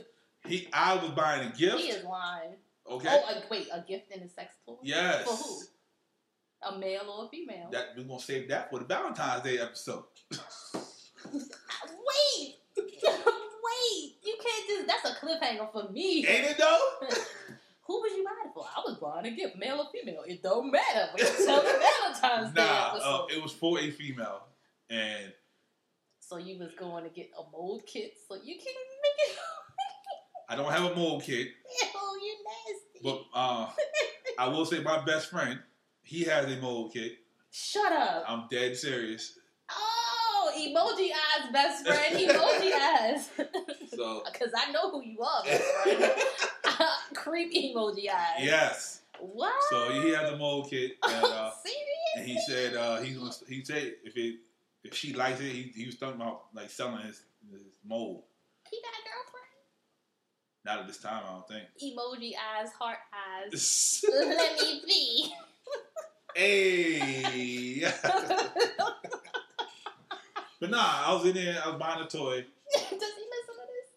[SPEAKER 2] he I was buying a
[SPEAKER 3] He is
[SPEAKER 2] gift.
[SPEAKER 3] lying.
[SPEAKER 2] Okay.
[SPEAKER 3] Oh, a, wait, a gift and a sex toy?
[SPEAKER 2] Yes.
[SPEAKER 3] For who? A male or a female?
[SPEAKER 2] That we're gonna save that for the Valentine's Day episode.
[SPEAKER 3] Ah, Wait! Wait! You can't just. That's a cliffhanger for me.
[SPEAKER 2] Ain't it though?
[SPEAKER 3] Who was you buying it for? I was buying a gift, male or female. It don't matter. We tell the Valentine's Day
[SPEAKER 2] Nah,
[SPEAKER 3] episode.
[SPEAKER 2] uh, it was for a female, and
[SPEAKER 3] so you was going to get a mold kit so you can make it.
[SPEAKER 2] I don't have a mold kit,
[SPEAKER 3] Oh, you nasty.
[SPEAKER 2] but uh, I will say my best friend, he has a mold kit.
[SPEAKER 3] Shut up.
[SPEAKER 2] I'm dead serious.
[SPEAKER 3] Oh, emoji eyes, best friend. Emoji eyes.
[SPEAKER 2] So
[SPEAKER 3] Because I know who you are, best friend. Creep emoji eyes.
[SPEAKER 2] yes,
[SPEAKER 3] What?
[SPEAKER 2] so he has a mold kit, and, uh,
[SPEAKER 3] Serious?
[SPEAKER 2] and he said uh, he's gonna he said if it if she likes it, he, he was talking about like selling his, his mold.
[SPEAKER 3] He got
[SPEAKER 2] Not at this time, I don't think.
[SPEAKER 3] a girlfriend? Emoji eyes, heart eyes. Let me be.
[SPEAKER 2] hey, but nah, I was in there. I was buying a toy.
[SPEAKER 3] Does he listen to this?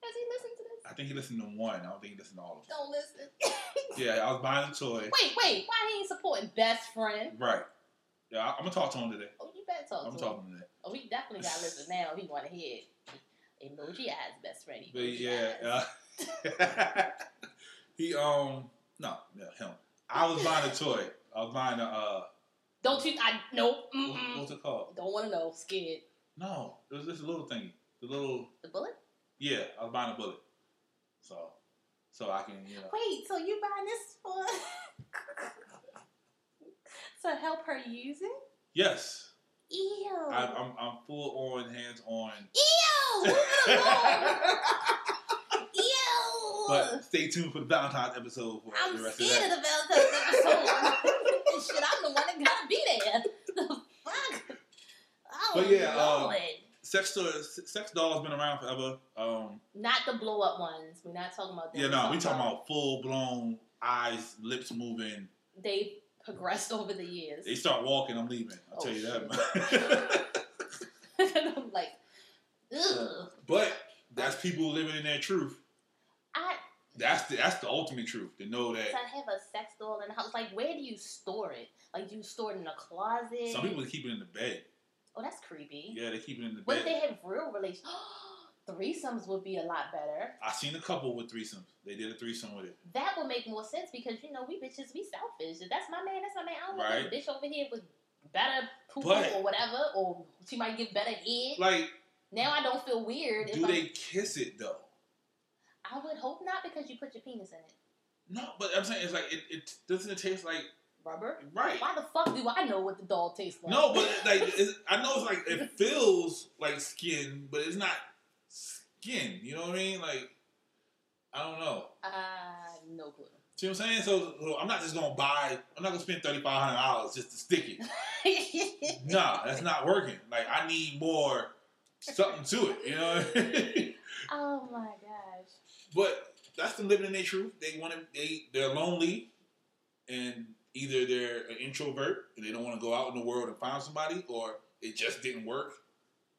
[SPEAKER 3] Does he listen to this?
[SPEAKER 2] I think he listened to one. I don't think he listened to all of them.
[SPEAKER 3] Don't listen.
[SPEAKER 2] Yeah, I was buying a toy.
[SPEAKER 3] wait, wait. Why he ain't supporting best friend?
[SPEAKER 2] Right. Yeah, I, I'm gonna talk to him today.
[SPEAKER 3] Oh, you better talk
[SPEAKER 2] I'm
[SPEAKER 3] to
[SPEAKER 2] gonna
[SPEAKER 3] him.
[SPEAKER 2] talk to him today.
[SPEAKER 3] Oh, we definitely got to listen now. if He want to hear it. emoji eyes, best friend.
[SPEAKER 2] But
[SPEAKER 3] emoji
[SPEAKER 2] yeah,
[SPEAKER 3] eyes.
[SPEAKER 2] uh, he um no, no him. I was buying a toy. I was buying a uh,
[SPEAKER 3] Don't you? I no.
[SPEAKER 2] what,
[SPEAKER 3] Mm-mm.
[SPEAKER 2] what's it called?
[SPEAKER 3] Don't want to know. Scared.
[SPEAKER 2] No, it was this little thingy. The little
[SPEAKER 3] The bullet.
[SPEAKER 2] yeah, I was buying a bullet. So, so I can you know
[SPEAKER 3] Wait. So you buying this for? to help her use it?
[SPEAKER 2] yes,
[SPEAKER 3] Ew.
[SPEAKER 2] I, I'm I'm full on hands on.
[SPEAKER 3] Ew. Leave it alone. Ew.
[SPEAKER 2] But stay tuned for the Valentine's episode for
[SPEAKER 3] I'm
[SPEAKER 2] the rest of
[SPEAKER 3] scared
[SPEAKER 2] that.
[SPEAKER 3] of the Valentine's episode. and shit, I'm the one that gotta be there. The fuck. Oh,
[SPEAKER 2] But yeah, um,
[SPEAKER 3] Lord.
[SPEAKER 2] Sex toy, sex doll has been around forever. Um,
[SPEAKER 3] Not the blow up ones. We're not talking about them.
[SPEAKER 2] yeah, no, we talking about full blown eyes, lips moving.
[SPEAKER 3] they've progressed over the years.
[SPEAKER 2] They start walking, I'm leaving. I'll
[SPEAKER 3] Oh,
[SPEAKER 2] tell you
[SPEAKER 3] shit.
[SPEAKER 2] that.
[SPEAKER 3] and I'm like, ugh.
[SPEAKER 2] but that's people living in their truth.
[SPEAKER 3] I
[SPEAKER 2] That's the that's the ultimate truth to know
[SPEAKER 3] to
[SPEAKER 2] that
[SPEAKER 3] have a sex doll in the house. Like, where do you store it? Like, do you store it in a closet?
[SPEAKER 2] some people keep it in the bed.
[SPEAKER 3] oh, that's creepy.
[SPEAKER 2] Yeah, they keep it in the
[SPEAKER 3] What if they
[SPEAKER 2] bed.
[SPEAKER 3] have real relations? Threesomes would be a lot better.
[SPEAKER 2] I seen a couple with threesomes. They did a threesome with it.
[SPEAKER 3] That would make more sense because you know we bitches we selfish. If that's my man, that's my man. I don't want this bitch over here with better poop
[SPEAKER 2] But-
[SPEAKER 3] or whatever, or she might give better head.
[SPEAKER 2] Like,
[SPEAKER 3] now I don't feel weird. if
[SPEAKER 2] do
[SPEAKER 3] I'm-
[SPEAKER 2] they kiss it though?
[SPEAKER 3] I would hope not because you put your penis in it.
[SPEAKER 2] No, but I'm saying it's like it, it doesn't it taste like
[SPEAKER 3] Rubber.
[SPEAKER 2] right.
[SPEAKER 3] Why the fuck do I know what the doll tastes like?
[SPEAKER 2] No, but like it's, I know it's like it feels like skin, but it's not skin. You know what I mean? Like I don't know.
[SPEAKER 3] uh, no clue.
[SPEAKER 2] See what I'm saying? So, so I'm not just gonna buy. I'm not gonna spend thirty five hundred dollars just to stick it. nah, that's not working. Like I need more something to it. You know.
[SPEAKER 3] oh my gosh.
[SPEAKER 2] but that's them living in their truth. They want to. They they're lonely, and either they're an introvert and they don't want to go out in the world and find somebody, or it just didn't work,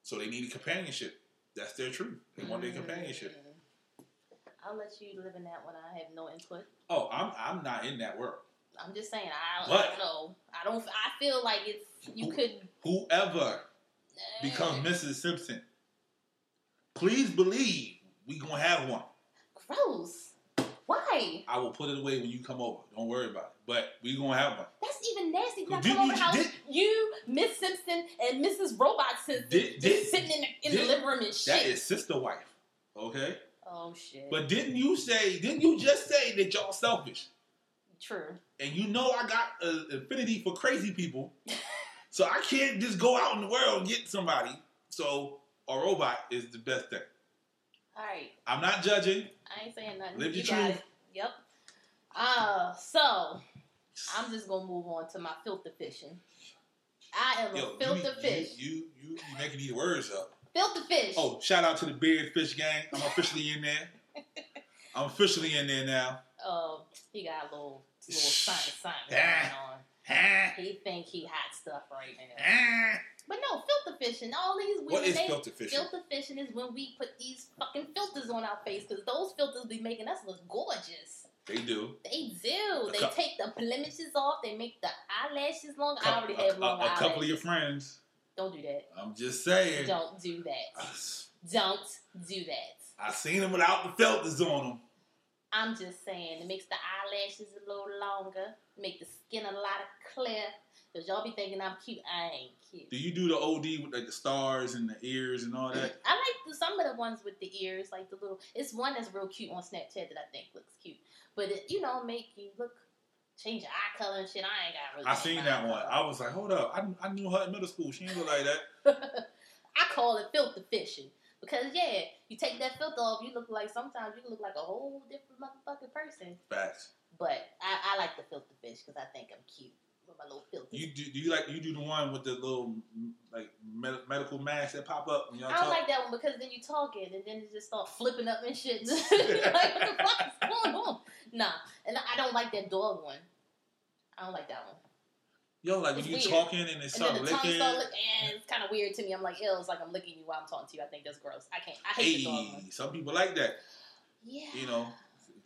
[SPEAKER 2] so they need a companionship. That's their truth. They want their companionship.
[SPEAKER 3] Mm-hmm. I'll let you live in that one. I have no input.
[SPEAKER 2] Oh, I'm I'm not in that world.
[SPEAKER 3] I'm just saying. I, I
[SPEAKER 2] But-
[SPEAKER 3] don't know. I don't. I feel like it's you could
[SPEAKER 2] Whoever becomes Mrs. Simpson, please believe we gonna have one.
[SPEAKER 3] Gross. Why?
[SPEAKER 2] I will put it away when you come over. Don't worry about it. But we gonna have one.
[SPEAKER 3] That's even nasty. You
[SPEAKER 2] Did-
[SPEAKER 3] come over the
[SPEAKER 2] did-
[SPEAKER 3] house,
[SPEAKER 2] did-
[SPEAKER 3] you, Miss Simpson, and Mrs. Robot Simpson
[SPEAKER 2] Did-
[SPEAKER 3] just
[SPEAKER 2] did-
[SPEAKER 3] sitting in the, in the
[SPEAKER 2] did-
[SPEAKER 3] living room and
[SPEAKER 2] That
[SPEAKER 3] shit.
[SPEAKER 2] is sister wife. Okay.
[SPEAKER 3] oh shit.
[SPEAKER 2] But didn't you say? Didn't you just say that y'all selfish?
[SPEAKER 3] True.
[SPEAKER 2] and you know I got an affinity for crazy people, so I can't just go out in the world and get somebody. So a robot is the best thing.
[SPEAKER 3] All right.
[SPEAKER 2] I'm not judging.
[SPEAKER 3] I ain't saying nothing.
[SPEAKER 2] Live
[SPEAKER 3] you
[SPEAKER 2] your
[SPEAKER 3] got
[SPEAKER 2] truth.
[SPEAKER 3] it. Yep. Uh, so I'm just gonna move on to my filter fishing. I am
[SPEAKER 2] Yo,
[SPEAKER 3] a
[SPEAKER 2] you,
[SPEAKER 3] filter
[SPEAKER 2] you-
[SPEAKER 3] fish.
[SPEAKER 2] You you you making these words up.
[SPEAKER 3] filter fish.
[SPEAKER 2] Oh, shout out to the Beard Fish Gang. I'm officially in there. I'm officially in there now.
[SPEAKER 3] Uh, he got a little little something something
[SPEAKER 2] Ah.
[SPEAKER 3] going on.
[SPEAKER 2] Huh?
[SPEAKER 3] He think he hot stuff right now.
[SPEAKER 2] Huh?
[SPEAKER 3] But no, filter fishing. All these women
[SPEAKER 2] What is
[SPEAKER 3] they-
[SPEAKER 2] filter fishing?
[SPEAKER 3] Filter fishing is when we put these fucking filters on our face because those filters be making us look gorgeous.
[SPEAKER 2] They do.
[SPEAKER 3] They do. They
[SPEAKER 2] cou-
[SPEAKER 3] take the blemishes off. They make the eyelashes long. I already
[SPEAKER 2] a,
[SPEAKER 3] have
[SPEAKER 2] a-
[SPEAKER 3] long
[SPEAKER 2] a couple of
[SPEAKER 3] eyelashes.
[SPEAKER 2] your friends.
[SPEAKER 3] Don't do that.
[SPEAKER 2] I'm just saying.
[SPEAKER 3] Don't do that.
[SPEAKER 2] I,
[SPEAKER 3] Don't do that.
[SPEAKER 2] I seen them without the filters on them.
[SPEAKER 3] I'm just saying, it makes the eyelashes a little longer, make the skin a lot of clear. Cause y'all be thinking I'm cute. I ain't
[SPEAKER 2] Do
[SPEAKER 3] cute.
[SPEAKER 2] you do the OD with like the stars and the ears and all
[SPEAKER 3] I like
[SPEAKER 2] that?
[SPEAKER 3] the, some of the ones with the ears, like the little. It's one that's real cute on Snapchat that I think looks cute, but it, you know, make you look change your eye color and shit. I ain't got really.
[SPEAKER 2] I
[SPEAKER 3] changed
[SPEAKER 2] seen
[SPEAKER 3] my eye
[SPEAKER 2] that one.
[SPEAKER 3] color.
[SPEAKER 2] I was like, hold up. I, I knew her in middle school. She ain't look like that.
[SPEAKER 3] I call it filter fishing because yeah, you take that filter off, you look like sometimes you look like a whole different motherfucking person.
[SPEAKER 2] Facts.
[SPEAKER 3] But I, I like the filter fish because I think I'm cute with my little filter.
[SPEAKER 2] You do, do you like you do the one with the little like med- medical masks that pop up when y'all
[SPEAKER 3] I don't
[SPEAKER 2] talk?
[SPEAKER 3] like that one because then you talking and then it just start flipping up and shit. like what the fuck is going on? Nah, and I don't like that dog one. I don't like that one.
[SPEAKER 2] Yo, like
[SPEAKER 3] It's
[SPEAKER 2] when you
[SPEAKER 3] weird.
[SPEAKER 2] talking and it
[SPEAKER 3] And then
[SPEAKER 2] start
[SPEAKER 3] the
[SPEAKER 2] licking.
[SPEAKER 3] tongue start licking. Eh, it's kind of weird to me. I'm like, ill. It's like I'm licking you while I'm talking to you. I think that's gross. I can't. I hate the dog
[SPEAKER 2] Hey,
[SPEAKER 3] one.
[SPEAKER 2] some people like that.
[SPEAKER 3] Yeah.
[SPEAKER 2] You know,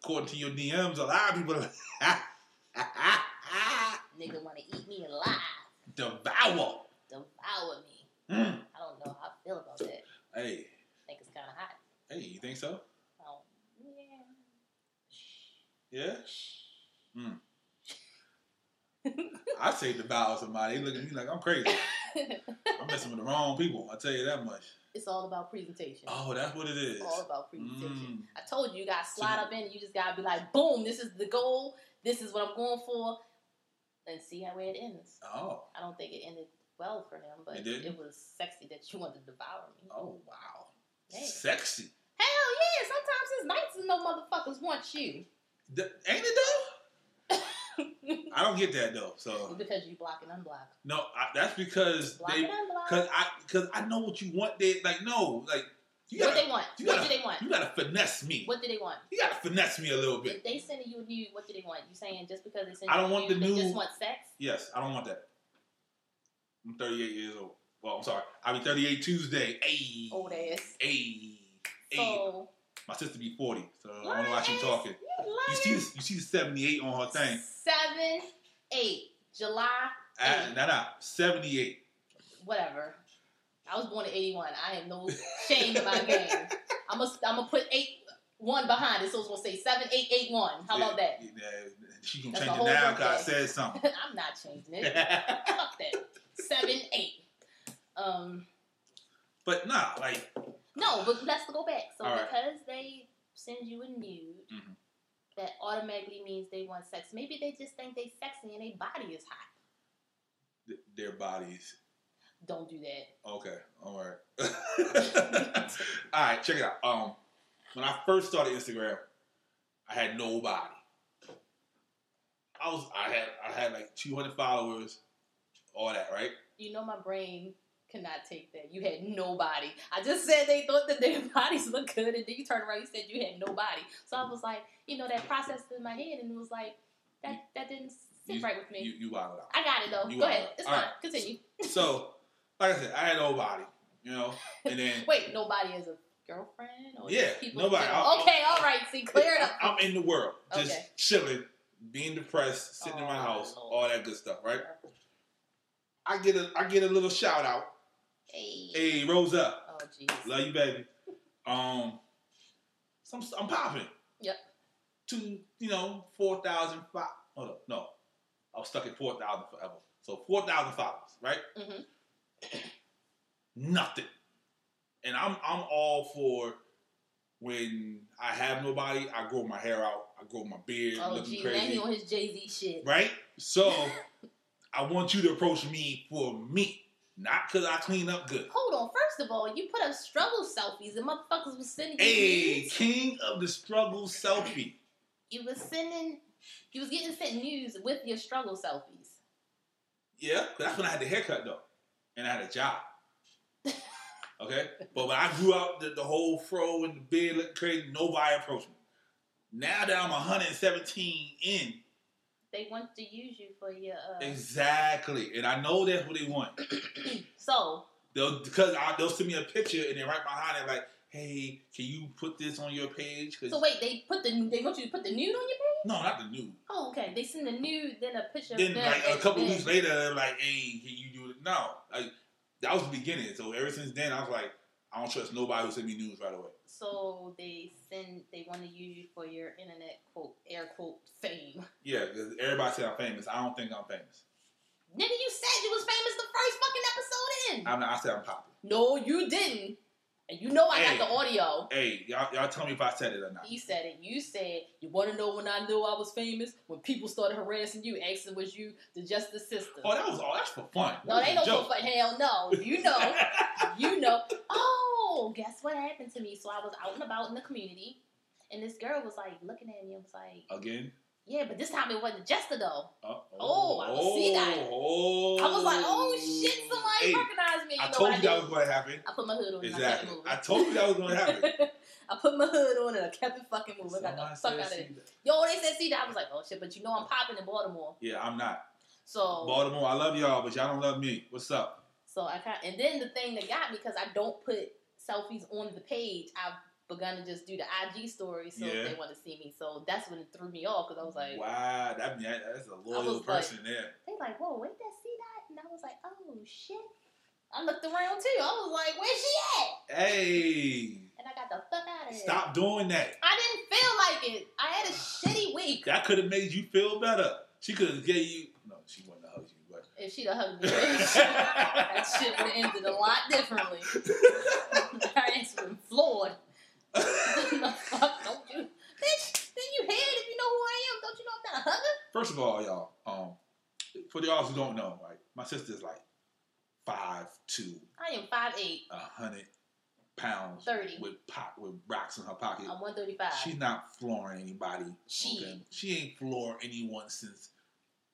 [SPEAKER 2] according to your DMs, a lot of people like
[SPEAKER 3] Nigga want to eat me alive,
[SPEAKER 2] devour.
[SPEAKER 3] devour me.
[SPEAKER 2] Mm.
[SPEAKER 3] I don't know how I feel about that. I
[SPEAKER 2] Hey,
[SPEAKER 3] think it's kind of hot.
[SPEAKER 2] hey, you think so?
[SPEAKER 3] I don't, yeah.
[SPEAKER 2] Yeah. Mm. I say devour somebody. They look at me like I'm crazy. I'm messing with the wrong people. I tell you that much.
[SPEAKER 3] It's all about presentation.
[SPEAKER 2] Oh, that's what it is.
[SPEAKER 3] It's all about presentation.
[SPEAKER 2] Mm.
[SPEAKER 3] I told you, you gotta slide
[SPEAKER 2] So-
[SPEAKER 3] up in. You just gotta be like, boom, this is the goal. This is what I'm going for, and see how where it ends.
[SPEAKER 2] Oh,
[SPEAKER 3] I don't think it ended well for him, but
[SPEAKER 2] It
[SPEAKER 3] it,
[SPEAKER 2] didn't?
[SPEAKER 3] was sexy that you wanted to devour me.
[SPEAKER 2] oh, wow.
[SPEAKER 3] Hey.
[SPEAKER 2] Sexy.
[SPEAKER 3] Hell yeah! Sometimes it's nice to know motherfuckers want you
[SPEAKER 2] D- ain't it though? I don't get that though. So
[SPEAKER 3] because you block and unblock.
[SPEAKER 2] no, I, that's because
[SPEAKER 3] Block
[SPEAKER 2] they
[SPEAKER 3] and unblock.
[SPEAKER 2] Cause I, cause I know what you want. They like no, like you
[SPEAKER 3] What
[SPEAKER 2] gotta,
[SPEAKER 3] they want?
[SPEAKER 2] you
[SPEAKER 3] What
[SPEAKER 2] gotta-
[SPEAKER 3] do they want?
[SPEAKER 2] you gotta finesse me.
[SPEAKER 3] What do they want?
[SPEAKER 2] You gotta finesse me a little
[SPEAKER 3] If
[SPEAKER 2] bit.
[SPEAKER 3] they sending you a nude, what do they want? You saying just because they send
[SPEAKER 2] I
[SPEAKER 3] you
[SPEAKER 2] don't
[SPEAKER 3] a
[SPEAKER 2] want
[SPEAKER 3] nude,
[SPEAKER 2] the
[SPEAKER 3] they just
[SPEAKER 2] nude.
[SPEAKER 3] want sex?
[SPEAKER 2] Yes, I don't want that. I'm 38 years old. Well, I'm sorry. I'll be 38 Tuesday. Ayy.
[SPEAKER 3] Old ass.
[SPEAKER 2] Ayy. Ayy.
[SPEAKER 3] So
[SPEAKER 2] My sister be 40, so I don't know why she
[SPEAKER 3] lying ass.
[SPEAKER 2] talking.
[SPEAKER 3] You
[SPEAKER 2] You
[SPEAKER 3] lying
[SPEAKER 2] see, the, you see the 78 on her thing.
[SPEAKER 3] Seven, eight, July,
[SPEAKER 2] Ah, nah, nah, 78.
[SPEAKER 3] whatever. I was born in '81. I ain't no shame in my game. I'm gonna I'm gonna put eight one behind it, so it's gonna say seven eight eight one. How about that?
[SPEAKER 2] Yeah, yeah, she gonna
[SPEAKER 3] That's a
[SPEAKER 2] change it
[SPEAKER 3] whole
[SPEAKER 2] now because I
[SPEAKER 3] birthday.
[SPEAKER 2] said something.
[SPEAKER 3] I'm not changing it. Fuck that. Seven eight. Um,
[SPEAKER 2] but nah, like,
[SPEAKER 3] no, but let's go back. So
[SPEAKER 2] All right.
[SPEAKER 3] because they send you a nude,
[SPEAKER 2] Mhm.
[SPEAKER 3] that automatically means they want sex. Maybe they just think they sexy and their body is hot.
[SPEAKER 2] th- their bodies
[SPEAKER 3] Don't do that.
[SPEAKER 2] Okay, all right. all right, check it out. Um, when I first started Instagram, I had nobody. I was I had I had like 200 followers, all that, right?
[SPEAKER 3] You know my brain cannot take that. You had nobody. I just said they thought that their bodies looked good, and then you turned around. You said you had nobody. So I was like, you know, that processed in my head, and it was like, that that didn't sit
[SPEAKER 2] You-
[SPEAKER 3] right with me.
[SPEAKER 2] You you wilded out.
[SPEAKER 3] I got it though.
[SPEAKER 2] you
[SPEAKER 3] Go
[SPEAKER 2] are-
[SPEAKER 3] ahead. It's
[SPEAKER 2] all
[SPEAKER 3] fine.
[SPEAKER 2] right.
[SPEAKER 3] Continue.
[SPEAKER 2] So, like I said, I had nobody, you know, and then
[SPEAKER 3] Wait, nobody is a girlfriend or
[SPEAKER 2] Yeah,
[SPEAKER 3] just people.
[SPEAKER 2] nobody.
[SPEAKER 3] in
[SPEAKER 2] I'll-
[SPEAKER 3] general?
[SPEAKER 2] I'll-
[SPEAKER 3] okay, all right. See, clear it up.
[SPEAKER 2] I'm in the world, just
[SPEAKER 3] Okay.
[SPEAKER 2] chilling, being depressed, sitting in my
[SPEAKER 3] Oh,
[SPEAKER 2] house,
[SPEAKER 3] Lord.
[SPEAKER 2] all that good stuff, right? I get a I get a little shout out.
[SPEAKER 3] Hey.
[SPEAKER 2] Hey, Rose up.
[SPEAKER 3] Oh jeez.
[SPEAKER 2] Love you, baby. Um, some I'm popping.
[SPEAKER 3] Yep.
[SPEAKER 2] Two, you know, four thousand five. Hold up, no, I was stuck at four thousand forever. So four thousand followers, right?
[SPEAKER 3] Mhm.
[SPEAKER 2] Nothing, and I'm I'm all for When I have nobody, I grow my hair out. I grow my beard,
[SPEAKER 3] Oh,
[SPEAKER 2] looking
[SPEAKER 3] gee, now
[SPEAKER 2] crazy,
[SPEAKER 3] he on his Jay Z shit.
[SPEAKER 2] right? So I want you to approach me for me, not because I clean up good.
[SPEAKER 3] Hold on. First of all, you put up struggle selfies and motherfuckers was sending you
[SPEAKER 2] Hey,
[SPEAKER 3] nudes.
[SPEAKER 2] king of the struggle selfie.
[SPEAKER 3] You was sending, you was getting sent news with your struggle selfies.
[SPEAKER 2] Yeah, but that's when I had the haircut though, and I had a job. Okay, but when I grew out the, the whole fro and the beard looked crazy, nobody approached me. Now that I'm 117 in,
[SPEAKER 3] They want to use you for your. Uh,
[SPEAKER 2] exactly, and I know that's what they want.
[SPEAKER 3] so
[SPEAKER 2] They'll because I, they'll send me a picture and then right behind it like, hey, can you put this on your page? 'Cause-
[SPEAKER 3] So wait, they put the they want you to put the nude on your page?
[SPEAKER 2] no, not the nude.
[SPEAKER 3] Oh, okay. They send the nude, then a picture.
[SPEAKER 2] Then
[SPEAKER 3] of them
[SPEAKER 2] like a
[SPEAKER 3] and
[SPEAKER 2] couple
[SPEAKER 3] then-
[SPEAKER 2] weeks later, they're like, hey, can you do it? No, like that was the beginning. So ever since then, I was like, I don't trust nobody who sent me news right away.
[SPEAKER 3] So they send they want to use you for your internet quote air quote fame.
[SPEAKER 2] Yeah, because everybody said I'm famous. I don't think I'm famous.
[SPEAKER 3] Nigga, you said you was famous the first fucking episode in.
[SPEAKER 2] I'm not, I said I'm popular.
[SPEAKER 3] no, you didn't. And you know I
[SPEAKER 2] Hey.
[SPEAKER 3] got the audio.
[SPEAKER 2] Hey, y'all, y'all tell me if I said it or not.
[SPEAKER 3] He said it. You said you want to know when I knew I was famous when people started harassing you, asking was you the justice system.
[SPEAKER 2] Oh, that was all. That's for fun. That
[SPEAKER 3] no,
[SPEAKER 2] was
[SPEAKER 3] they
[SPEAKER 2] a
[SPEAKER 3] don't.
[SPEAKER 2] joke.
[SPEAKER 3] But hell no, you know. you know, oh, guess what happened to me? So I was out and about in the community, and this girl was like looking at me and was like,
[SPEAKER 2] Again.
[SPEAKER 3] yeah, but this time it wasn't Jester though.
[SPEAKER 2] Uh-oh.
[SPEAKER 3] Oh, I was see that.
[SPEAKER 2] Oh,
[SPEAKER 3] I was like, oh shit, somebody
[SPEAKER 2] Hey,
[SPEAKER 3] recognized me. You
[SPEAKER 2] I
[SPEAKER 3] know
[SPEAKER 2] told
[SPEAKER 3] what
[SPEAKER 2] you that
[SPEAKER 3] I,
[SPEAKER 2] was
[SPEAKER 3] did?
[SPEAKER 2] going to happen.
[SPEAKER 3] I put my hood on
[SPEAKER 2] Exactly.
[SPEAKER 3] and
[SPEAKER 2] I
[SPEAKER 3] I
[SPEAKER 2] told you that was going to
[SPEAKER 3] kept it
[SPEAKER 2] happen.
[SPEAKER 3] moving. I put my hood on and I kept it fucking moving. I got
[SPEAKER 2] Somebody
[SPEAKER 3] the fuck
[SPEAKER 2] said
[SPEAKER 3] out of
[SPEAKER 2] she-
[SPEAKER 3] it. Yo, they said see that. I was like, oh shit, but you know I'm popping in Baltimore.
[SPEAKER 2] Yeah, I'm not.
[SPEAKER 3] So
[SPEAKER 2] Baltimore, I love y'all, but y'all don't love me. What's up?
[SPEAKER 3] So I kind and then the thing that got me because I don't put selfies on the page. I've begun to just do the IG story, so
[SPEAKER 2] Yeah.
[SPEAKER 3] if they want to see me. So that's when it threw me off because I was like,
[SPEAKER 2] wow, that, that- that's a
[SPEAKER 3] I
[SPEAKER 2] loyal
[SPEAKER 3] was
[SPEAKER 2] person there.
[SPEAKER 3] they like, whoa, wait, that see that? And I was like, oh shit. I looked around too. I was like, where's she at?
[SPEAKER 2] Hey,
[SPEAKER 3] And I got the fuck out of here.
[SPEAKER 2] stop doing that.
[SPEAKER 3] I didn't feel like it. I had a shitty week.
[SPEAKER 2] That could have made you feel better. She could have gave you. No, she wanted to hug you, but
[SPEAKER 3] If she'd have hugged me, that shit would have ended a lot differently. Her ass would have floored. the fuck don't you? Bitch, then you hate it if you know who I am. Don't you know I'm not a hugger?
[SPEAKER 2] First of all, y'all, um, for y'all who don't know, right, my sister's like five to
[SPEAKER 3] I am 5'8".
[SPEAKER 2] a hundred pounds,
[SPEAKER 3] 30.
[SPEAKER 2] with pop with rocks in her pocket.
[SPEAKER 3] I'm 135.
[SPEAKER 2] She's not flooring anybody.
[SPEAKER 3] Oh She.
[SPEAKER 2] she ain't floored anyone since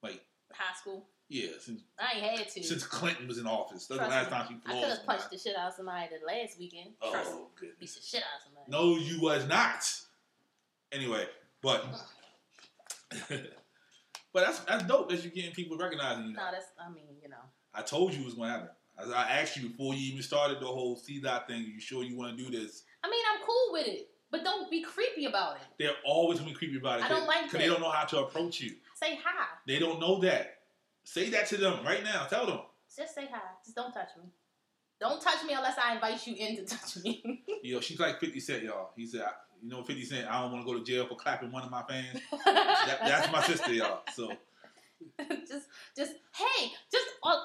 [SPEAKER 2] like
[SPEAKER 3] High school.
[SPEAKER 2] yeah since
[SPEAKER 3] I ain't had to.
[SPEAKER 2] since Clinton was in office. That's the last
[SPEAKER 3] Trust
[SPEAKER 2] time she
[SPEAKER 3] I
[SPEAKER 2] floored.
[SPEAKER 3] could have
[SPEAKER 2] somebody.
[SPEAKER 3] punched the shit out of somebody the last weekend. Trust me.
[SPEAKER 2] Oh goodness.
[SPEAKER 3] Beat the shit out of somebody.
[SPEAKER 2] No, you was not. Anyway, but but that's that's dope that you're getting people recognizing you.
[SPEAKER 3] No,
[SPEAKER 2] Now.
[SPEAKER 3] that's, I mean, you know.
[SPEAKER 2] I told you it was going to happen. As I asked you before you even started the whole C dot thing. You sure you want to do this?
[SPEAKER 3] I mean, I'm cool with it. But don't be creepy about it.
[SPEAKER 2] They're always going to be creepy about it.
[SPEAKER 3] I don't like
[SPEAKER 2] because they
[SPEAKER 3] that.
[SPEAKER 2] don't know how to approach you.
[SPEAKER 3] Say hi.
[SPEAKER 2] They don't know that. Say that to them right now. Tell them
[SPEAKER 3] Just say hi. Just don't touch me. Don't touch me unless I invite you in to touch me.
[SPEAKER 2] you know, she's like 50 Cent, y'all. He said, I- you know, 50 Cent, I don't want to go to jail for clapping one of my fans. That, that's my sister, y'all. So,
[SPEAKER 3] just, just hey, just uh,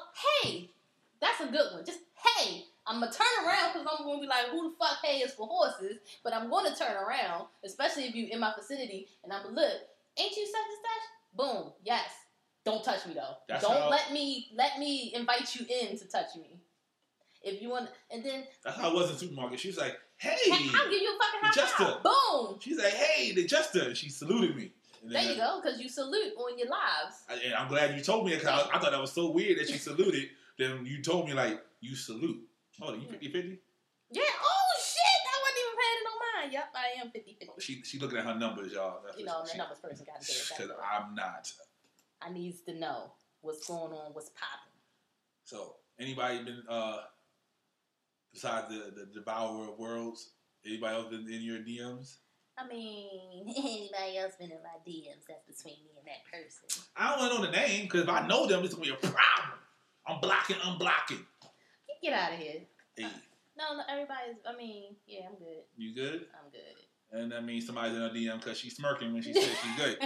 [SPEAKER 3] hey. That's a good one. Just hey. I'm gonna turn around because I'm gonna be like, who the fuck hey is for horses? But I'm gonna turn around, especially if you in my vicinity, and I'm look. Ain't you such and such? Boom. Yes. Don't touch me though.
[SPEAKER 2] That's
[SPEAKER 3] Don't
[SPEAKER 2] how-
[SPEAKER 3] let me let me invite you in to touch me. If you want, and then
[SPEAKER 2] that's how I was in supermarket. She was like,
[SPEAKER 3] hey,
[SPEAKER 2] hey.
[SPEAKER 3] I'll give you a fucking high
[SPEAKER 2] Just
[SPEAKER 3] five.
[SPEAKER 2] a-
[SPEAKER 3] Boom.
[SPEAKER 2] She's like, hey, the jester. And she saluted me. And
[SPEAKER 3] There
[SPEAKER 2] then-
[SPEAKER 3] you go, because you salute on your lives.
[SPEAKER 2] I, and I'm glad you told me that 'cause I, I thought that was so weird that you saluted. Then you told me like you salute. Oh, you 50 50?
[SPEAKER 3] Yeah. Oh shit! I wasn't even planning on mine. Yep, I am 50 50.
[SPEAKER 2] She she looking at her numbers, y'all. That's
[SPEAKER 3] You know,
[SPEAKER 2] what
[SPEAKER 3] I'm the
[SPEAKER 2] she-
[SPEAKER 3] numbers person. Got to do it.
[SPEAKER 2] Cause
[SPEAKER 3] Gotta do it.
[SPEAKER 2] I'm not.
[SPEAKER 3] I needs to know what's going on, what's popping.
[SPEAKER 2] So anybody been uh besides the, the devourer of worlds? Anybody else been in your DMs?
[SPEAKER 3] I mean, anybody else been in my DMs? That's between me and that person.
[SPEAKER 2] I don't want to know the name because if I know them, it's gonna be a problem. I'm blocking, unblocking.
[SPEAKER 3] You get out of here.
[SPEAKER 2] Hey,
[SPEAKER 3] No, no, everybody's. I mean, yeah, I'm good.
[SPEAKER 2] you good?
[SPEAKER 3] I'm good.
[SPEAKER 2] And that means somebody's in her DM because she's smirking when she says she's good.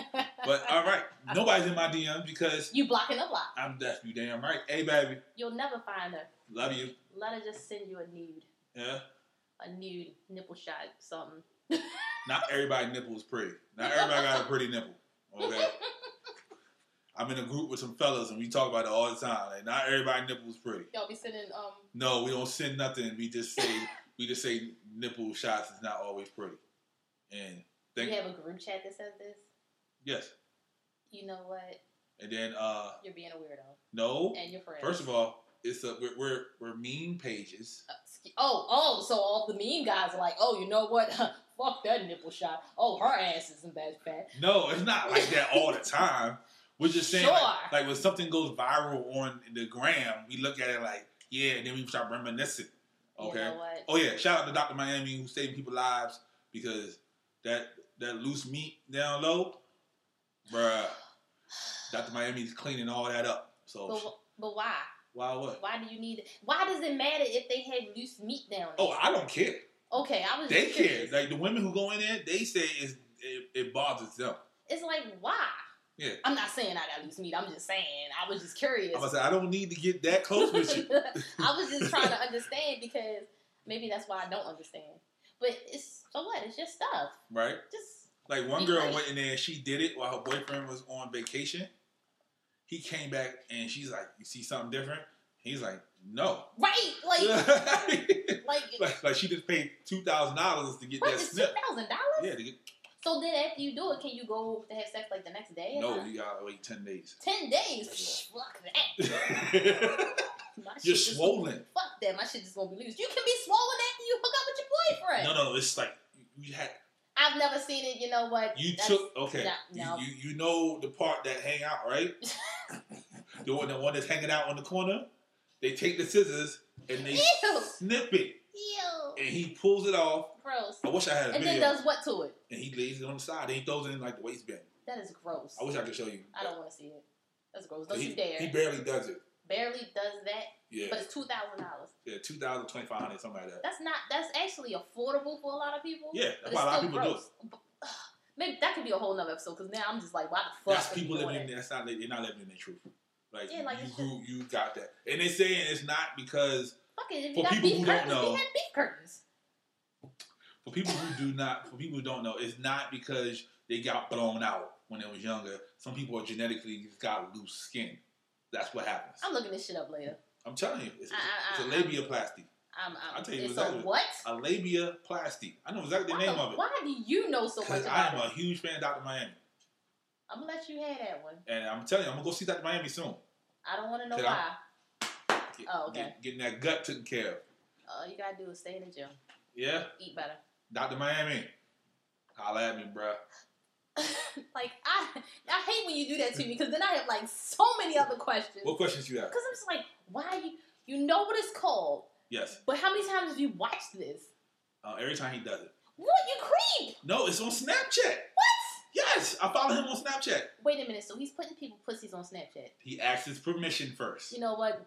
[SPEAKER 2] But all right, nobody's in my DM because
[SPEAKER 3] you blocking a block.
[SPEAKER 2] I'm deaf. You damn right. Hey, baby,
[SPEAKER 3] You'll never find her.
[SPEAKER 2] love you.
[SPEAKER 3] Let her just send you a nude,
[SPEAKER 2] Yeah,
[SPEAKER 3] a nude nipple shot, something.
[SPEAKER 2] Not everybody nipple is pretty. Not everybody got a pretty nipple. Okay. I'm in a group with some fellas and we talk about it all the time. Like not everybody nipple is pretty.
[SPEAKER 3] Y'all be sending um.
[SPEAKER 2] No, we don't send nothing. We just say we just say nipple shots is not always pretty. And
[SPEAKER 3] You
[SPEAKER 2] thank
[SPEAKER 3] have a group chat that says this.
[SPEAKER 2] yes.
[SPEAKER 3] You know what?
[SPEAKER 2] And then uh
[SPEAKER 3] You're being a weirdo,
[SPEAKER 2] no.
[SPEAKER 3] and your friends.
[SPEAKER 2] First of all, it's a we're we're, we're mean pages.
[SPEAKER 3] Uh, ski- oh, oh, so all the mean guys are like, oh, you know what? Fuck that nipple shot. Oh, her ass isn't that fat.
[SPEAKER 2] No, it's not like that all the time. We're just saying like-
[SPEAKER 3] Sure.
[SPEAKER 2] like, when something goes viral on the gram, we look at it like, yeah, and then we start reminiscing. Okay.
[SPEAKER 3] You know what?
[SPEAKER 2] Oh yeah, shout out to Dr. Miami who saved people lives because that that loose meat down low, bruh. Dr. Miami's cleaning all that up. So
[SPEAKER 3] But, wh- but why?
[SPEAKER 2] why what?
[SPEAKER 3] Why do you need? Why does it matter if they had loose meat down there?
[SPEAKER 2] Oh, I don't care.
[SPEAKER 3] okay. I was.
[SPEAKER 2] They
[SPEAKER 3] just
[SPEAKER 2] care.
[SPEAKER 3] curious.
[SPEAKER 2] Like the women who go in there, they say it's, it, it bothers them.
[SPEAKER 3] It's like why?
[SPEAKER 2] Yeah.
[SPEAKER 3] I'm not saying I got loose meat. I'm just saying I was just curious.
[SPEAKER 2] I'm gonna say I don't need to get that close with you.
[SPEAKER 3] I was just trying to understand because maybe that's why I don't understand. But it's so what? It's just stuff.
[SPEAKER 2] Right?
[SPEAKER 3] Just
[SPEAKER 2] Like one
[SPEAKER 3] Be
[SPEAKER 2] girl
[SPEAKER 3] great.
[SPEAKER 2] went in there and she did it while her boyfriend was on vacation. He came back and she's like, You see something different? He's like, No.
[SPEAKER 3] right, like like
[SPEAKER 2] like, like she just paid two thousand dollars to get
[SPEAKER 3] what
[SPEAKER 2] that
[SPEAKER 3] is two
[SPEAKER 2] snip.
[SPEAKER 3] thousand
[SPEAKER 2] Yeah,
[SPEAKER 3] dollars?
[SPEAKER 2] to get,
[SPEAKER 3] So then after you do it, can you go to have sex like the next day?
[SPEAKER 2] no, you gotta wait ten days.
[SPEAKER 3] Ten days. Psh, Fuck that. My shit
[SPEAKER 2] You're
[SPEAKER 3] just-
[SPEAKER 2] swollen.
[SPEAKER 3] Fuck that. My shit just gonna be loose. You can be swollen after you hook up with your boyfriend.
[SPEAKER 2] No, no, it's like you had
[SPEAKER 3] I've never seen it. You know what?
[SPEAKER 2] you
[SPEAKER 3] That's-
[SPEAKER 2] took okay.
[SPEAKER 3] no, no.
[SPEAKER 2] You, you you know the part that hang out right? the one the one that's hanging out on the corner. They take the scissors and they
[SPEAKER 3] Ew.
[SPEAKER 2] snip it,
[SPEAKER 3] Ew.
[SPEAKER 2] and he pulls it off.
[SPEAKER 3] Gross.
[SPEAKER 2] I wish I had a
[SPEAKER 3] And
[SPEAKER 2] video.
[SPEAKER 3] then does what to it?
[SPEAKER 2] and he lays it on the side. And he throws it in like the waistband.
[SPEAKER 3] That is gross.
[SPEAKER 2] I wish I could show you.
[SPEAKER 3] I don't want to see it. That's gross. Don't
[SPEAKER 2] he,
[SPEAKER 3] you dare.
[SPEAKER 2] He barely does it.
[SPEAKER 3] Barely does that,
[SPEAKER 2] Yeah,
[SPEAKER 3] but it's two thousand dollars.
[SPEAKER 2] yeah, two thousand twenty five hundred, something like that.
[SPEAKER 3] That's not. That's actually affordable for a lot of people.
[SPEAKER 2] Yeah,
[SPEAKER 3] but
[SPEAKER 2] that's why a lot of
[SPEAKER 3] still
[SPEAKER 2] people do
[SPEAKER 3] gross. But, ugh, Maybe that could be a whole nother episode because now I'm just like, why the fuck?
[SPEAKER 2] That's
[SPEAKER 3] are you
[SPEAKER 2] people
[SPEAKER 3] doing
[SPEAKER 2] living.
[SPEAKER 3] that?
[SPEAKER 2] That's not. They're not living in their truth. Like,
[SPEAKER 3] Yeah, like
[SPEAKER 2] you,
[SPEAKER 3] it's
[SPEAKER 2] grew, you got that, and they're saying it's not because
[SPEAKER 3] Fuck it. If
[SPEAKER 2] For
[SPEAKER 3] you got
[SPEAKER 2] people
[SPEAKER 3] beef
[SPEAKER 2] who don't
[SPEAKER 3] curtains, we
[SPEAKER 2] know-
[SPEAKER 3] had beef curtains.
[SPEAKER 2] for people who do not, for people who don't know, it's not because they got blown out when they was younger. Some people are genetically just got loose skin. That's what happens. I'm,
[SPEAKER 3] I'm looking this shit up later.
[SPEAKER 2] telling you, it's,
[SPEAKER 3] I- I-
[SPEAKER 2] it's a labiaplasty.
[SPEAKER 3] I'm. I'm
[SPEAKER 2] I'll tell you
[SPEAKER 3] it's
[SPEAKER 2] exactly.
[SPEAKER 3] a what?
[SPEAKER 2] A labiaplasty. I know exactly the
[SPEAKER 3] Why
[SPEAKER 2] name
[SPEAKER 3] the-
[SPEAKER 2] of it
[SPEAKER 3] Why do you know so much
[SPEAKER 2] because
[SPEAKER 3] about
[SPEAKER 2] I am
[SPEAKER 3] it?
[SPEAKER 2] a huge fan of Dr. Miami,
[SPEAKER 3] I'm gonna let you have that one.
[SPEAKER 2] and I'm telling you, I'm gonna go see Dr. Miami soon.
[SPEAKER 3] I don't want to know
[SPEAKER 2] Can I-
[SPEAKER 3] why.
[SPEAKER 2] Get-
[SPEAKER 3] Oh, okay.
[SPEAKER 2] get- getting that gut taken care of.
[SPEAKER 3] All you gotta do is stay in the gym,
[SPEAKER 2] Yeah.
[SPEAKER 3] eat better.
[SPEAKER 2] Dr. Miami. Holla at me, bruh.
[SPEAKER 3] like I, I hate when you do that to me because then I have like so many other questions.
[SPEAKER 2] What questions you have?
[SPEAKER 3] Because I'm just like, why you? You know what it's called,
[SPEAKER 2] Yes.
[SPEAKER 3] but how many times have you watched this?
[SPEAKER 2] Uh, every time he does it.
[SPEAKER 3] What you creep?
[SPEAKER 2] No, it's on Snapchat.
[SPEAKER 3] What?
[SPEAKER 2] Yes, I follow him on Snapchat.
[SPEAKER 3] Wait a minute. So he's putting people pussies on Snapchat.
[SPEAKER 2] He asks his permission first.
[SPEAKER 3] You know what?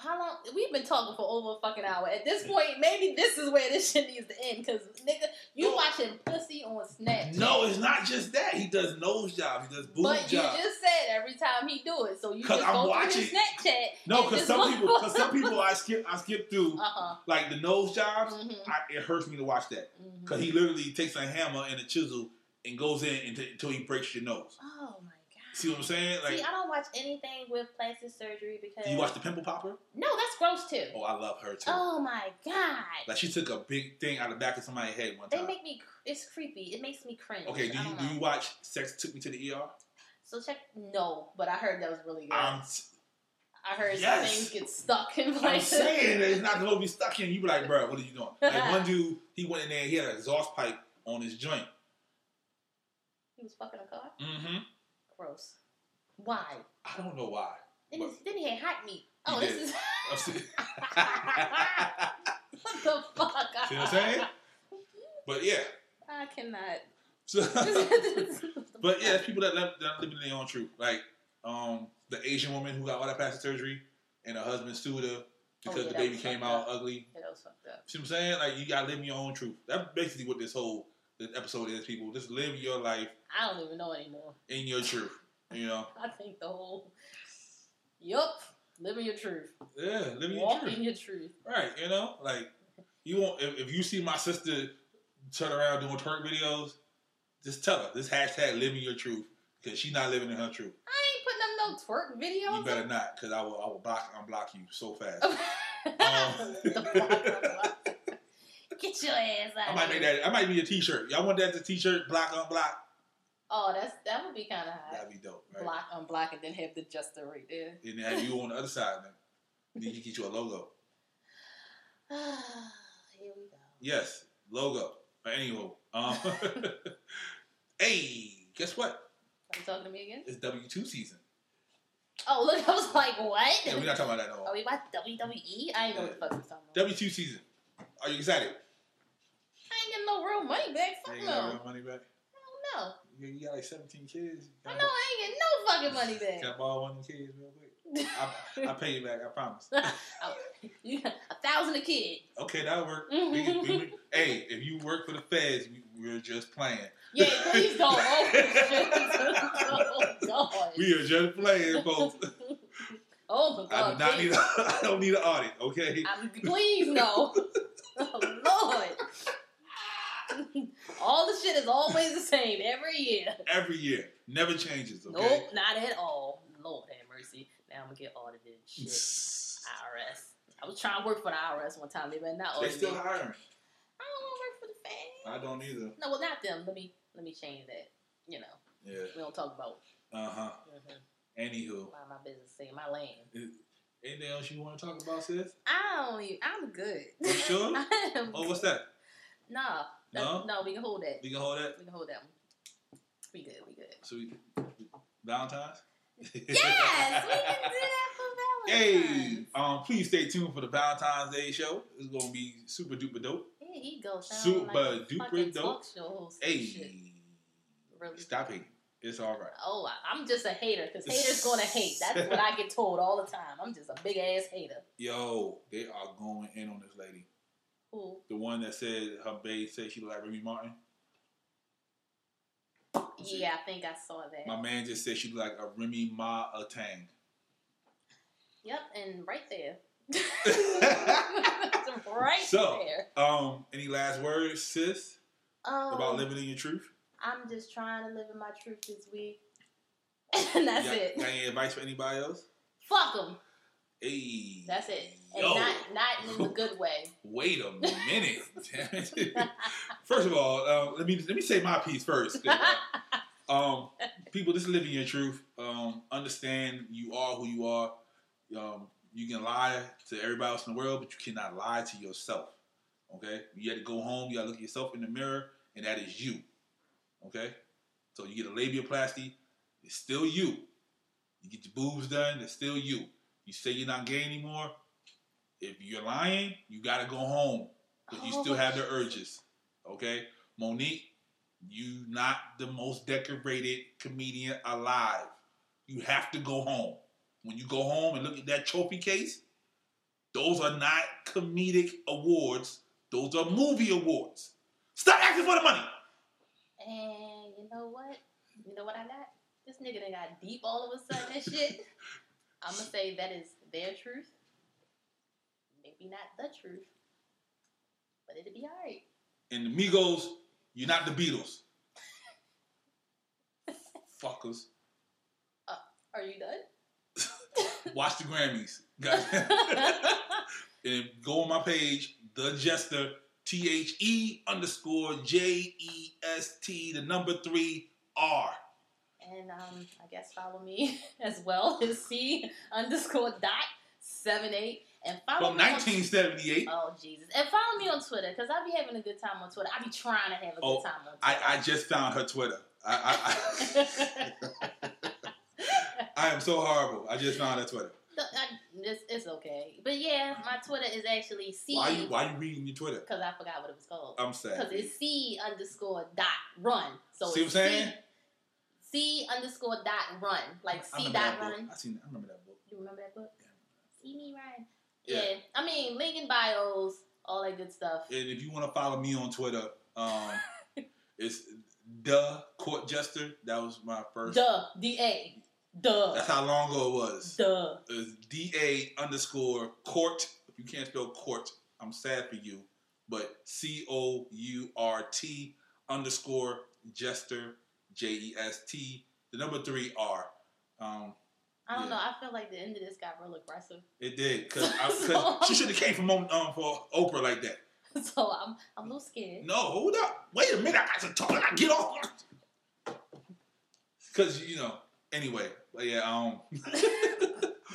[SPEAKER 3] How long? We've been talking for over a fucking hour. At this point, maybe this is where this shit needs to end. Cause nigga, you
[SPEAKER 2] No.
[SPEAKER 3] watching pussy on Snapchat.
[SPEAKER 2] No, it's not just that. He does nose jobs. He does boob
[SPEAKER 3] But you
[SPEAKER 2] jobs.
[SPEAKER 3] just said every time he do it, so you
[SPEAKER 2] 'Cause
[SPEAKER 3] just
[SPEAKER 2] I'm
[SPEAKER 3] go through
[SPEAKER 2] watching.
[SPEAKER 3] his Snapchat.
[SPEAKER 2] No, because
[SPEAKER 3] and just
[SPEAKER 2] some
[SPEAKER 3] look
[SPEAKER 2] people,
[SPEAKER 3] for-
[SPEAKER 2] because some people, I skip, I skip through
[SPEAKER 3] Uh-huh.
[SPEAKER 2] like the nose jobs.
[SPEAKER 3] hmm
[SPEAKER 2] I, it hurts me to watch that
[SPEAKER 3] mm-hmm.
[SPEAKER 2] because he literally takes a hammer and a chisel and goes in until, until he breaks your nose.
[SPEAKER 3] Oh my god.
[SPEAKER 2] See what I'm saying? Like,
[SPEAKER 3] See, I don't watch anything with plastic surgery because
[SPEAKER 2] do you watch the pimple popper?
[SPEAKER 3] No, that's gross too.
[SPEAKER 2] Oh, I love her too.
[SPEAKER 3] Oh my god.
[SPEAKER 2] Like she took a big thing out of the back of somebody's head one
[SPEAKER 3] They
[SPEAKER 2] time.
[SPEAKER 3] make me it's creepy. It makes me cringe.
[SPEAKER 2] okay, do
[SPEAKER 3] I
[SPEAKER 2] you
[SPEAKER 3] don't
[SPEAKER 2] do you
[SPEAKER 3] know.
[SPEAKER 2] watch Sex Took Me to the ER?
[SPEAKER 3] So check no, but I heard that was really good.
[SPEAKER 2] I'm, I'm
[SPEAKER 3] I heard
[SPEAKER 2] yes.
[SPEAKER 3] some things get stuck in places.
[SPEAKER 2] saying that it's not gonna be stuck in. You be like, bro, what are you doing? Like one dude, he went in there, he had an exhaust pipe on his joint.
[SPEAKER 3] He was fucking a car?
[SPEAKER 2] Mm-hmm.
[SPEAKER 3] Gross. Why?
[SPEAKER 2] I don't know why.
[SPEAKER 3] Then, he- then he had hot meat.
[SPEAKER 2] He
[SPEAKER 3] Oh, this
[SPEAKER 2] did.
[SPEAKER 3] is
[SPEAKER 2] I'm se-
[SPEAKER 3] what the fuck.
[SPEAKER 2] See what I'm saying? But yeah,
[SPEAKER 3] I cannot.
[SPEAKER 2] so, but yeah, there's people that live, that live in their own truth. Like um, the Asian woman who got all that plastic surgery, and her husband sued her because
[SPEAKER 3] Oh, yeah,
[SPEAKER 2] the
[SPEAKER 3] that
[SPEAKER 2] baby
[SPEAKER 3] was
[SPEAKER 2] came
[SPEAKER 3] fucked
[SPEAKER 2] out
[SPEAKER 3] up.
[SPEAKER 2] ugly.
[SPEAKER 3] Yeah, that was fucked up.
[SPEAKER 2] See what I'm saying? Like you gotta live your own truth. That's basically what this whole this episode is, people. Just live your life
[SPEAKER 3] I don't even know anymore.
[SPEAKER 2] in your truth. You know?
[SPEAKER 3] I think the whole. Yup. Living your truth.
[SPEAKER 2] Yeah, live your
[SPEAKER 3] Walking
[SPEAKER 2] truth.
[SPEAKER 3] your truth.
[SPEAKER 2] Right, you know? Like you won't if, if you see my sister turn around doing twerk videos, just tell her this hashtag living your truth because she's not living in her truth.
[SPEAKER 3] I ain't putting them no twerk videos.
[SPEAKER 2] You better not because I will I will block unblock you so fast.
[SPEAKER 3] Get your ass out.
[SPEAKER 2] I might make
[SPEAKER 3] here.
[SPEAKER 2] that. I might be a T-shirt. Y'all want that as a T-shirt? Block unblock.
[SPEAKER 3] Oh, that's that would be kind of hot.
[SPEAKER 2] That'd be dope. Right?
[SPEAKER 3] Block, unblock, and then have the just right there.
[SPEAKER 2] And then you on the other side. Then, then you get you a logo.
[SPEAKER 3] Here we go.
[SPEAKER 2] Yes, logo. But anywho, um, hey, guess what?
[SPEAKER 3] Are you talking to me again?
[SPEAKER 2] It's W two season.
[SPEAKER 3] Oh, look, I was like, what?
[SPEAKER 2] Yeah, we're not talking about that at
[SPEAKER 3] Are
[SPEAKER 2] all.
[SPEAKER 3] we watch WWE? E? I ain't know what the fuck we talking about.
[SPEAKER 2] W two season. Are you excited?
[SPEAKER 3] I ain't getting no real money back.
[SPEAKER 2] You
[SPEAKER 3] Fuck
[SPEAKER 2] ain't
[SPEAKER 3] no.
[SPEAKER 2] got
[SPEAKER 3] Hell
[SPEAKER 2] no money back.
[SPEAKER 3] no.
[SPEAKER 2] You, you got like seventeen kids.
[SPEAKER 3] I know I ain't getting no fucking money back.
[SPEAKER 2] Can I borrow one of the kids real quick? I, I pay you back. I promise.
[SPEAKER 3] You got a thousand a kid.
[SPEAKER 2] Okay, that'll work. We can- we- hey, if you work for the feds, we, we're just playing.
[SPEAKER 3] Yeah, please don't. Oh, shit. oh, God.
[SPEAKER 2] We are just playing, folks.
[SPEAKER 3] oh, my
[SPEAKER 2] I
[SPEAKER 3] God.
[SPEAKER 2] do not
[SPEAKER 3] please.
[SPEAKER 2] need. A, I don't need an audit. Okay.
[SPEAKER 3] I'm, please, no. oh, Lord. all the shit is always the same every year.
[SPEAKER 2] Every year, never changes. Okay.
[SPEAKER 3] Nope, not at all. Lord have mercy. Now I'm going to get audited and shit.
[SPEAKER 2] They
[SPEAKER 3] IRS. I was trying to work for the IRS one time. They better not audit
[SPEAKER 2] still
[SPEAKER 3] me.
[SPEAKER 2] hiring.
[SPEAKER 3] I don't want to work for the feds.
[SPEAKER 2] I don't either.
[SPEAKER 3] No, well, not them. Let me let me change that. You know,
[SPEAKER 2] Yeah.
[SPEAKER 3] we don't talk about
[SPEAKER 2] Uh huh.
[SPEAKER 3] mhm,
[SPEAKER 2] Anywho,
[SPEAKER 3] mind my business, say my lane.
[SPEAKER 2] anything else you want to talk about, sis?
[SPEAKER 3] I don't even. I'm good.
[SPEAKER 2] You sure?
[SPEAKER 3] I am
[SPEAKER 2] Oh, what's that?
[SPEAKER 3] Nah,
[SPEAKER 2] No?
[SPEAKER 3] no, no, we can hold that.
[SPEAKER 2] We can hold that.
[SPEAKER 3] We can hold that one. We good. We good.
[SPEAKER 2] So we Valentine's.
[SPEAKER 3] Yes, we can do that for
[SPEAKER 2] Hey,
[SPEAKER 3] Valentine's.
[SPEAKER 2] um, please stay tuned for the Valentine's Day show. It's gonna be super duper dope.
[SPEAKER 3] Here he goes.
[SPEAKER 2] Super
[SPEAKER 3] like a
[SPEAKER 2] duper
[SPEAKER 3] fucking
[SPEAKER 2] dope.
[SPEAKER 3] talk show host and shit.
[SPEAKER 2] Hey,
[SPEAKER 3] Really.
[SPEAKER 2] stop hating. It's all right.
[SPEAKER 3] Oh, I- I'm just a hater because haters gonna hate. That's what I get told all the time. I'm just a big ass hater.
[SPEAKER 2] Yo, they are going in on this lady.
[SPEAKER 3] Who?
[SPEAKER 2] The one that said her babe said she looked like Remy Martin.
[SPEAKER 3] Yeah, I think I saw that.
[SPEAKER 2] My man just said she looked like a Remy Ma a Tang.
[SPEAKER 3] Yep, and right there. right
[SPEAKER 2] So-
[SPEAKER 3] there.
[SPEAKER 2] Um, any last words, sis,
[SPEAKER 3] Um,
[SPEAKER 2] about living in your truth?
[SPEAKER 3] I'm just trying to live in my truth this week. and that's
[SPEAKER 2] Y'all-
[SPEAKER 3] it.
[SPEAKER 2] Got any advice for anybody else?
[SPEAKER 3] Fuck them.
[SPEAKER 2] Hey,
[SPEAKER 3] That's it. And
[SPEAKER 2] Yo,
[SPEAKER 3] not not in the good way.
[SPEAKER 2] wait a minute. Damn it. first of all, um, let me let me say my piece first. um, people, just live in your truth. Um, understand you are who you are. Um, you can lie to everybody else in the world, but you cannot lie to yourself. Okay, you got to go home. You got to look at yourself in the mirror, and that is you. Okay, so you get a labiaplasty, it's still you. You get your boobs done, it's still you. You say you're not gay anymore. If you're lying, you got to go home because you still have the urges. Okay, Monique, you not the most decorated comedian alive. You have to go home. When you go home and look at that trophy case, those are not comedic awards. Those are movie awards. Stop asking for the money.
[SPEAKER 3] And you know what? You know what I got? This nigga done got deep all of a sudden and shit. I'ma say that is their truth. Maybe not the truth. But it'll be alright.
[SPEAKER 2] And the Migos, you're not the Beatles. Fuckers.
[SPEAKER 3] Are you done?
[SPEAKER 2] Watch the Grammys. Goddamn. and go on my page, the Jester, T H E underscore J E S T, the number three R.
[SPEAKER 3] and um, I guess follow me as well as C underscore dot seven eight and follow
[SPEAKER 2] From
[SPEAKER 3] me on-
[SPEAKER 2] 1978,
[SPEAKER 3] Oh Jesus! And follow me on Twitter because I be having a good time on Twitter. I be trying to have a
[SPEAKER 2] Oh,
[SPEAKER 3] good time on Twitter.
[SPEAKER 2] I, I just found her Twitter. I, I, I, I am so horrible. I just found her Twitter.
[SPEAKER 3] No, I- it's, it's okay, but yeah, my Twitter is actually C
[SPEAKER 2] Why you
[SPEAKER 3] because
[SPEAKER 2] why you reading your Twitter?
[SPEAKER 3] I forgot what it was called.
[SPEAKER 2] I'm sad.
[SPEAKER 3] Because it's C underscore dot run. So
[SPEAKER 2] See what I'm
[SPEAKER 3] it's
[SPEAKER 2] saying?
[SPEAKER 3] C, C underscore dot run, like
[SPEAKER 2] I
[SPEAKER 3] C
[SPEAKER 2] remember
[SPEAKER 3] dot
[SPEAKER 2] that book.
[SPEAKER 3] run.
[SPEAKER 2] I seen. I remember that book.
[SPEAKER 3] You remember that book?
[SPEAKER 2] Yeah.
[SPEAKER 3] See me Ryan.
[SPEAKER 2] Yeah.
[SPEAKER 3] Yeah. I mean link in bios, all that good stuff.
[SPEAKER 2] And if you want to follow me on Twitter, um, it's the court jester. That was my first.
[SPEAKER 3] Duh. D A. Duh.
[SPEAKER 2] That's how long ago it was.
[SPEAKER 3] Duh.
[SPEAKER 2] It was D A underscore court. If you can't spell court, I'm sad for you. but C O U R T underscore Jester J E S T the number three R. Um,
[SPEAKER 3] I don't
[SPEAKER 2] Yeah.
[SPEAKER 3] know. I feel like the end of this got real aggressive.
[SPEAKER 2] it did because she should have came from um, um, for Oprah like that.
[SPEAKER 3] So I'm I'm a little scared.
[SPEAKER 2] No, hold up, wait a minute, I got to talk. I gotta get off because you know. Anyway, but yeah. Um,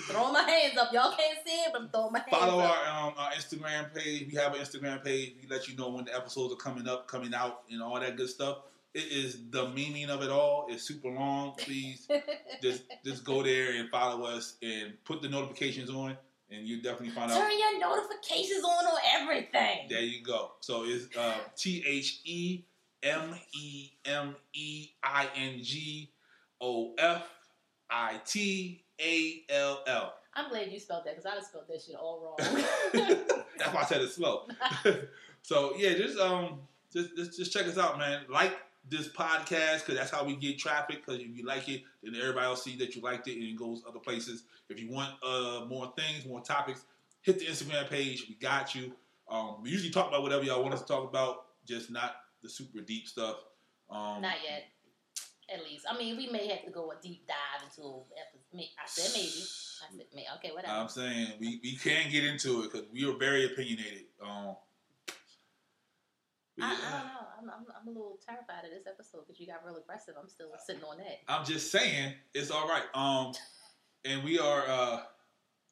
[SPEAKER 3] Throwing my hands up. Y'all can't see it, but I'm throwing my hands
[SPEAKER 2] follow
[SPEAKER 3] up.
[SPEAKER 2] our um our Instagram page. We have an Instagram page. We let you know when the episodes are coming up, coming out, and all that good stuff. It is the meaning of it all. It's super long. Please just just go there and follow us and put the notifications on, and you definitely find out.
[SPEAKER 3] Turn your notifications on on everything.
[SPEAKER 2] There you go. So it's uh, T H E M E M E I N G O F I T A L L.
[SPEAKER 3] I'm glad you spelled that because I done spelled that shit all wrong.
[SPEAKER 2] That's why I said it slow. so yeah, just um, just, just just check us out, man. Like this podcast because that's how we get traffic. Because if you like it, then everybody will see that you liked it and it goes other places. If you want uh more things, more topics, hit the Instagram page. We got you. Um, we usually talk about whatever y'all want us to talk about, just not the super deep stuff. Um,
[SPEAKER 3] Not yet. At least. I mean, we may have to go a deep dive into a episode. May- I said maybe. I said may Okay, whatever.
[SPEAKER 2] I'm saying we, we can get into it because we are very opinionated. Um,
[SPEAKER 3] I,
[SPEAKER 2] yeah.
[SPEAKER 3] I don't know. I'm, I'm, I'm a little terrified of this episode because you got real aggressive. I'm still sitting on that.
[SPEAKER 2] I'm just saying it's all right. Um, and we are uh,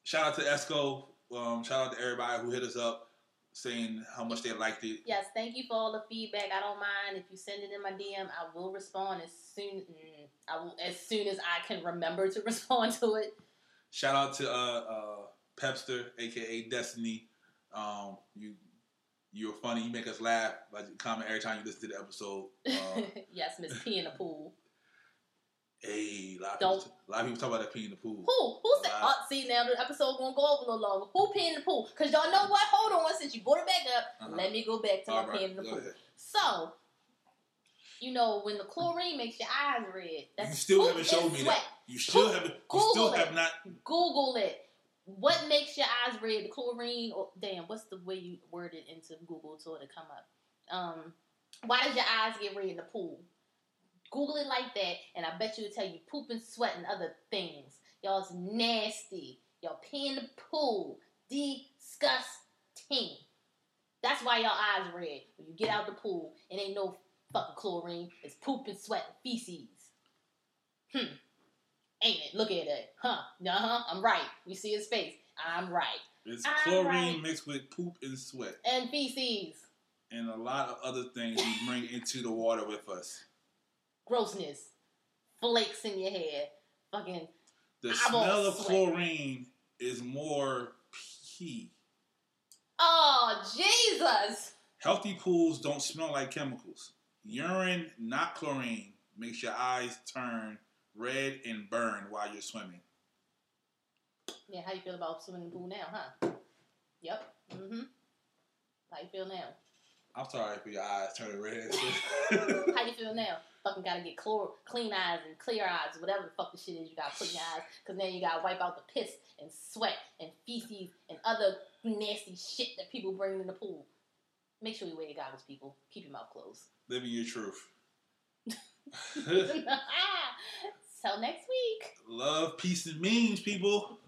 [SPEAKER 2] shout out to Esco. Um, shout out to everybody who hit us up saying how much they liked it.
[SPEAKER 3] Yes, thank you for all the feedback. I don't mind if you send it in my DM. I will respond as soon mm, I will, as soon as I can remember to respond to it.
[SPEAKER 2] Shout out to uh, uh, Pepster, aka Destiny. Um, you you're funny. You make us laugh by your comment every time you listen to the episode. Um,
[SPEAKER 3] yes, Miss P in the pool.
[SPEAKER 2] hey, a lot, of
[SPEAKER 3] Don't-
[SPEAKER 2] people, a lot of people talk about that pee in the pool.
[SPEAKER 3] Who? Who said?
[SPEAKER 2] Wow.
[SPEAKER 3] Oh, see now the episode gonna go over a little longer. Who pee in the pool? Cause y'all know what? Hold on, since you brought it back up,
[SPEAKER 2] Uh-huh.
[SPEAKER 3] let me go back to
[SPEAKER 2] All
[SPEAKER 3] my
[SPEAKER 2] right,
[SPEAKER 3] pee in the
[SPEAKER 2] go
[SPEAKER 3] pool.
[SPEAKER 2] ahead.
[SPEAKER 3] So, you know when the chlorine makes your eyes red, that's
[SPEAKER 2] You still
[SPEAKER 3] poop
[SPEAKER 2] haven't showed
[SPEAKER 3] and
[SPEAKER 2] me
[SPEAKER 3] sweat.
[SPEAKER 2] that. You still
[SPEAKER 3] Poop.
[SPEAKER 2] haven't. You
[SPEAKER 3] Google
[SPEAKER 2] still
[SPEAKER 3] it.
[SPEAKER 2] have not.
[SPEAKER 3] Google it. What makes your eyes red? The chlorine or damn, what's the way you word it into Google so it'll come up? Um, why does your eyes get red in the pool? Google it like that, and I bet you it'll tell you poop and sweat and other things. Y'all's nasty. Y'all pee in the pool. Disgusting. That's why y'all eyes red. When you get out the pool, it ain't no fucking chlorine. It's poop and sweat and feces ain't it? Look at it. Huh. Uh-huh. I'm right. You see his face. I'm right.
[SPEAKER 2] It's
[SPEAKER 3] All
[SPEAKER 2] chlorine
[SPEAKER 3] right.
[SPEAKER 2] mixed with poop and sweat.
[SPEAKER 3] And feces.
[SPEAKER 2] and a lot of other things you bring into the water with us.
[SPEAKER 3] Grossness. Flakes in your hair. Fucking
[SPEAKER 2] The
[SPEAKER 3] Eyeball
[SPEAKER 2] smell of
[SPEAKER 3] sweat.
[SPEAKER 2] chlorine is more pee.
[SPEAKER 3] Oh Jesus.
[SPEAKER 2] Healthy pools don't smell like chemicals. Urine, not chlorine, makes your eyes turn red and burn while you're swimming.
[SPEAKER 3] Yeah, how you feel about swimming in the pool now, huh? Yep. Mm-hmm. How you feel now?
[SPEAKER 2] I'm sorry for your eyes turning red.
[SPEAKER 3] How you feel now? Fucking gotta get chlor- clean eyes and clear eyes, whatever the fuck the shit is you gotta put in your eyes, cause now you gotta wipe out the piss and sweat and feces and other nasty shit that people bring in the pool. Make sure you wear your goggles, people. Keep your mouth closed.
[SPEAKER 2] Living your truth.
[SPEAKER 3] Till next week.
[SPEAKER 2] Love, peace, and memes, people.